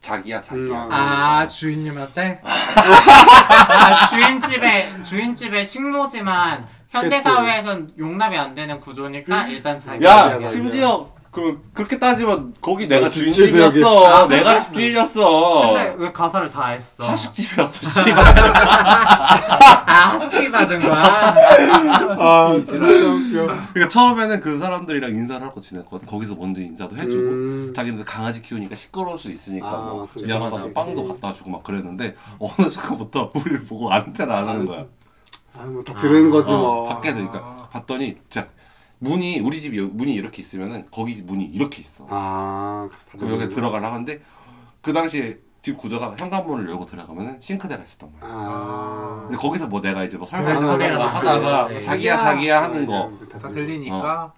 S3: 자기야 자기야
S4: 음.
S2: 음. 아 주인님한테? 아, 주인집에 주인집에 식모지만 현대사회에선 용납이 안 되는 구조니까 일단 자기
S3: 야
S4: 자기야.
S3: 심지어 그 그렇게 따지면 거기 내가
S4: 어, 아,
S3: 주인집이었어
S4: 집주인이었어.
S3: 내가 집주인이었어
S2: 근데 왜 가사를 다 했어?
S3: 하숙집이었어 씨발
S2: 아 하숙비 받은 거야?
S4: 아 진짜 웃겨.
S3: 그러니까 처음에는 그 사람들이랑 인사를 하고 지냈거든 거기서 먼저 인사도 해주고
S4: 음.
S3: 자기는 강아지 키우니까 시끄러울 수 있으니까
S4: 아,
S3: 뭐
S4: 그치.
S3: 미안하다고
S4: 맞아.
S2: 음.
S3: 빵도 갖다 주고 막 그랬는데 어느 순간부터 우리를 보고 아무짝나 안 하는 거야
S4: 아뭐다 그런 거지
S3: 어,
S4: 뭐.
S3: 밖에 되니까 봤더니 진짜 문이 우리 집이 여- 문이 이렇게 있으면은 거기 문이 이렇게 있어
S4: 아
S3: 그럼 여기 들어가려고 하는데 그 당시에 집 구조가 현관문을 열고 들어가면은 싱크대가 있었단 말이야
S4: 아.
S3: 근데 거기서 뭐 내가 이제 뭐 설거지
S4: 아,
S3: 하다가
S4: 내가
S3: 하다가
S2: 나중에
S3: 자기야 자기야 하는 거
S1: 다
S3: 어.
S1: 들리니까.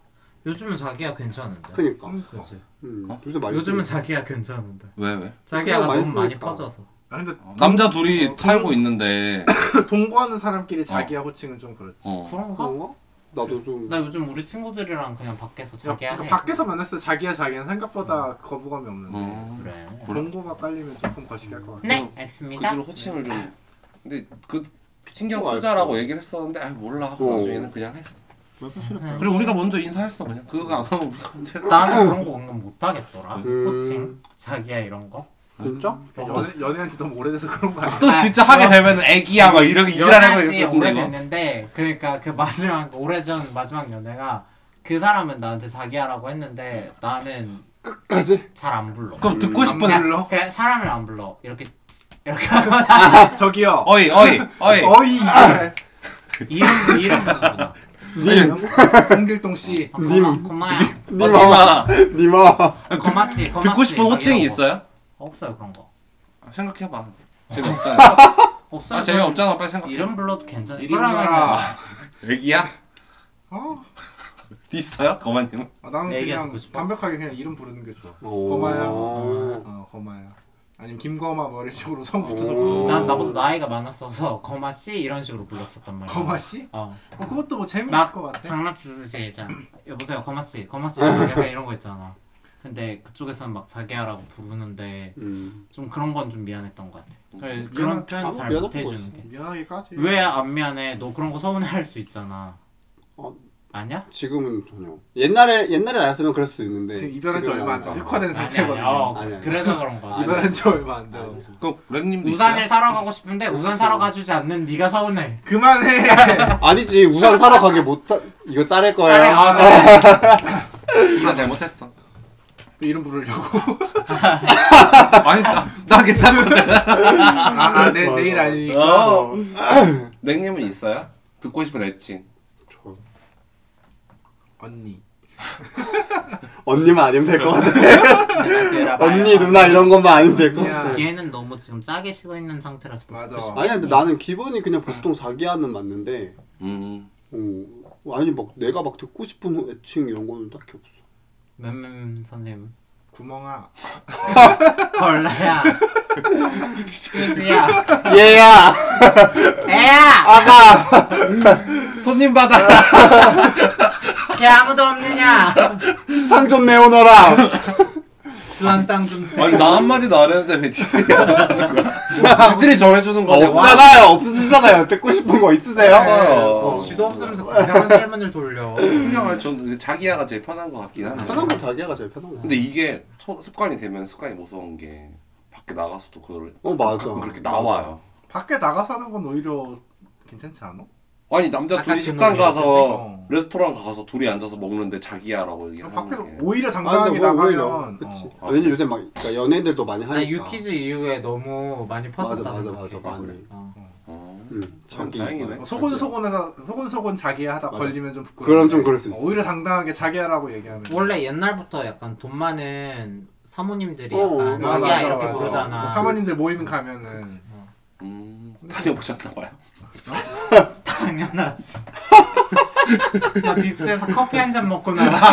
S2: 요즘은 자기야 괜찮은데
S4: 아, 그니까.
S2: 아, 그치?
S4: 음.
S3: 어?
S4: 요새 많이
S2: 요즘은
S4: 쓰네.
S2: 자기야 괜찮은데
S3: 왜 왜?
S2: 자기야가
S4: 많이
S2: 너무 많이
S4: 쓰니까.
S2: 퍼져서
S1: 아 근데
S3: 어, 남자 둘이 살고 있는데
S1: 동거하는 사람끼리 자기야 호칭은 좀 그렇지.
S3: 어.
S2: 그런가?
S4: 그런 거? 나도 좀.
S2: 나 요즘 우리 친구들이랑 아, 그냥 밖에서 자기야
S1: 그러니까
S2: 해
S1: 밖에서 만났을 때 자기야 자기는 생각보다
S3: 어.
S1: 거부감이 없는데
S3: 음.
S2: 그래
S1: 동거가 깔리면 조금 거시기 할것 같아.
S2: 네
S3: 그
S2: 알겠습니다
S3: 뒤로 호칭을 좀 근데 그 신경
S4: 또
S3: 쓰자라고
S4: 알았어.
S3: 얘기를 했었는데 아 몰라 하고
S4: 어.
S3: 나중에는 그냥 했어
S4: 무슨 소리?
S3: 그리고 우리가 먼저 인사했어 그냥 그거 안 하면 우리가 먼저 했어
S2: 나는 그런 거 은근 못하겠더라
S4: 음.
S2: 호칭 자기야 이런 거
S3: 어,
S2: 어,
S4: 진짜?
S1: 그러니까 연애, 연애한 지 너무 오래돼서 그런 거 아니야?
S3: 또 진짜 하게 되면 애기야 막 이런 이지랄하고
S2: 연애지
S3: 얘기했어 우리가
S2: 오래됐는데 그러니까 그 마지막 오래전 마지막 연애가 그 사람은 나한테 자기야라고 했는데 나는
S4: 끝까지?
S2: 잘 안 불러
S3: 그럼 듣고
S1: 안
S3: 싶은
S1: 불러?
S2: 그냥 사람을 안 불러 이렇게 이렇게
S1: [laughs]
S2: 하거나
S1: 저기요.
S3: 어이 어이 어이
S1: 어이 이제
S3: 그-
S2: 이름 이름 부르거나
S3: 네.
S4: 님,
S1: 네. 홍길동
S2: 아.
S1: 씨.
S4: 님.
S2: 어, 고마야
S4: 님아,
S3: 네.
S4: 님아.
S2: 거마 씨 거마
S3: 듣고
S2: 씨,
S3: 싶은
S2: 막
S3: 호칭이
S2: 아, 이런 거.
S3: 있어요?
S2: 없어요 그런 거
S3: 생각해봐 재미없잖아
S2: 없어요
S3: 아 재미없잖아 빨리 생각해
S2: 이름 불러도 괜찮아
S1: 이리 와라.
S3: 애기야?
S1: 어?
S3: 있어요? 거만님은?
S1: 아, 나는
S2: 내 얘기
S1: 그냥
S2: 듣고 싶어.
S1: 담백하게 그냥 이름 부르는 게 좋아.
S4: 오.
S1: 거마야. 어, 거마야. 아니면 김거마 뭐 이런 식으로 성 붙여서
S4: 오.
S1: 부르고.
S2: 난 나보다 나이가 많았어서 [laughs] 거마 씨 이런 식으로 불렀었단 말이야.
S1: 거마 씨?
S2: 어.
S1: 어, 그것도 뭐 재미있을
S2: 막
S1: 것 같아.
S2: 장난치듯이 일단 여보세요 거마 씨, 거마 씨 약간 이런 거 있잖아. 근데 그쪽에서는 막 자기야라고 부르는데
S4: 음.
S2: 좀 그런 건 좀 미안했던 것 같아. 그래,
S1: 뭐 미안한-
S2: 그런 표현
S4: 아무
S2: 잘
S4: 미안할
S2: 못
S4: 거
S2: 해주는 게.
S1: 미안하게까지.
S2: 왜 안 미안해? 너 그런 거 서운해할 수 있잖아.
S4: 어.
S2: 아니야?
S4: 지금은 전혀. 옛날에 옛날에 나였으면 그럴 수도 있는데.
S1: 지금 이별한 지
S4: 네, 지금은
S1: 얼마 안 돼.
S4: 아니다.
S1: 흑화된
S2: 아니야. 아니야.
S1: 상태거든요.
S2: 어,
S4: 아니, 아니.
S2: 그래서 그런
S1: [laughs]
S2: 거야.
S1: 이별한 지 얼마 안 돼.
S3: 그 랭님도
S2: 우산을
S3: 있어요?
S2: 사러 가고 싶은데 우산 사러 가주지 않는 네가 서운해.
S1: 그만해. [laughs]
S4: 아니지 우산 사러 가게 못 타... 이거
S2: 짜래,
S4: 자를 거예요.
S2: 아, 짜래.
S3: 우리가 잘못했어
S1: 또 이름 부르려고.
S3: 아니 나, 나 괜찮거든 [laughs]
S1: 아, 아, 내 내일 아니.
S3: 어. 랭님은 있어요? 듣고 싶은 애칭
S4: 저...
S1: 언니.
S4: 언니만 아니면 될 것 같아.
S1: [laughs]
S4: 언니 누나 이런 것만 아니면 될 것 같아.
S1: 그냥
S2: 얘는 너무 지금 짜게 쉬고 있는 상태라서 못
S1: 맞아.
S2: 듣고 싶어.
S4: 아니 근데 나는 기본이 그냥 보통 자기야는 맞는데.
S3: 음
S4: 어, 아니 막 내가 막 듣고 싶은 애칭 이런 거는 딱히 없어.
S2: 맴맴 선생님
S1: 구멍아
S2: 걸레야 삐지야
S4: 얘야
S2: 애야
S4: 아가
S3: 손님 받아.
S2: 걔 아무도 없느냐
S4: 상 좀 내오너라
S2: 주황상 좀
S4: 어,
S2: 떼.
S3: [laughs] 아니 나 한마디도 안 했는데 왜 니들이 하는 [laughs] 거야? 뭐, 니들이 정해주는
S4: 어,
S3: 거냐고.
S4: 없잖아요 없으시잖아요 듣고 싶은 거 있으세요?
S3: 네, 없어요.
S2: 지도 없으면서 이상한 설문을 돌려
S4: 그러니까.
S3: 그냥 아니, 저는 자기야가 제일 편한 것 같긴 한데.
S4: 네. 편한 건 자기가 제일 편한 거
S3: 근데 이게 소- 습관이 되면 습관이 무서운 게 밖에 나가서도 그걸
S4: 어 맞아
S3: 가끔 [laughs] 그렇게 나와요.
S1: 밖에 나가서 하는 건 오히려 괜찮지 않아?
S3: 아니 남자
S2: 바깥
S3: 둘이 식당
S2: 주머니에서
S3: 가서
S1: 생겨.
S3: 레스토랑 가서 둘이 앉아서 먹는데 자기야라고 얘기하는
S1: 밖에서
S3: 게.
S1: 오히려
S4: 아
S1: 당당하게
S4: 근데 뭐
S1: 나가면
S4: 오히려 그치
S1: 어.
S4: 아, 왜냐면 요새 막 그러니까 연예인들도 많이 하니까
S2: 나 유퀴즈 이후에 너무 많이 퍼졌다
S4: 맞아, 맞아,
S2: 생각해.
S4: 맞아, 많이.
S2: 어.
S3: 어.
S4: 응, 음, 자기
S3: 다행이네.
S4: 이거.
S1: 어, 소곤소곤하다 소곤소곤 자기 하다
S4: 맞아.
S1: 걸리면 좀 부끄러워
S4: 그럼 좀 그럴 수 있어.
S1: 오히려 당당하게 자기 하라고 얘기하면
S2: 원래 옛날부터 약간 돈 많은 사모님들이
S4: 어,
S2: 약간
S4: 맞아,
S2: 자기야
S4: 맞아,
S2: 이렇게
S4: 맞아.
S2: 부르잖아
S1: 뭐 사모님들 모임 가면은
S3: 음, 다녀보셨나 봐요.
S2: 당연하지 나 빕스에서 커피 한 잔 먹고 나라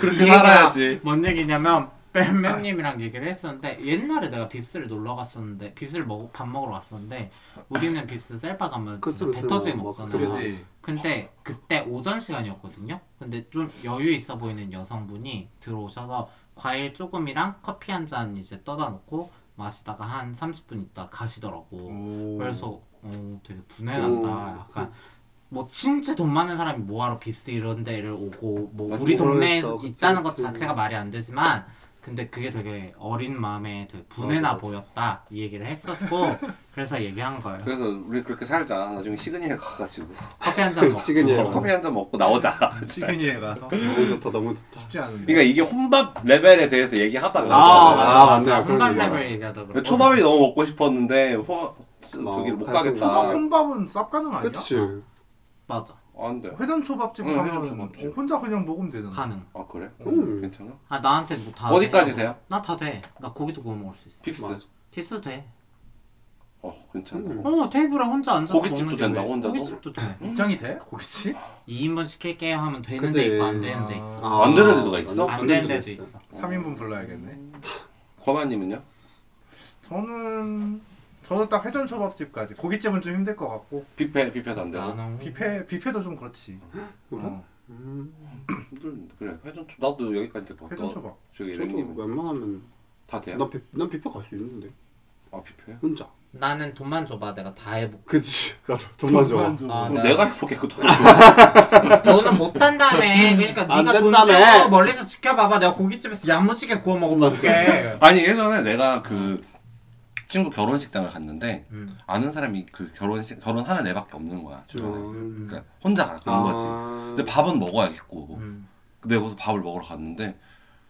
S3: 그렇게 살아야지.
S2: 뭔 얘기냐면 뺨명님이랑 얘기를 했었는데 옛날에 내가 빕스를 놀러 갔었는데 빕스를 먹, 밥 먹으러 갔었는데 우리는 빕스 셀바 가면
S4: 그치,
S2: 진짜
S4: 그치,
S2: 배 터지게
S4: 뭐,
S2: 먹잖아
S1: 그지
S2: 근데 그때 오전 시간이었거든요. 근데 좀 여유 있어 보이는 여성분이 들어오셔서 과일 조금이랑 커피 한 잔 이제 떠다 놓고 마시다가 한 30분 있다 가시더라고.
S1: 오.
S2: 그래서 어, 되게 분해난다.
S4: 오.
S2: 약간 뭐 진짜 돈 많은 사람이 뭐하러 빕스 이런 데를 오고 뭐
S4: 맞지,
S2: 우리 동네에
S4: 모르겠다. 아, 그치,
S2: 있다는 것
S4: 그치.
S2: 자체가 말이 안 되지만 근데 그게 되게 어린 마음에 되게 분해나
S4: 맞아,
S2: 보였다 이 얘기를 했었고 그래서 얘기한 거예요.
S3: 그래서 우리 그렇게 살자. 나중에 시그니엘 가가지고 어,
S2: 커피 한 잔
S4: [laughs]
S2: 먹고.
S4: 시그니엘
S3: 커피 한 잔 먹고 나오자.
S1: 시그니에 가서
S4: 너무 좋다 너무 좋다
S1: 쉽지 않은데
S3: 그러니까 이게 혼밥 레벨에 대해서 얘기하다가
S2: 아,
S4: 맞아.
S2: 맞아,
S4: 아,
S2: 맞아.
S4: 맞네요. 그런
S2: 혼밥
S4: 얘기가.
S2: 레벨 얘기하다 그러고.
S3: 초밥이 너무 먹고 싶었는데 호, 저기 못
S4: 가슴
S3: 가겠다.
S1: 아, 혼밥은 쌉가는 아니야?
S4: 그치
S2: 맞아.
S3: 안 돼.
S1: 회전 초밥집
S3: 응,
S1: 가면
S3: 회전 초밥집.
S1: 어, 혼자 그냥 먹으면 되잖아
S2: 가능.
S3: 아 그래?
S4: 음.
S3: 괜찮아?
S2: 아, 나한테 뭐 다.
S3: 어디까지 돼요?
S2: 나 다 돼. 나 고기도 구워 먹을 수 있어.
S3: 핍스.
S4: 맞아.
S2: 팁스 돼.
S3: 어 괜찮아.
S4: 음.
S2: 어, 테이블에 혼자 앉아서
S3: 고깃집도
S2: 먹는 게
S3: 된다,
S2: 왜?
S3: 혼자서?
S2: 고깃집도 돼.
S1: 입장이 돼? 고깃집?
S2: 2인분 시킬게요 하면 되는
S4: 그치.
S2: 데 있고 안 되는 데
S1: 아.
S2: 있어.
S4: 아,
S3: 안 되는 데도 있어?
S2: 안 되는 데도 있어.
S1: 3인분 불러야겠네
S3: 과마님은요?
S1: 저는 저도 딱 회전 초밥집까지 고깃집은 좀 힘들 것 같고
S3: 뷔페 뷔페도 안 되고.
S2: 나는
S1: 뷔페 뷔페도 좀 그렇지
S4: 그래?
S1: 어,
S4: 음,
S3: 힘들는데 그래 회전 초 나도 여기까지 될것 같아.
S1: 회전 초밥
S3: 저기
S4: 저도
S3: 랭님
S4: 웬만하면
S3: 다 돼요?
S4: 난, 비, 난 뷔페 갈수 있는데
S3: 아 뷔페?
S4: 혼자
S2: 나는 돈만 줘봐. 내가 다 해볼게.
S4: 그치 나도 돈만 줘봐
S2: 아,
S3: 그럼
S2: 나-
S3: 내가 해볼게 그 돈.
S2: 너는 못 한다며. 그러니까
S4: 안
S2: 네가 돈
S4: 된다며.
S2: 주고 멀리서 지켜봐봐. 내가 고깃집에서 야무지게 구워 먹어볼게.
S3: [laughs] 아니 예전에 내가 그 친구 결혼식장을 갔는데
S2: 음.
S3: 아는 사람이 그 결혼식 결혼 하나 내밖에 없는 거야 주변에.
S4: 음.
S3: 그러니까 혼자 가는 거지. 근데 밥은 먹어야겠고.
S2: 음.
S3: 근데 거기서 밥을 먹으러 갔는데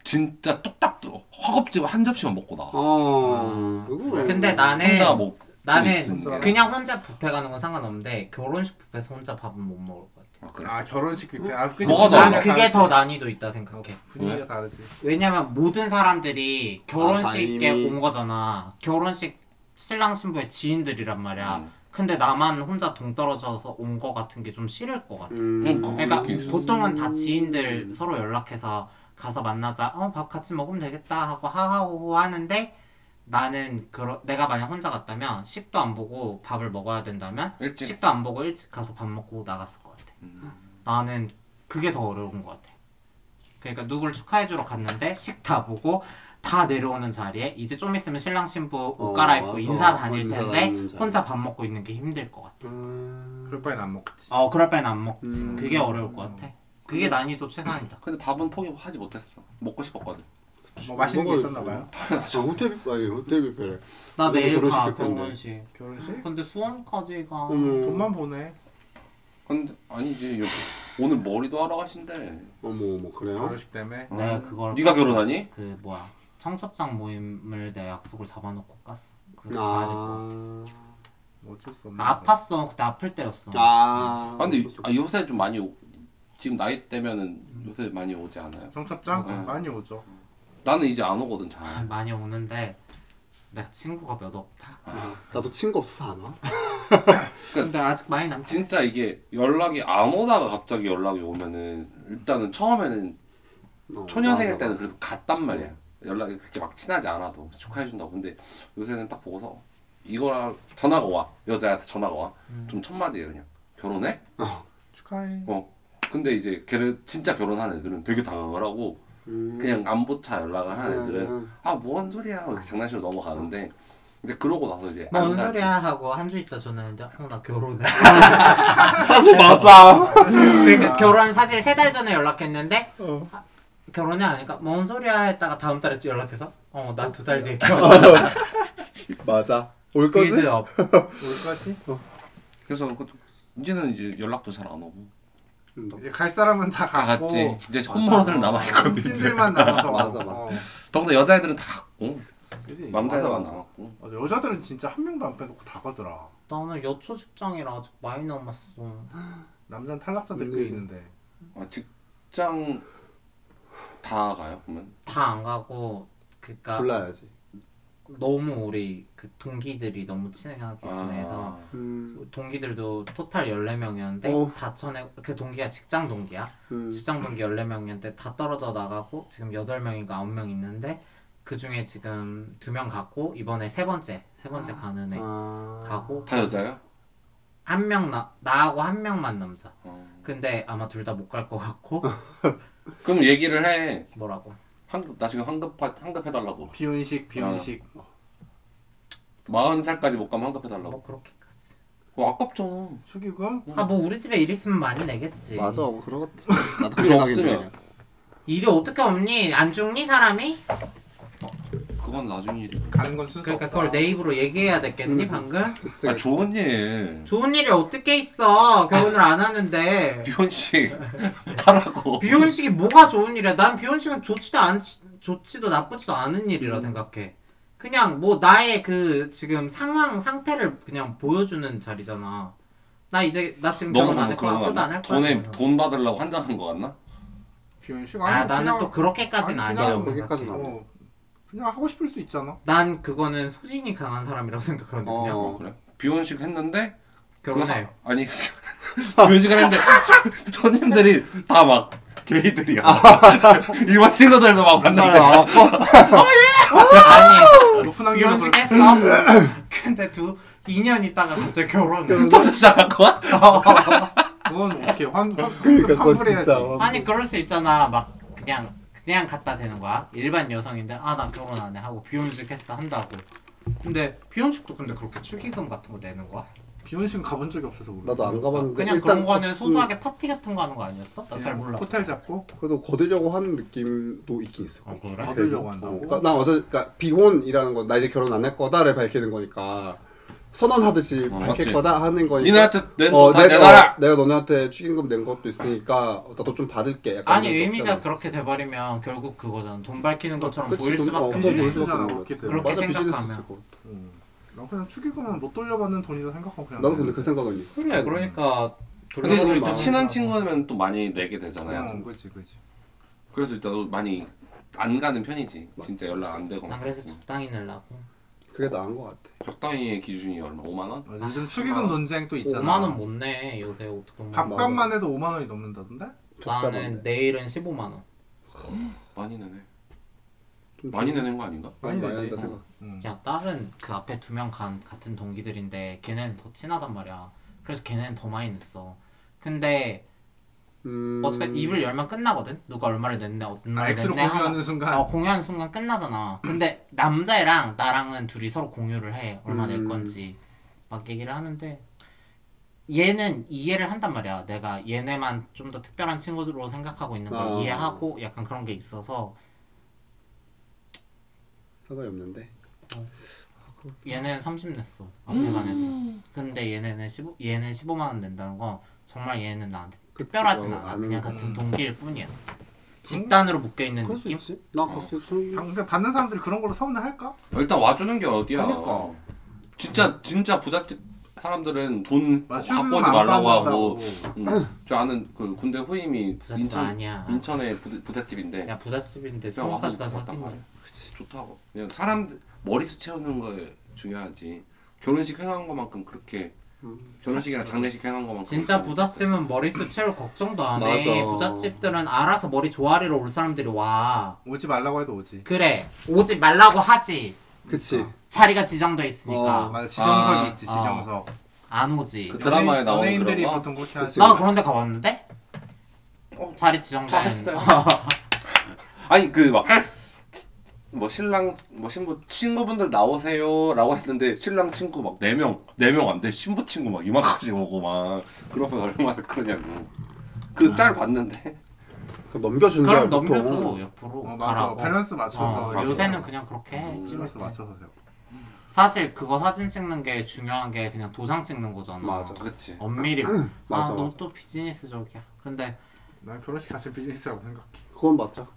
S3: 진짜 뚝딱 뚝 허겁지겁 한 접시만 먹고 나왔어.
S4: 아 그거
S2: 근데 나는
S3: 혼자 먹고
S2: 나는
S3: 있으니까.
S2: 그냥 혼자 뷔페 가는 건 상관없는데 결혼식 뷔페에서 혼자 밥은 못 먹을 것 같아.
S3: 아, 그래.
S1: 아 결혼식 뷔페 아 그게
S3: 뭐가
S1: 분위기가
S3: 더
S2: 난 그게
S1: 다르지.
S2: 더 난이도 있다 생각해.
S1: 분위기가 다르지
S2: 왜냐면 모든 사람들이 결혼식에
S4: 아, 이미-
S2: 온 거잖아. 결혼식 신랑 신부의 지인들이란 말이야.
S3: 음.
S2: 근데 나만 혼자 동떨어져서 온 거 같은 게 좀 싫을 것 같아.
S3: 응,
S4: 음.
S3: 그거
S2: 그러니까
S3: 그렇게 있어.
S2: 보통은 다 지인들 서로 연락해서 가서 만나자. 어, 밥 같이 먹으면 되겠다 하고 하하호호 하는데 나는 그러, 내가 만약 혼자 갔다면 식도 안 보고 밥을 먹어야 된다면
S3: 일찍.
S2: 식도 안 보고 일찍 가서 밥 먹고 나갔을 것 같아.
S3: 음.
S2: 나는 그게 더 어려운 것 같아. 그러니까 누굴 축하해주러 갔는데 식 다 보고 다 내려오는 자리에 이제 좀 있으면 신랑 신부 옷
S4: 어,
S2: 갈아입고
S4: 맞아.
S2: 인사 다닐
S4: 인사
S2: 텐데
S4: 다니는 자리.
S2: 혼자 밥 먹고 있는 게 힘들 것 같아.
S4: 음.
S1: 그럴 바엔 안 먹지
S2: 어 그럴 바엔 안 먹지.
S4: 음.
S2: 그게 어려울 것 같아. 그게 난이도 최상이다.
S3: 근데 밥은 포기하지 못했어. 먹고 싶었거든.
S1: 뭐 맛있는 게
S4: 먹어야지.
S1: 있었나 봐요
S4: 아, 호텔 뷔페 아니 호텔 뷔페래
S2: 나
S4: 그래도
S2: 내일
S4: 결혼식
S2: 가
S4: 갈 건데.
S2: 결혼식.
S1: 결혼식?
S2: 근데 수원까지 가.
S4: 어머
S1: 돈만 보내
S3: 근데 아니지. 여기 오늘 머리도 하러 가신대.
S4: 어머 어머 그래요?
S1: 결혼식 때문에
S2: 내가
S3: 음.
S2: 그걸
S3: 네가 결혼하니?
S2: 그 뭐야 청첩장 모임을 내 약속을 잡아놓고 갔어. 그래서 가야 될 것 같아.
S4: 아.
S1: 뭐 어쩔 수 없네
S2: 아팠어. 그때 아플 때였어.
S4: 아.
S3: 아 근데 아, 요새 좀 많이 오, 지금 나이 때면은 요새 많이 오지 않아요?
S1: 청첩장
S2: 어.
S3: 응.
S1: 많이 오죠
S3: 나는 이제 안 오거든 잘.
S2: 음, 많이 오는데 내가 친구가 몇 없다.
S4: 나도 친구 없어서 안 와. 그
S2: 근데 아직 많이 남지.
S3: 진짜 이게 연락이 안 오다가 갑자기 연락이 오면은 일단은 처음에는
S4: 어,
S3: 초년생일
S4: 맞아.
S3: 때는 그래도 갔단 말이야. 연락이 그렇게 막 친하지 않아도 축하해준다고. 근데 요새는 딱 보고서 이거랑 전화가 와. 여자한테 전화가 와. 좀 첫마디에 그냥 결혼해?
S1: 축하해.
S3: 어. 근데 이제 걔를 진짜 결혼한 애들은 되게 당황을 하고
S4: 음.
S3: 그냥 안보차 연락을 하는 애들은
S4: 음. [laughs]
S3: 아 뭔 소리야 이렇게 장난식으로 넘어가는데 근데 그러고 나서 이제
S2: 뭔
S3: 만나지.
S2: 소리야 하고 한 주 있다 전화했는데 어나 결혼해
S4: 네. 사실
S1: [laughs]
S4: 맞아.
S2: 그러니까 결혼 사실 세 달 전에 연락했는데
S4: 어.
S2: 아, 결혼이 아니니까 뭔 소리야 했다가 다음 달에 연락해서 어 나 두 달 뒤에 결혼
S4: 아,
S2: 어.
S4: 맞아. 올 거지?
S2: 빌드업
S1: 올 거지?
S3: 그래서 그것도 이제는 이제 연락도 잘 안 오고
S4: 음,
S1: 이제 갈 사람은 다
S3: 다
S1: 갔고
S3: 갔지 이제 홈런들 남아 음. 있거든
S1: 찐들만
S2: [laughs]
S1: 남아서
S4: 맞아,
S1: 어,
S4: 맞아.
S3: 더군다나 여자애들은 다 갔고
S1: 그지?
S4: 맞아,
S3: 남자애들은
S4: 맞아.
S3: 안 갔고
S1: 맞아, 여자들은 진짜 한 명도 안 빼놓고 다 가더라.
S2: 나 오늘 여초 직장이라 아직 많이 남았어
S1: 남자는 탈락자들 꽤
S4: 음.
S1: 있는데.
S3: 아, 직장 다 가요 그러면
S2: 다 안 가고 그니까
S4: 골라야지.
S2: 너무 우리 그 동기들이 너무 친하게 지내서
S3: 아,
S4: 음.
S2: 동기들도 토탈 14명이었는데
S4: 어.
S2: 다 쳐내 그 동기가 직장 동기야
S4: 음.
S2: 직장 동기 14명인데 다 떨어져 나가고 지금 8명인가 9명 있는데 그 중에 지금 2명 갔고 이번에 세 번째 세 번째 가는 애
S4: 아.
S2: 네. 가고
S3: 다 여자예요?
S2: 한 명 나 나하고 한 명만 남자
S3: 어.
S2: 근데 아마 둘 다 못 갈 것 같고
S3: 그럼 얘기를 해
S2: 뭐라고
S3: 환급 나 지금 환급 환급 해달라고
S2: 어.
S1: 비혼식, 비혼식.
S3: 마흔 살까지 못 가면 환급 해달라고
S2: 뭐 그렇게까지
S3: 어, 아깝잖아
S1: 축의금?
S2: 아 뭐 우리 집에 일 있으면 많이 내겠지
S4: 맞아. 뭐 그러겠지. 나도
S3: 그게 없으면.
S2: 일이 어떻게 없니 안 죽니 사람이
S3: 그건 나중에 일이
S1: 가는 건 순서
S2: 그러니까
S1: 없다.
S2: 그걸 내 입으로 얘기해야 됐겠니 방금
S3: 아 좋은 일
S2: 좋은 일이 어떻게 있어 결혼을 안 하는데
S4: [laughs]
S3: 비혼식 하라고
S2: 어, 비혼식이 뭐가 좋은 일이야? 난 비혼식은 좋지도 않 좋지도 나쁘지도 않은 일이라
S3: 음.
S2: 생각해. 그냥 뭐 나의 그 지금 상황 상태를 그냥 보여주는 자리잖아. 나 이제 나 지금
S3: 너무
S2: 결혼 안 했고
S3: 그런 거
S2: 아무도
S3: 같나?
S2: 안 할 거야.
S3: 돈에
S2: 그래서.
S3: 돈 받으려고 한다는 거 같나?
S1: 비혼식?
S2: 아
S1: 아니,
S2: 나는
S1: 그냥-
S2: 또 그렇게까진
S1: 아니,
S4: 그냥
S2: 아니라고
S4: 그렇게까진
S2: 생각해.
S4: 아니야.
S1: 어, 그냥 하고 싶을 수 있잖아.
S2: 난 그거는 소진이 강한 사람이라고 생각하는데 그냥
S3: 어, 그래? 비혼식 했는데
S2: 결혼해요.
S3: 그거
S4: [laughs]
S3: 하- 아니 비혼식을 했는데 [laughs] 손님들이 다 막 게이들이야 [laughs] 일반 친구들도 막 어, 만나서
S4: 아,
S2: 아니
S1: 높은 [laughs] 학교로
S2: 비혼식 했어. 근데 두 2년 있다가 갑자기 결혼해.
S3: 점점 잘할 거야?
S4: 어,
S1: 그건 어떻게 환, 환,
S4: 그러니까 그거
S1: 환불해야지.
S4: 진짜.
S2: 아니 그럴 수 있잖아 막 그냥 그냥 갖다 대는 거야 일반 여성인데 아 나 결혼 안 해 하고 비혼식 했어 한다고 근데 비혼식도 근데 그렇게 축의금 같은 거 내는 거야?
S1: 비혼식은 가본 적이 없어서 모르겠어.
S4: 나도 안 가봤는데
S2: 그냥 그런 거는
S4: 그-
S2: 소소하게 파티 같은 거 하는 거 아니었어? 나 잘
S1: 그냥
S2: 몰라
S1: 호텔 잡고
S4: 그래도 거두려고 하는 느낌도 있긴 있어.
S2: 어 그래?
S1: 거두려고
S4: 어,
S1: 한다고?
S4: 그러니까 나 어제 그러니까 비혼이라는 건 나 이제 결혼 안 할 거다를 밝히는 거니까 선언하듯이
S3: 어,
S4: 밝힐
S3: 맞지.
S4: 거다 하는 거니까.
S3: 니네한테 낸
S4: 어,
S3: 거다
S4: 내가-
S3: 내놔라!
S4: 내가 너네한테 축의금 낸 것도 있으니까 나도 좀 받을게. 약간
S2: 아니
S4: 이런 거
S2: 의미가
S4: 없잖아.
S2: 그렇게 돼버리면 결국 그거잖아 돈 밝히는 것처럼
S4: 그치,
S2: 보일
S4: 돈- 어,
S2: 수밖에
S4: 그건
S2: 없지
S1: 비즈니스.
S4: 보일 수밖에 없는 거지.
S1: 그렇게
S4: 맞아, 비즈니스지,
S2: 생각하면.
S4: 그거.
S1: 음. 난 그냥 축의금은 못 돌려받는 돈이다 생각하고 그냥.
S4: 나도 근데 그 생각은 있어.
S2: 그래 그러니까
S3: 근데
S2: 돌려받을
S3: 우리
S2: 마음이
S3: 친한
S2: 나고.
S3: 친구면 또 많이 내게 되잖아요
S4: 음.
S1: 응, 그치 그치.
S3: 그래서 나도 많이 안 가는 편이지 진짜 연락 안 되고
S2: 난 그래서 적당히 내려고
S4: 그게 나은 것 같아.
S3: 적당히의 기준이 얼마? 5만 원?
S1: 어, 요즘 축의금 논쟁 또 있잖아.
S2: 5만 원 못 내 요새 어떻게
S4: 음,
S2: 보면
S1: 밥값만 해도 5만 원이 넘는다던데?
S2: 나는
S4: 적자만.
S2: 내일은 15만 원
S3: 많이 내네 많이 내는 거 아닌가?
S1: 많이
S4: 많이
S1: 내지.
S4: 한다 생각.
S1: 응.
S2: 야 딸은 그 앞에 두 명 같은 동기들인데 걔네는 더 친하단 말이야 그래서 걔네는 더 많이 냈어 근데
S4: 음.
S2: 어차피 입을 열면 끝나거든 누가 얼마를 냈네 어, 얼마를
S1: 아 X로
S2: 냈네 하면-
S1: 공유하는 순간
S2: 어, 공유하는 순간 끝나잖아 근데 남자애랑 나랑은 둘이 서로 공유를 해 얼마 낼
S4: 음.
S2: 건지 막 얘기를 하는데 얘는 이해를 한단 말이야 내가 얘네만 좀 더 특별한 친구들로 생각하고 있는 걸
S4: 아.
S1: 어.
S2: 이해하고 약간 그런 게 있어서
S4: 상관이 없는데.
S2: 얘네는 30 냈어 앞에 간 애들 근데 얘네는 15 얘는 15만 원 낸다는 건 정말 얘는 나한테
S4: 그치,
S2: 특별하진
S4: 어,
S2: 않아
S4: 아는
S2: 그냥
S4: 거지.
S2: 같은 동기일 뿐이야 집단으로 묶여 있는
S4: 그럴 수
S2: 네, 느낌 어.
S4: 있지. 나 그렇게 좀.
S1: 방- 근데 받는 사람들이 그런 걸로 서운해 할까?
S3: 일단 와주는 게 어디야
S1: 그러니까.
S3: 진짜 진짜 부잣집 사람들은 돈
S1: 아, 축의금
S3: 갖고 오지
S1: 안
S3: 어, 말라고
S1: 받는다고.
S3: 하고 음, 저 아는 그 군대 후임이
S2: 부잣집
S3: 인천
S2: 아니야.
S3: 인천에 부, 부잣집인데
S2: 야 부잣집인데
S3: 그냥 와서
S2: 소문까지 가서
S3: 갔다
S2: 하긴
S3: 와.
S2: 거야
S3: 좋다고 그냥 사람 머리수 채우는 거에 중요하지 결혼식 행한 것만큼 그렇게
S1: 음.
S3: 결혼식이랑 장례식 해놓은 것만
S2: 진짜 부잣집은 머리숱 채로 걱정도 안 해.
S4: 맞아.
S2: 부잣집들은 알아서 머리 조아리로 올 사람들이 와.
S1: 오지 말라고 해도 오지.
S2: 그래 오지 말라고 하지.
S4: 그치.
S2: 어. 자리가 지정돼 있으니까
S4: 어.
S1: 맞아 지정석이
S3: 아,
S1: 있지 지정석.
S2: 안 오지.
S3: 그 드라마에
S1: 연예인-
S3: 나오는
S1: 연예인들이
S3: 그런 거?
S1: 보통 그렇게 하지. 어,
S4: 그치.
S2: 나 그런 데 가봤는데 어, 자리 지정돼.
S3: 잘했어요. 아니 그 막 뭐 신랑 뭐 신부 친구분들 나오세요라고 했는데 신랑 친구 막 네 명 네 명 안 돼 신부 친구 막 이만까지 오고 막 그러면 얼마나 그러냐고 그 짤 봤는데
S4: 그 넘겨주는 거야.
S2: 그럼 넘겨줘
S4: 보통.
S2: 옆으로
S1: 어, 맞아
S2: 가라고.
S1: 밸런스 맞춰서
S2: 어,
S3: 맞아.
S2: 요새는 그냥 그렇게 해. 찍을
S1: 밸런스
S2: 때.
S1: 음, 맞춰서 세요.
S2: 사실 그거 사진 찍는 게 중요한 게 그냥 도장 찍는 거잖아.
S4: 맞아.
S3: 그치
S2: 엄밀히
S4: [clears throat] 맞아,
S2: 아,
S4: 맞아.
S2: 너 또 비즈니스적이야. 근데
S1: 난 결혼식 자체 비즈니스라고 생각해.
S4: 그건 맞죠.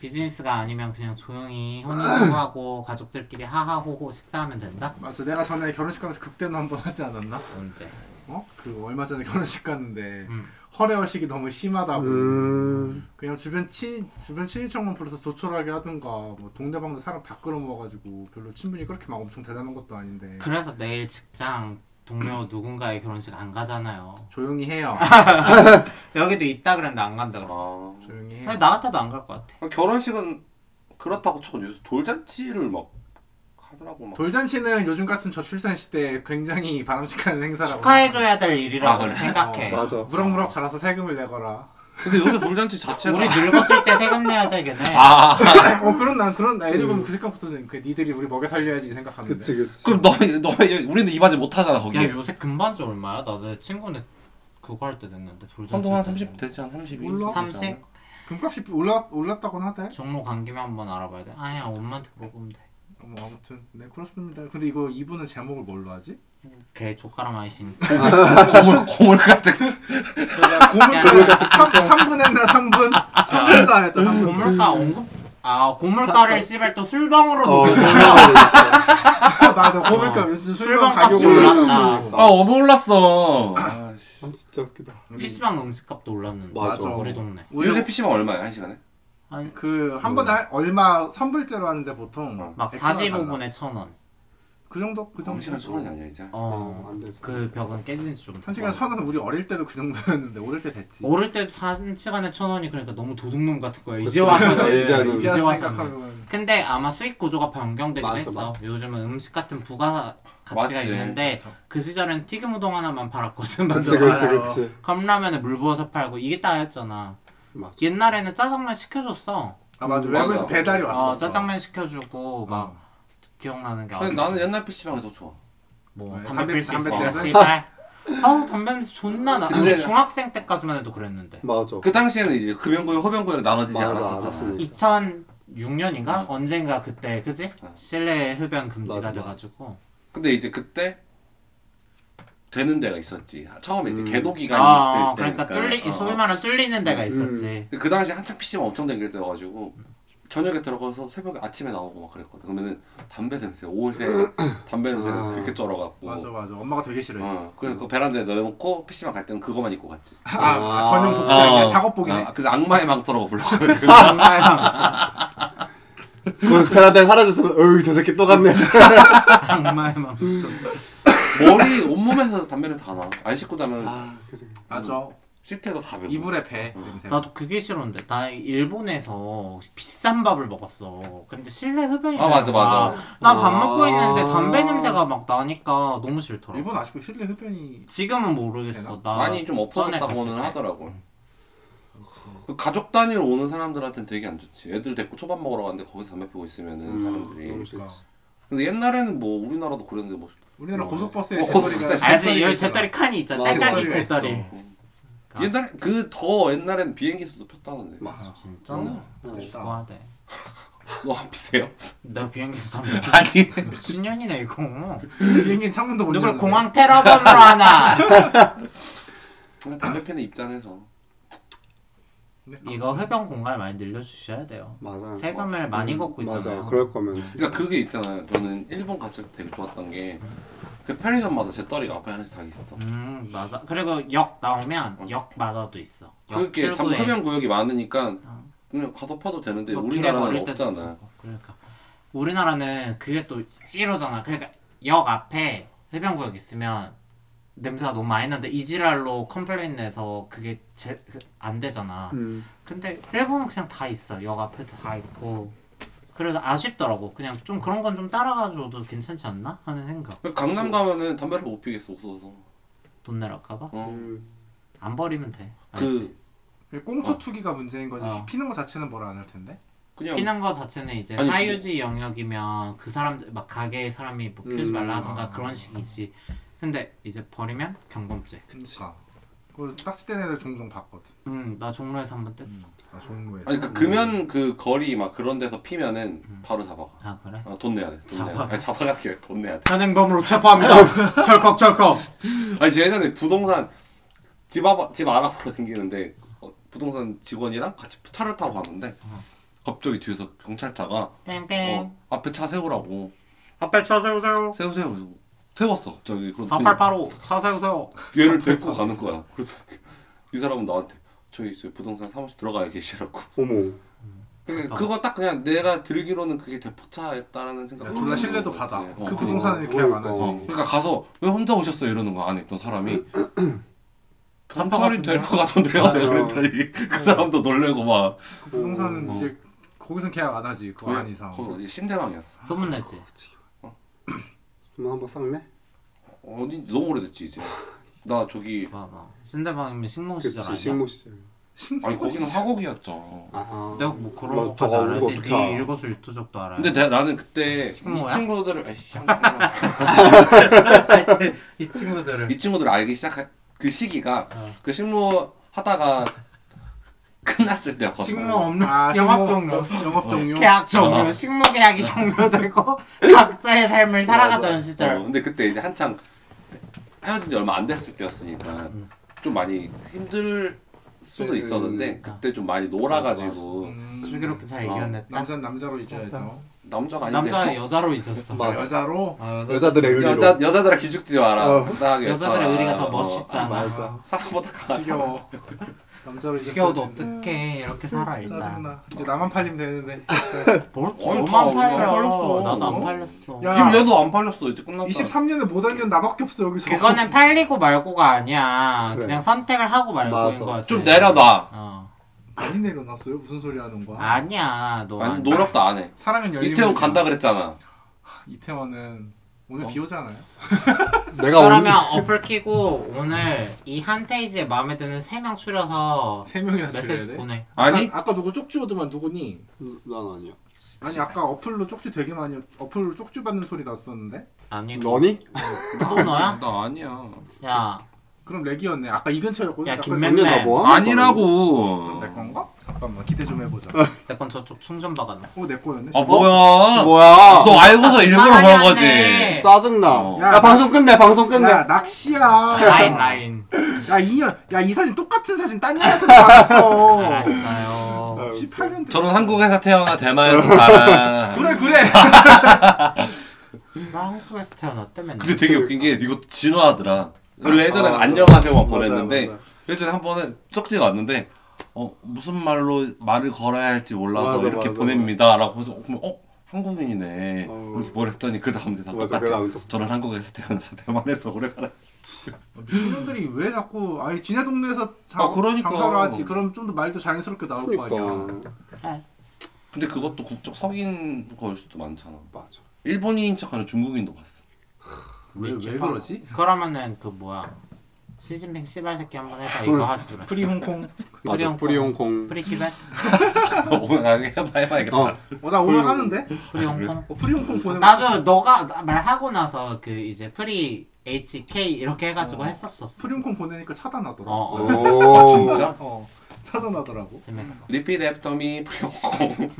S2: 비즈니스가 아니면 그냥 조용히 혼인신고하고 [clears throat] 가족들끼리 하하호호 식사하면 된다?
S1: 맞아 내가 전에 결혼식 가면서 극대노 한번 하지 않았나?
S2: 언제?
S1: 어? 그 얼마 전에 [laughs] 결혼식 갔는데
S2: 음.
S1: 허례허식이 너무 심하다고
S4: 음.
S1: 그냥 주변 친 주변 친인척만 불러서 조촐하게 하든가 뭐 동네방네 사람 다 끌어모아가지고 별로 친분이 그렇게 막 엄청 대단한 것도 아닌데
S2: 그래서 내일 직장
S3: [clears throat]
S2: 동료 누군가의 결혼식 안
S3: 음.
S2: 가잖아요.
S1: 조용히
S2: [laughs]
S1: 해요
S2: 여기도 있다 그랬는데 안 간다 그랬어.
S3: 아
S1: 조용히 해요
S2: 근데 나한테도 안 갈 것 같아.
S3: 결혼식은 그렇다고 쳐도 요새 돌잔치를 막 하더라고 막
S1: 돌잔치는 요즘 같은 저출산 시대에 굉장히 바람직한 행사라고
S2: 축하해줘야 될 일이라고
S3: 아, 그래?
S2: 생각해.
S4: 어, 맞아.
S1: 무럭무럭 자라서 세금을 내거라 [laughs]
S3: 근데 요새 돌잔치 자체가
S2: 우리 늙었을 때 세금 내야 되겠네.
S3: 아
S1: 어 그런 난 그런 애들 보면 그 생각부터 드는 그 니들이 우리 먹여 살려야지 이 생각하는데
S2: 네.
S4: 그치 그치.
S3: 그럼 너희 너희 우리는 이 바지 못 하잖아
S2: 야
S3: 거기
S2: 요새 금반지 얼마야? 나 내 친구네 그거 할 때 냈는데 돌잔치
S3: 한동안
S2: 때.
S3: 30 되지 않 32?
S1: 몰라.
S2: 30?
S1: 금값이 올라 올랐다고는 하대
S2: 종로 간 김에 한번 알아봐야 돼. 아니야 엄마한테 물어보면 돼.
S1: 뭐 아무튼 네 그렇습니다 근데 이거 이분은 제목을 뭘로 하지?
S2: 개 족가람
S4: [laughs]
S2: 아이신.
S3: 고물 고물 같은
S2: 고물가
S1: 3, 3분 그 했나 3분? 3분도 안 했다 3분
S2: 고물가 언급 아 고물가를 씨발 또 술병으로
S4: 어,
S2: 녹여. [laughs]
S1: 맞아 고물값 요즘 술값
S2: 술병
S1: 가격이
S2: 값이 올랐다.
S3: 아 어머 올랐어 아, 씨.
S4: 아 진짜 웃기다.
S2: [laughs] PC방 음식값도 올랐는데.
S4: 맞아.
S2: 우리 동네.
S1: 우리
S3: 요새 PC방 얼마야 한 시간에?
S2: 한 막
S1: 그한 번에 할- 얼마 3불째로 하는데 보통
S3: 어.
S1: 액수가
S2: 45분에 천 원.
S1: 그 정도? 그
S3: 한
S1: 정도?
S3: 어, 시간 천 원이 아니야 이제?
S4: 어, 안 되지.
S2: 어그 벽은 깨진 지 좀.
S1: 한 시간
S2: 됐어.
S1: 천 원은 우리 어릴 때도 그 정도였는데 어릴 때 됐지
S2: 어릴 때 한 시간에 천 원이 그러니까 너무 도둑놈 같은 거야.
S4: 그치.
S2: 이제
S4: [laughs]
S2: 와서
S4: 이제는.
S1: 아, 이제
S2: 이제 와서
S1: 생각하면
S2: 근데 아마 수익 구조가 변경되긴
S4: 맞아,
S2: 했어.
S4: 맞아.
S2: 요즘은 음식 같은 부가 가치가
S3: 맞지.
S2: 있는데
S1: 맞아.
S2: 그 시절엔 튀김 우동 하나만 팔았거든. 맞아.
S4: 그치 그치
S1: 맞아요.
S4: 그치.
S2: 컵라면에 물 부어서 팔고 이게 다였잖아.
S4: 맞아.
S2: 옛날에는 짜장면 시켜줬어.
S1: 아 맞아
S4: 음,
S1: 외국에서
S3: 맞아.
S1: 배달이
S2: 어,
S1: 왔었어
S2: 짜장면 시켜주고 막 기억나는 게.
S3: 근데
S2: 아주-
S3: 나는 옛날 PC방이 더 좋아
S2: 뭐
S1: 네, 담배-
S2: 담배 필수
S1: 담배
S2: 있어.
S1: 때문에?
S2: 씨발. 아우 담배 냄새 존나 나.
S3: 근데-
S2: 근데 중학생 때까지만 해도 그랬는데.
S4: 맞아.
S3: 그 당시에는 이제 금연구역 허변구역 나눠지지
S4: 맞아,
S3: 않았었잖아
S4: 알았으니까.
S2: 2006년인가
S3: 응.
S2: 언젠가 그때 그지
S3: 응.
S2: 실내 흡연 금지가
S4: 맞아, 맞아.
S2: 돼가지고
S3: 근데 이제 그때 되는 데가 있었지 처음에 이제
S4: 음.
S3: 개도 기간이
S2: 아,
S3: 있을
S2: 그러니까
S3: 때니까
S2: 뚫리
S3: 어.
S2: 소위 말하는 뚫리는 데가 있었지.
S3: 근데 그 당시 한창 PC방 엄청 댕길 때여가지고 저녁에 들어가서 새벽에 아침에 나오고 막 그랬거든 그러면은 담배 냄새 옷에 담배 냄새가
S4: 아.
S3: 그렇게 쩔어갖고
S1: 맞아 맞아 엄마가 되게 싫어했어
S3: 어, 그래서 그 베란다에 넣어놓고 PC방 갈 때는 그거만 입고 갔지
S1: 아, 아 전용 복장이야 작업복이네
S3: 아, 그래서 악마의 망토라고 불렀거든
S4: 그 베란다에 사라졌으면 어이 저 새끼 또 갔네.
S2: 그러니까. [laughs]
S3: 음.
S2: 악마의 막
S3: 머리 온몸에서 담배를 다 나. 안 씻고 나면
S4: 아 그치.
S1: [laughs] 맞아
S3: 시트에도 다 배고.
S1: 이불에 배 냄새
S2: 나도 그게 싫었는데 나 일본에서 비싼 밥을 먹었어. 근데 실내 흡연이
S3: 아, 맞아, 맞아.
S2: 나밥 먹고
S4: 아.
S2: 있는데 담배 냄새가 막 나니까 너무 싫더라.
S1: 일본 아쉽고 실내 흡연이
S2: 지금은 모르겠어. 나
S3: 많이 좀
S2: 전에
S3: 없어졌다고는
S2: 갔을 때.
S3: 하더라고. 그 가족 단위로 오는 사람들한테는 되게 안 좋지. 애들 데리고 초밥 먹으러 갔는데 거기서 담배 피고 있으면은
S4: 너무
S2: 그러니까.
S3: 사람들이.
S4: 싫지. 어,
S3: 근데 옛날에는 뭐 우리나라도 그랬는데 뭐
S1: 우리나라 고속버스에
S3: 어,
S1: 제떨이가
S3: 고속버스에
S2: 알지 여기 아, 제떨이 칸이 있잖아.
S4: 맞아,
S2: 딸깍이
S1: 맞아.
S2: 제떨이. 아.
S3: 옛날에 그 더 옛날엔 비행기에서도 폈다는데.
S1: 어.
S2: 아, 진짜?
S3: 응.
S1: 응.
S2: 죽어야 돼.
S3: 너안 피세요?
S2: 내가 비행기에서 담배
S3: [laughs] 아니. 음.
S2: 미친년이네 이거.
S1: 비행기 창문도 못
S2: 누굴
S1: 열는데.
S2: 공항 테러범으로 하나.
S3: 그냥 담배 피는 입장에서
S2: 이거 흡연 공간 많이 늘려주셔야 돼요.
S4: 맞아. 음,
S2: 세금을 많이 걷고 있잖아요.
S4: 맞아. 그럴 거면.
S3: 어.
S4: 진짜.
S3: 음, 그러니까 그게 있잖아요. 저는 일본 갔을 때 되게 좋았던 게 그 편의점마다 제 떨이가 앞에 하나씩 다 있어.
S2: 음 맞아. 그리고 역 나오면
S3: 응.
S2: 역마다도 있어. 역
S3: 어. 그렇게 담
S2: 출구에
S3: 흡연 구역이 많으니까
S2: 어.
S3: 그냥 가서 파도 되는데
S2: 뭐 길에
S3: 우리나라는
S2: 버릴 때도
S3: 없잖아.
S2: 있고. 그러니까 우리나라는 그게 또 이러잖아. 그러니까 역 앞에 흡연 구역 있으면 냄새가 너무 많이 나는데 이지랄로 컴플레인 내서 그게 제, 그- 안 되잖아.
S4: 음.
S2: 근데 일본은 그냥 다 있어. 역 앞에도 다 있고. 그래서 아쉽더라고. 그냥 좀 그런 건 좀 따라가줘도 괜찮지 않나 하는 생각.
S3: 그 강남 가면은 담배를 못 피겠어 없어서.
S2: 돈 내랄까봐.
S3: 어.
S4: 음,
S2: 안 버리면 돼. 아, 알지?
S3: 그
S1: 꽁초
S3: 어.
S1: 투기가 문제인 거지
S2: 어.
S1: 피는 거 자체는 뭐라 안 할 텐데
S3: 그냥
S2: 피는 거 자체는 이제
S3: 아니,
S2: 사유지 영역이면 그 사람들 막 가게 사람이 뭐 피우지
S4: 음,
S2: 말라든가
S1: 아.
S2: 그런 식이지. 근데 이제 버리면 경범죄.
S1: 그니까 그 딱지된 애들 종종 봤거든
S2: 음, 나 종로에서 한 번 뗐어.
S1: 아 종로에서
S2: 음.
S3: 아니 그 금연 그 거리 막 그런 데서 피면은 바로 잡아가.
S2: 아 그래?
S3: 어, 돈 내야 돼. 돈
S2: 잡아.
S3: 내야 돼. 아니, 잡아가 아니라 돈 내야 돼.
S5: 현행범으로
S1: [laughs]
S5: 체포합니다. 철컥 철컥.
S3: 아니 저 예전에 부동산 집, 알아, 집 알아보러 다니는데 어, 부동산 직원이랑 같이 차를 타고 가는데
S2: 어.
S3: 갑자기 뒤에서 경찰차가
S2: 뺑뺑.
S3: 어, 앞에 차 세우라고
S2: 앞에 차 세우세요.
S3: 세우 세우 세우 세웠어 갑자기 그래서
S2: 4885. 차 세우세요.
S3: 얘를 데리고 가는 거야 그래서 [laughs] 이 사람은 나한테 저기 저 부동산 사무실 들어가야 계시라고
S4: 어머.
S3: 그러니까 그거 딱 그냥 내가 들기로는 그게 대포차였다라는 생각
S1: 졸라 신뢰도 받아
S3: 어.
S1: 그 부동산은 계약 안 하지
S4: 어.
S3: 그러니까 가서 왜 혼자 오셨어요 이러는 거 안에 있던 [clears throat] 사람이
S2: 잡혀갔던데?
S3: 경찰이 데리고 가던데가 아, 그랬더니 그 사람도 놀래고 막
S1: 그 부동산은
S3: 어.
S1: 이제 거기선 계약 안 하지 그거 안 이상
S3: 거기 어디 신대방이었어.
S2: 소문내지.
S4: 그럼 한번 싹네.
S3: 어디 너무 오래됐지 이제. 나 저기
S2: 맞아. 신대방이면 식모 시절
S4: 그치
S2: 아니야?
S4: 식모 시절.
S3: 아니 거기는 화곡이었죠.
S4: 아.
S2: 내가 뭐 그런
S4: 나
S2: 것까지
S4: 너가
S2: 알아야
S4: 우리가
S2: 돼.
S4: 어떻게
S2: 네
S4: 알아?
S2: 일거수일투족도 알아야
S3: 근데 내가 나는 그때
S2: 식모야?
S3: 이 친구들을 아이, 씨,
S2: [laughs] 이 친구들을.
S3: 이 친구들을 알기 시작한 그 시기가
S2: 어.
S3: 그 식모 하다가 [laughs] 끝났을 때였거든.
S5: 식모 없는
S2: [laughs]
S1: 아,
S5: 영업
S1: 식모-
S5: 종료.
S1: 영업 종료
S2: 계약 종료, 식모 계약이 종료되고 [laughs] 각자의 삶을 살아가던
S3: 어,
S2: 시절.
S3: 근데 그때 이제 한창 헤어진 지 얼마 안 됐을 때였으니까 좀 많이 힘들 수도
S4: 네,
S3: 있었는데
S4: 네.
S3: 그때 좀 많이 놀아가지고
S1: 음,
S2: 슬기롭게 잘
S3: 어.
S2: 이겨냈다.
S1: 남자는 남자로 잊어야죠 네,
S3: 남자가 아닌데
S2: 아, 남자 여자로 있었어.
S4: 맞아.
S1: 여자로
S2: 아, 여자,
S4: 여자들의 의리로.
S3: 여자 여자들아 기죽지 마라.
S4: 어.
S3: 불쌍하게
S2: 여자들의
S3: 여자라.
S2: 의리가 더
S3: 어.
S2: 멋있잖아.
S4: 맞아.
S3: 사람보다 강하잖아.
S1: 지겨워 남자로 잊었어야
S2: 지겨워도
S1: 되는데.
S2: 어떡해 이렇게 살아 일단. 아,
S1: 짜증나 이제 나만 팔리면 되는데
S2: 뭘
S3: 어이,
S2: 너만
S3: 다
S2: 팔려?
S3: 안 팔렸어.
S2: 나도 안 팔렸어.
S1: 야.
S3: 지금 얘도 안 팔렸어. 이제 끝났다.
S1: 23년에 못 앉은 나밖에 없어 여기서
S2: 그거는 팔리고 말고가 아니야.
S4: 그래.
S2: 그냥 선택을 하고 말고인
S4: 맞아.
S2: 거지.
S3: 좀 내려놔.
S2: 어.
S1: [laughs] 많이 내려놨어요 무슨 소리 하는 거야
S2: 아니야. 너
S3: 아니
S2: 안-
S3: 노력도 안 해.
S1: 사랑은 열린
S3: 이태원
S1: 문이야.
S3: 간다 그랬잖아.
S1: 이태원은 오늘
S2: 어?
S1: 비 오잖아요
S4: 내가
S2: 그러면 어플 키고 오늘 이 한 페이지에 마음에 드는 세 명 추려서
S1: 세 명이나 줄여야
S2: 메시지
S1: 돼
S2: 보내.
S3: 아니
S5: 아까 누구 쪽지 오더만 누구니?
S4: 오늘 난 아니야.
S1: 아니 아까 어플로 쪽지 되게 많이 어플로 쪽지 받는 소리 났었는데
S2: 아니
S4: 너니?
S2: 또
S3: [laughs]
S2: 너야?
S3: 나 아니야.
S2: 야,
S1: 그럼 렉이었네 아까 이 근처였거든
S2: 야,
S1: 약간
S2: 김맨-
S4: 언니 나 뭐하는
S3: 아니라고.
S1: 내 건가? 잠깐만 기대 좀 해보자
S2: 내 건 저쪽 충전
S3: [laughs]
S2: 박아놨어.
S1: 어내 거였네
S3: 아 뭐야?
S4: 뭐야?
S3: 너 알고서 일부러
S2: 말이
S3: 그런
S2: 안 돼.
S3: 거지.
S4: 짜증나.
S3: 어.
S4: 야, 방송 끝내 방송 끝내.
S1: 야 낚시야
S2: 라인 라인.
S1: 야 이년 야이 사진 똑같은 사진 딴 년한테 받았어
S2: [laughs] 알았어요.
S1: 18년 됐
S3: 저는 한국에서 태어나 대만에서 살아. [laughs]
S1: 그래 그래
S2: 나 한국에서 태어났대 맨날.
S3: 근데 되게 웃긴 게 이거 진화하더라. 원래 예전에
S4: 아,
S3: 안녕하세요만
S4: 맞아요,
S3: 보냈는데
S4: 맞아요.
S3: 예전에 한 번은 쪽지가 왔는데 어 무슨 말로 말을 걸어야 할지 몰라서
S4: 맞아,
S3: 이렇게
S4: 맞아.
S3: 보냅니다라고 해서 어, 그럼 어 한국인이네
S4: 어.
S3: 이렇게 보냈더니 그 다음 날다
S4: 맞아,
S3: 똑같아.
S4: 그 다음 또.
S3: 저는 한국에서 태어나서 대만에서 오래 살았어.
S1: 미친놈들이 왜 자꾸 아니 지네 동네에서 장,
S3: 아, 그러니까.
S1: 장사를 하지 그럼 좀 더 말도 자연스럽게 나올 거 아니야
S4: 그러니까
S2: 그래.
S3: 근데 그것도 국적 석인 거일 수도 많잖아.
S4: 맞아.
S3: 일본인 척하는 중국인도 봤어.
S1: 왜, 왜
S2: 집합.
S1: 그러지?
S2: 그러면은 그 뭐야? 시진핑 씨발 새끼 한번 해봐 이거 하지 그랬어.
S1: 프리 홍콩
S2: 프리홍콩.
S4: 맞아. 프리홍콩.
S2: 프리 키벳,
S3: 오늘 나중에 해봐 해봐야겠다. 아,
S4: 어.
S1: 어나 오늘 하는데
S2: 프리 홍콩.
S1: 어, 프리 홍콩 보내
S2: 나도 너가 나- 말하고 나서 그 이제 프리 HK 이렇게 해가지고
S1: 어.
S2: 했었었어.
S1: 프리 홍콩 보내니까 차단하더라
S2: 어, 어.
S4: 오.
S3: 아, 진짜?
S1: 어 차단하더라고 [laughs]
S2: 재밌어.
S3: 리피드 애프터미 프리오콩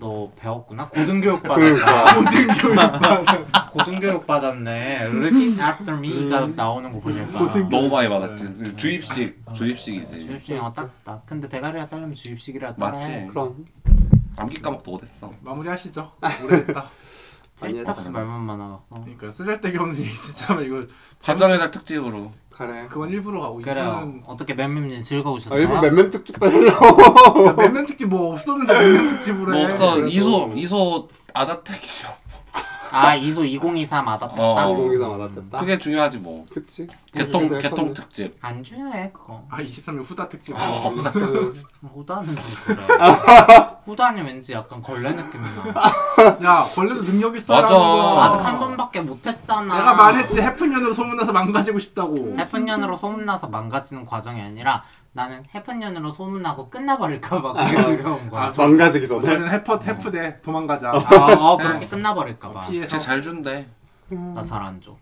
S2: 너 배웠구나. 고등교육 받았다.
S3: 아,
S4: 그러니까.
S1: 모든 교육 받아.
S2: 고등교육 받았네. Looking after me가 나오는 거 보니까.
S1: 음. 고등-
S3: [laughs] 너무 많이 받았지. 주입식 주입식이지.
S2: 주입식 영어 딱 나. 근데 대가리가 딸리면 주입식이라
S3: 맞지.
S2: 따라해.
S4: 그럼
S3: 암기 까먹도 못했어.
S1: 마무리하시죠 오래됐다
S2: 쓸데없이 말만 많아. 어.
S1: 그러니까 쓰잘데기 없는 얘기 진짜 이거
S3: 가정의 날 특집으로. 뭐
S4: 가네.
S1: 그건 일부러 가고
S2: 그래요.
S1: 뭐 이거는
S2: 어떻게 맴맴님 즐거우셨어요?
S4: 아, 일부 맴맴 특집 빼려고.
S1: 야, 맨날 특집 뭐 없었는데 맨날 특집으로
S3: 뭐
S1: 해
S3: 없어
S4: 그래도-
S3: 이소 이소 아자택이요.
S2: 아 이소 2024 맞았다.
S3: 어.
S2: 딱.
S4: 거기서 맞았댔다.
S3: 그게 중요하지 뭐.
S4: 그치?
S3: 개통
S4: 그래서
S3: 개통
S4: 약간
S3: 특집.
S2: 안 중요해 그거.
S1: 아 23일 후다 특집. 아,
S4: 그
S2: 후다는 좀
S1: [laughs]
S2: 그래. 후다는 왠지 약간 걸레 느낌이 나.
S1: 야 걸레도 능력 있어.
S3: 맞아.
S2: 아직 한 번밖에 못했잖아.
S1: 내가 말했지 해픈년으로 소문나서 망가지고 싶다고.
S2: 해픈년으로 소문나서 망가지는 과정이 아니라 나는 해픈년으로 소문나고 끝나버릴까봐 그게 두려운 거야.
S1: 아,
S2: 아,
S1: 저-
S4: 망가지기 전에.
S1: 저는 해퍼 해프대 도망가자. 아,
S2: 어,
S1: 네.
S2: 그렇게 끝나버릴까봐.
S1: 피해.
S3: 쟤 아, 잘 준대.
S2: 나 잘 안 줘.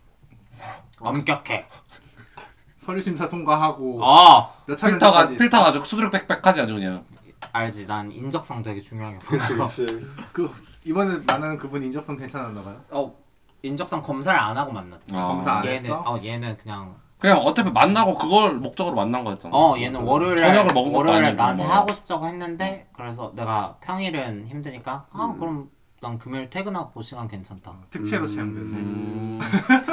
S2: 엄격해.
S1: 서류 심사 통과하고
S2: 어!
S1: 몇 차례
S3: 아, 필터가
S1: 전까지
S3: 필터가 아주 수두룩 빽빽하지 아주 그냥.
S2: 알지, 난 인적성 되게 중요하게 봐.
S4: 그치 그치.
S1: 그 이번에 나는 그분 인적성 괜찮았나 봐요.
S2: 어, 인적성 검사를 안 하고 만났지.
S3: 아.
S1: 검사 안
S2: 얘는,
S1: 했어?
S2: 어, 얘는 그냥,
S3: 그냥 어차피 만나고 그걸 목적으로 만난 거였잖아.
S2: 어, 얘는 월요일에,
S3: 저녁을 먹은 것도
S2: 월요일에
S3: 아니고
S2: 나한테
S3: 뭐.
S2: 하고 싶다고 했는데, 그래서 내가 평일은 힘드니까, 아, 그럼 난 금요일 퇴근하고 시간 괜찮다.
S1: 특채로 채용돼서.
S3: 음.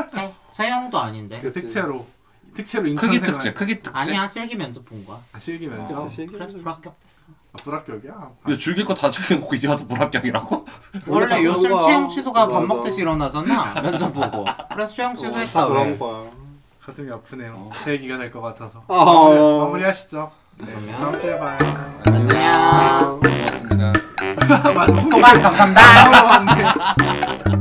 S2: 채? 채용도 아닌데.
S1: 그 특채로 특채로 인턴
S3: 크기
S1: 생활-
S3: 특집, 크기 특집.
S2: 아니야, 실기 면접 본 거야.
S1: 아, 실기면서
S4: 그치 실기.
S2: 그래서 불합격됐어.
S1: 아, 불합격이야.
S3: 근데 즐길 거 다 즐기고 이제 와서 불합격이라고?
S4: 원래 다
S2: 원래 요즘
S4: 그런 거야.
S2: 채용 취소가 밥
S4: 맞아.
S2: 먹듯이 일어나잖아 면접 보고 그래서 채용
S4: 다
S2: 취소했다
S4: 그런
S2: 왜
S4: 거야.
S1: 가슴이
S3: 어.
S1: 아프네요. 제 얘기가 될 것 같아서
S4: 어.
S1: 마무리-
S4: 哦
S1: 마무리하시죠. 네,
S2: 그러면-
S1: 다음 주에 봐요.
S2: 안녕
S3: 고맙습니다.
S1: [laughs] 맞아.
S3: 네.
S2: 소감 감사합니다
S1: 아, 맞네.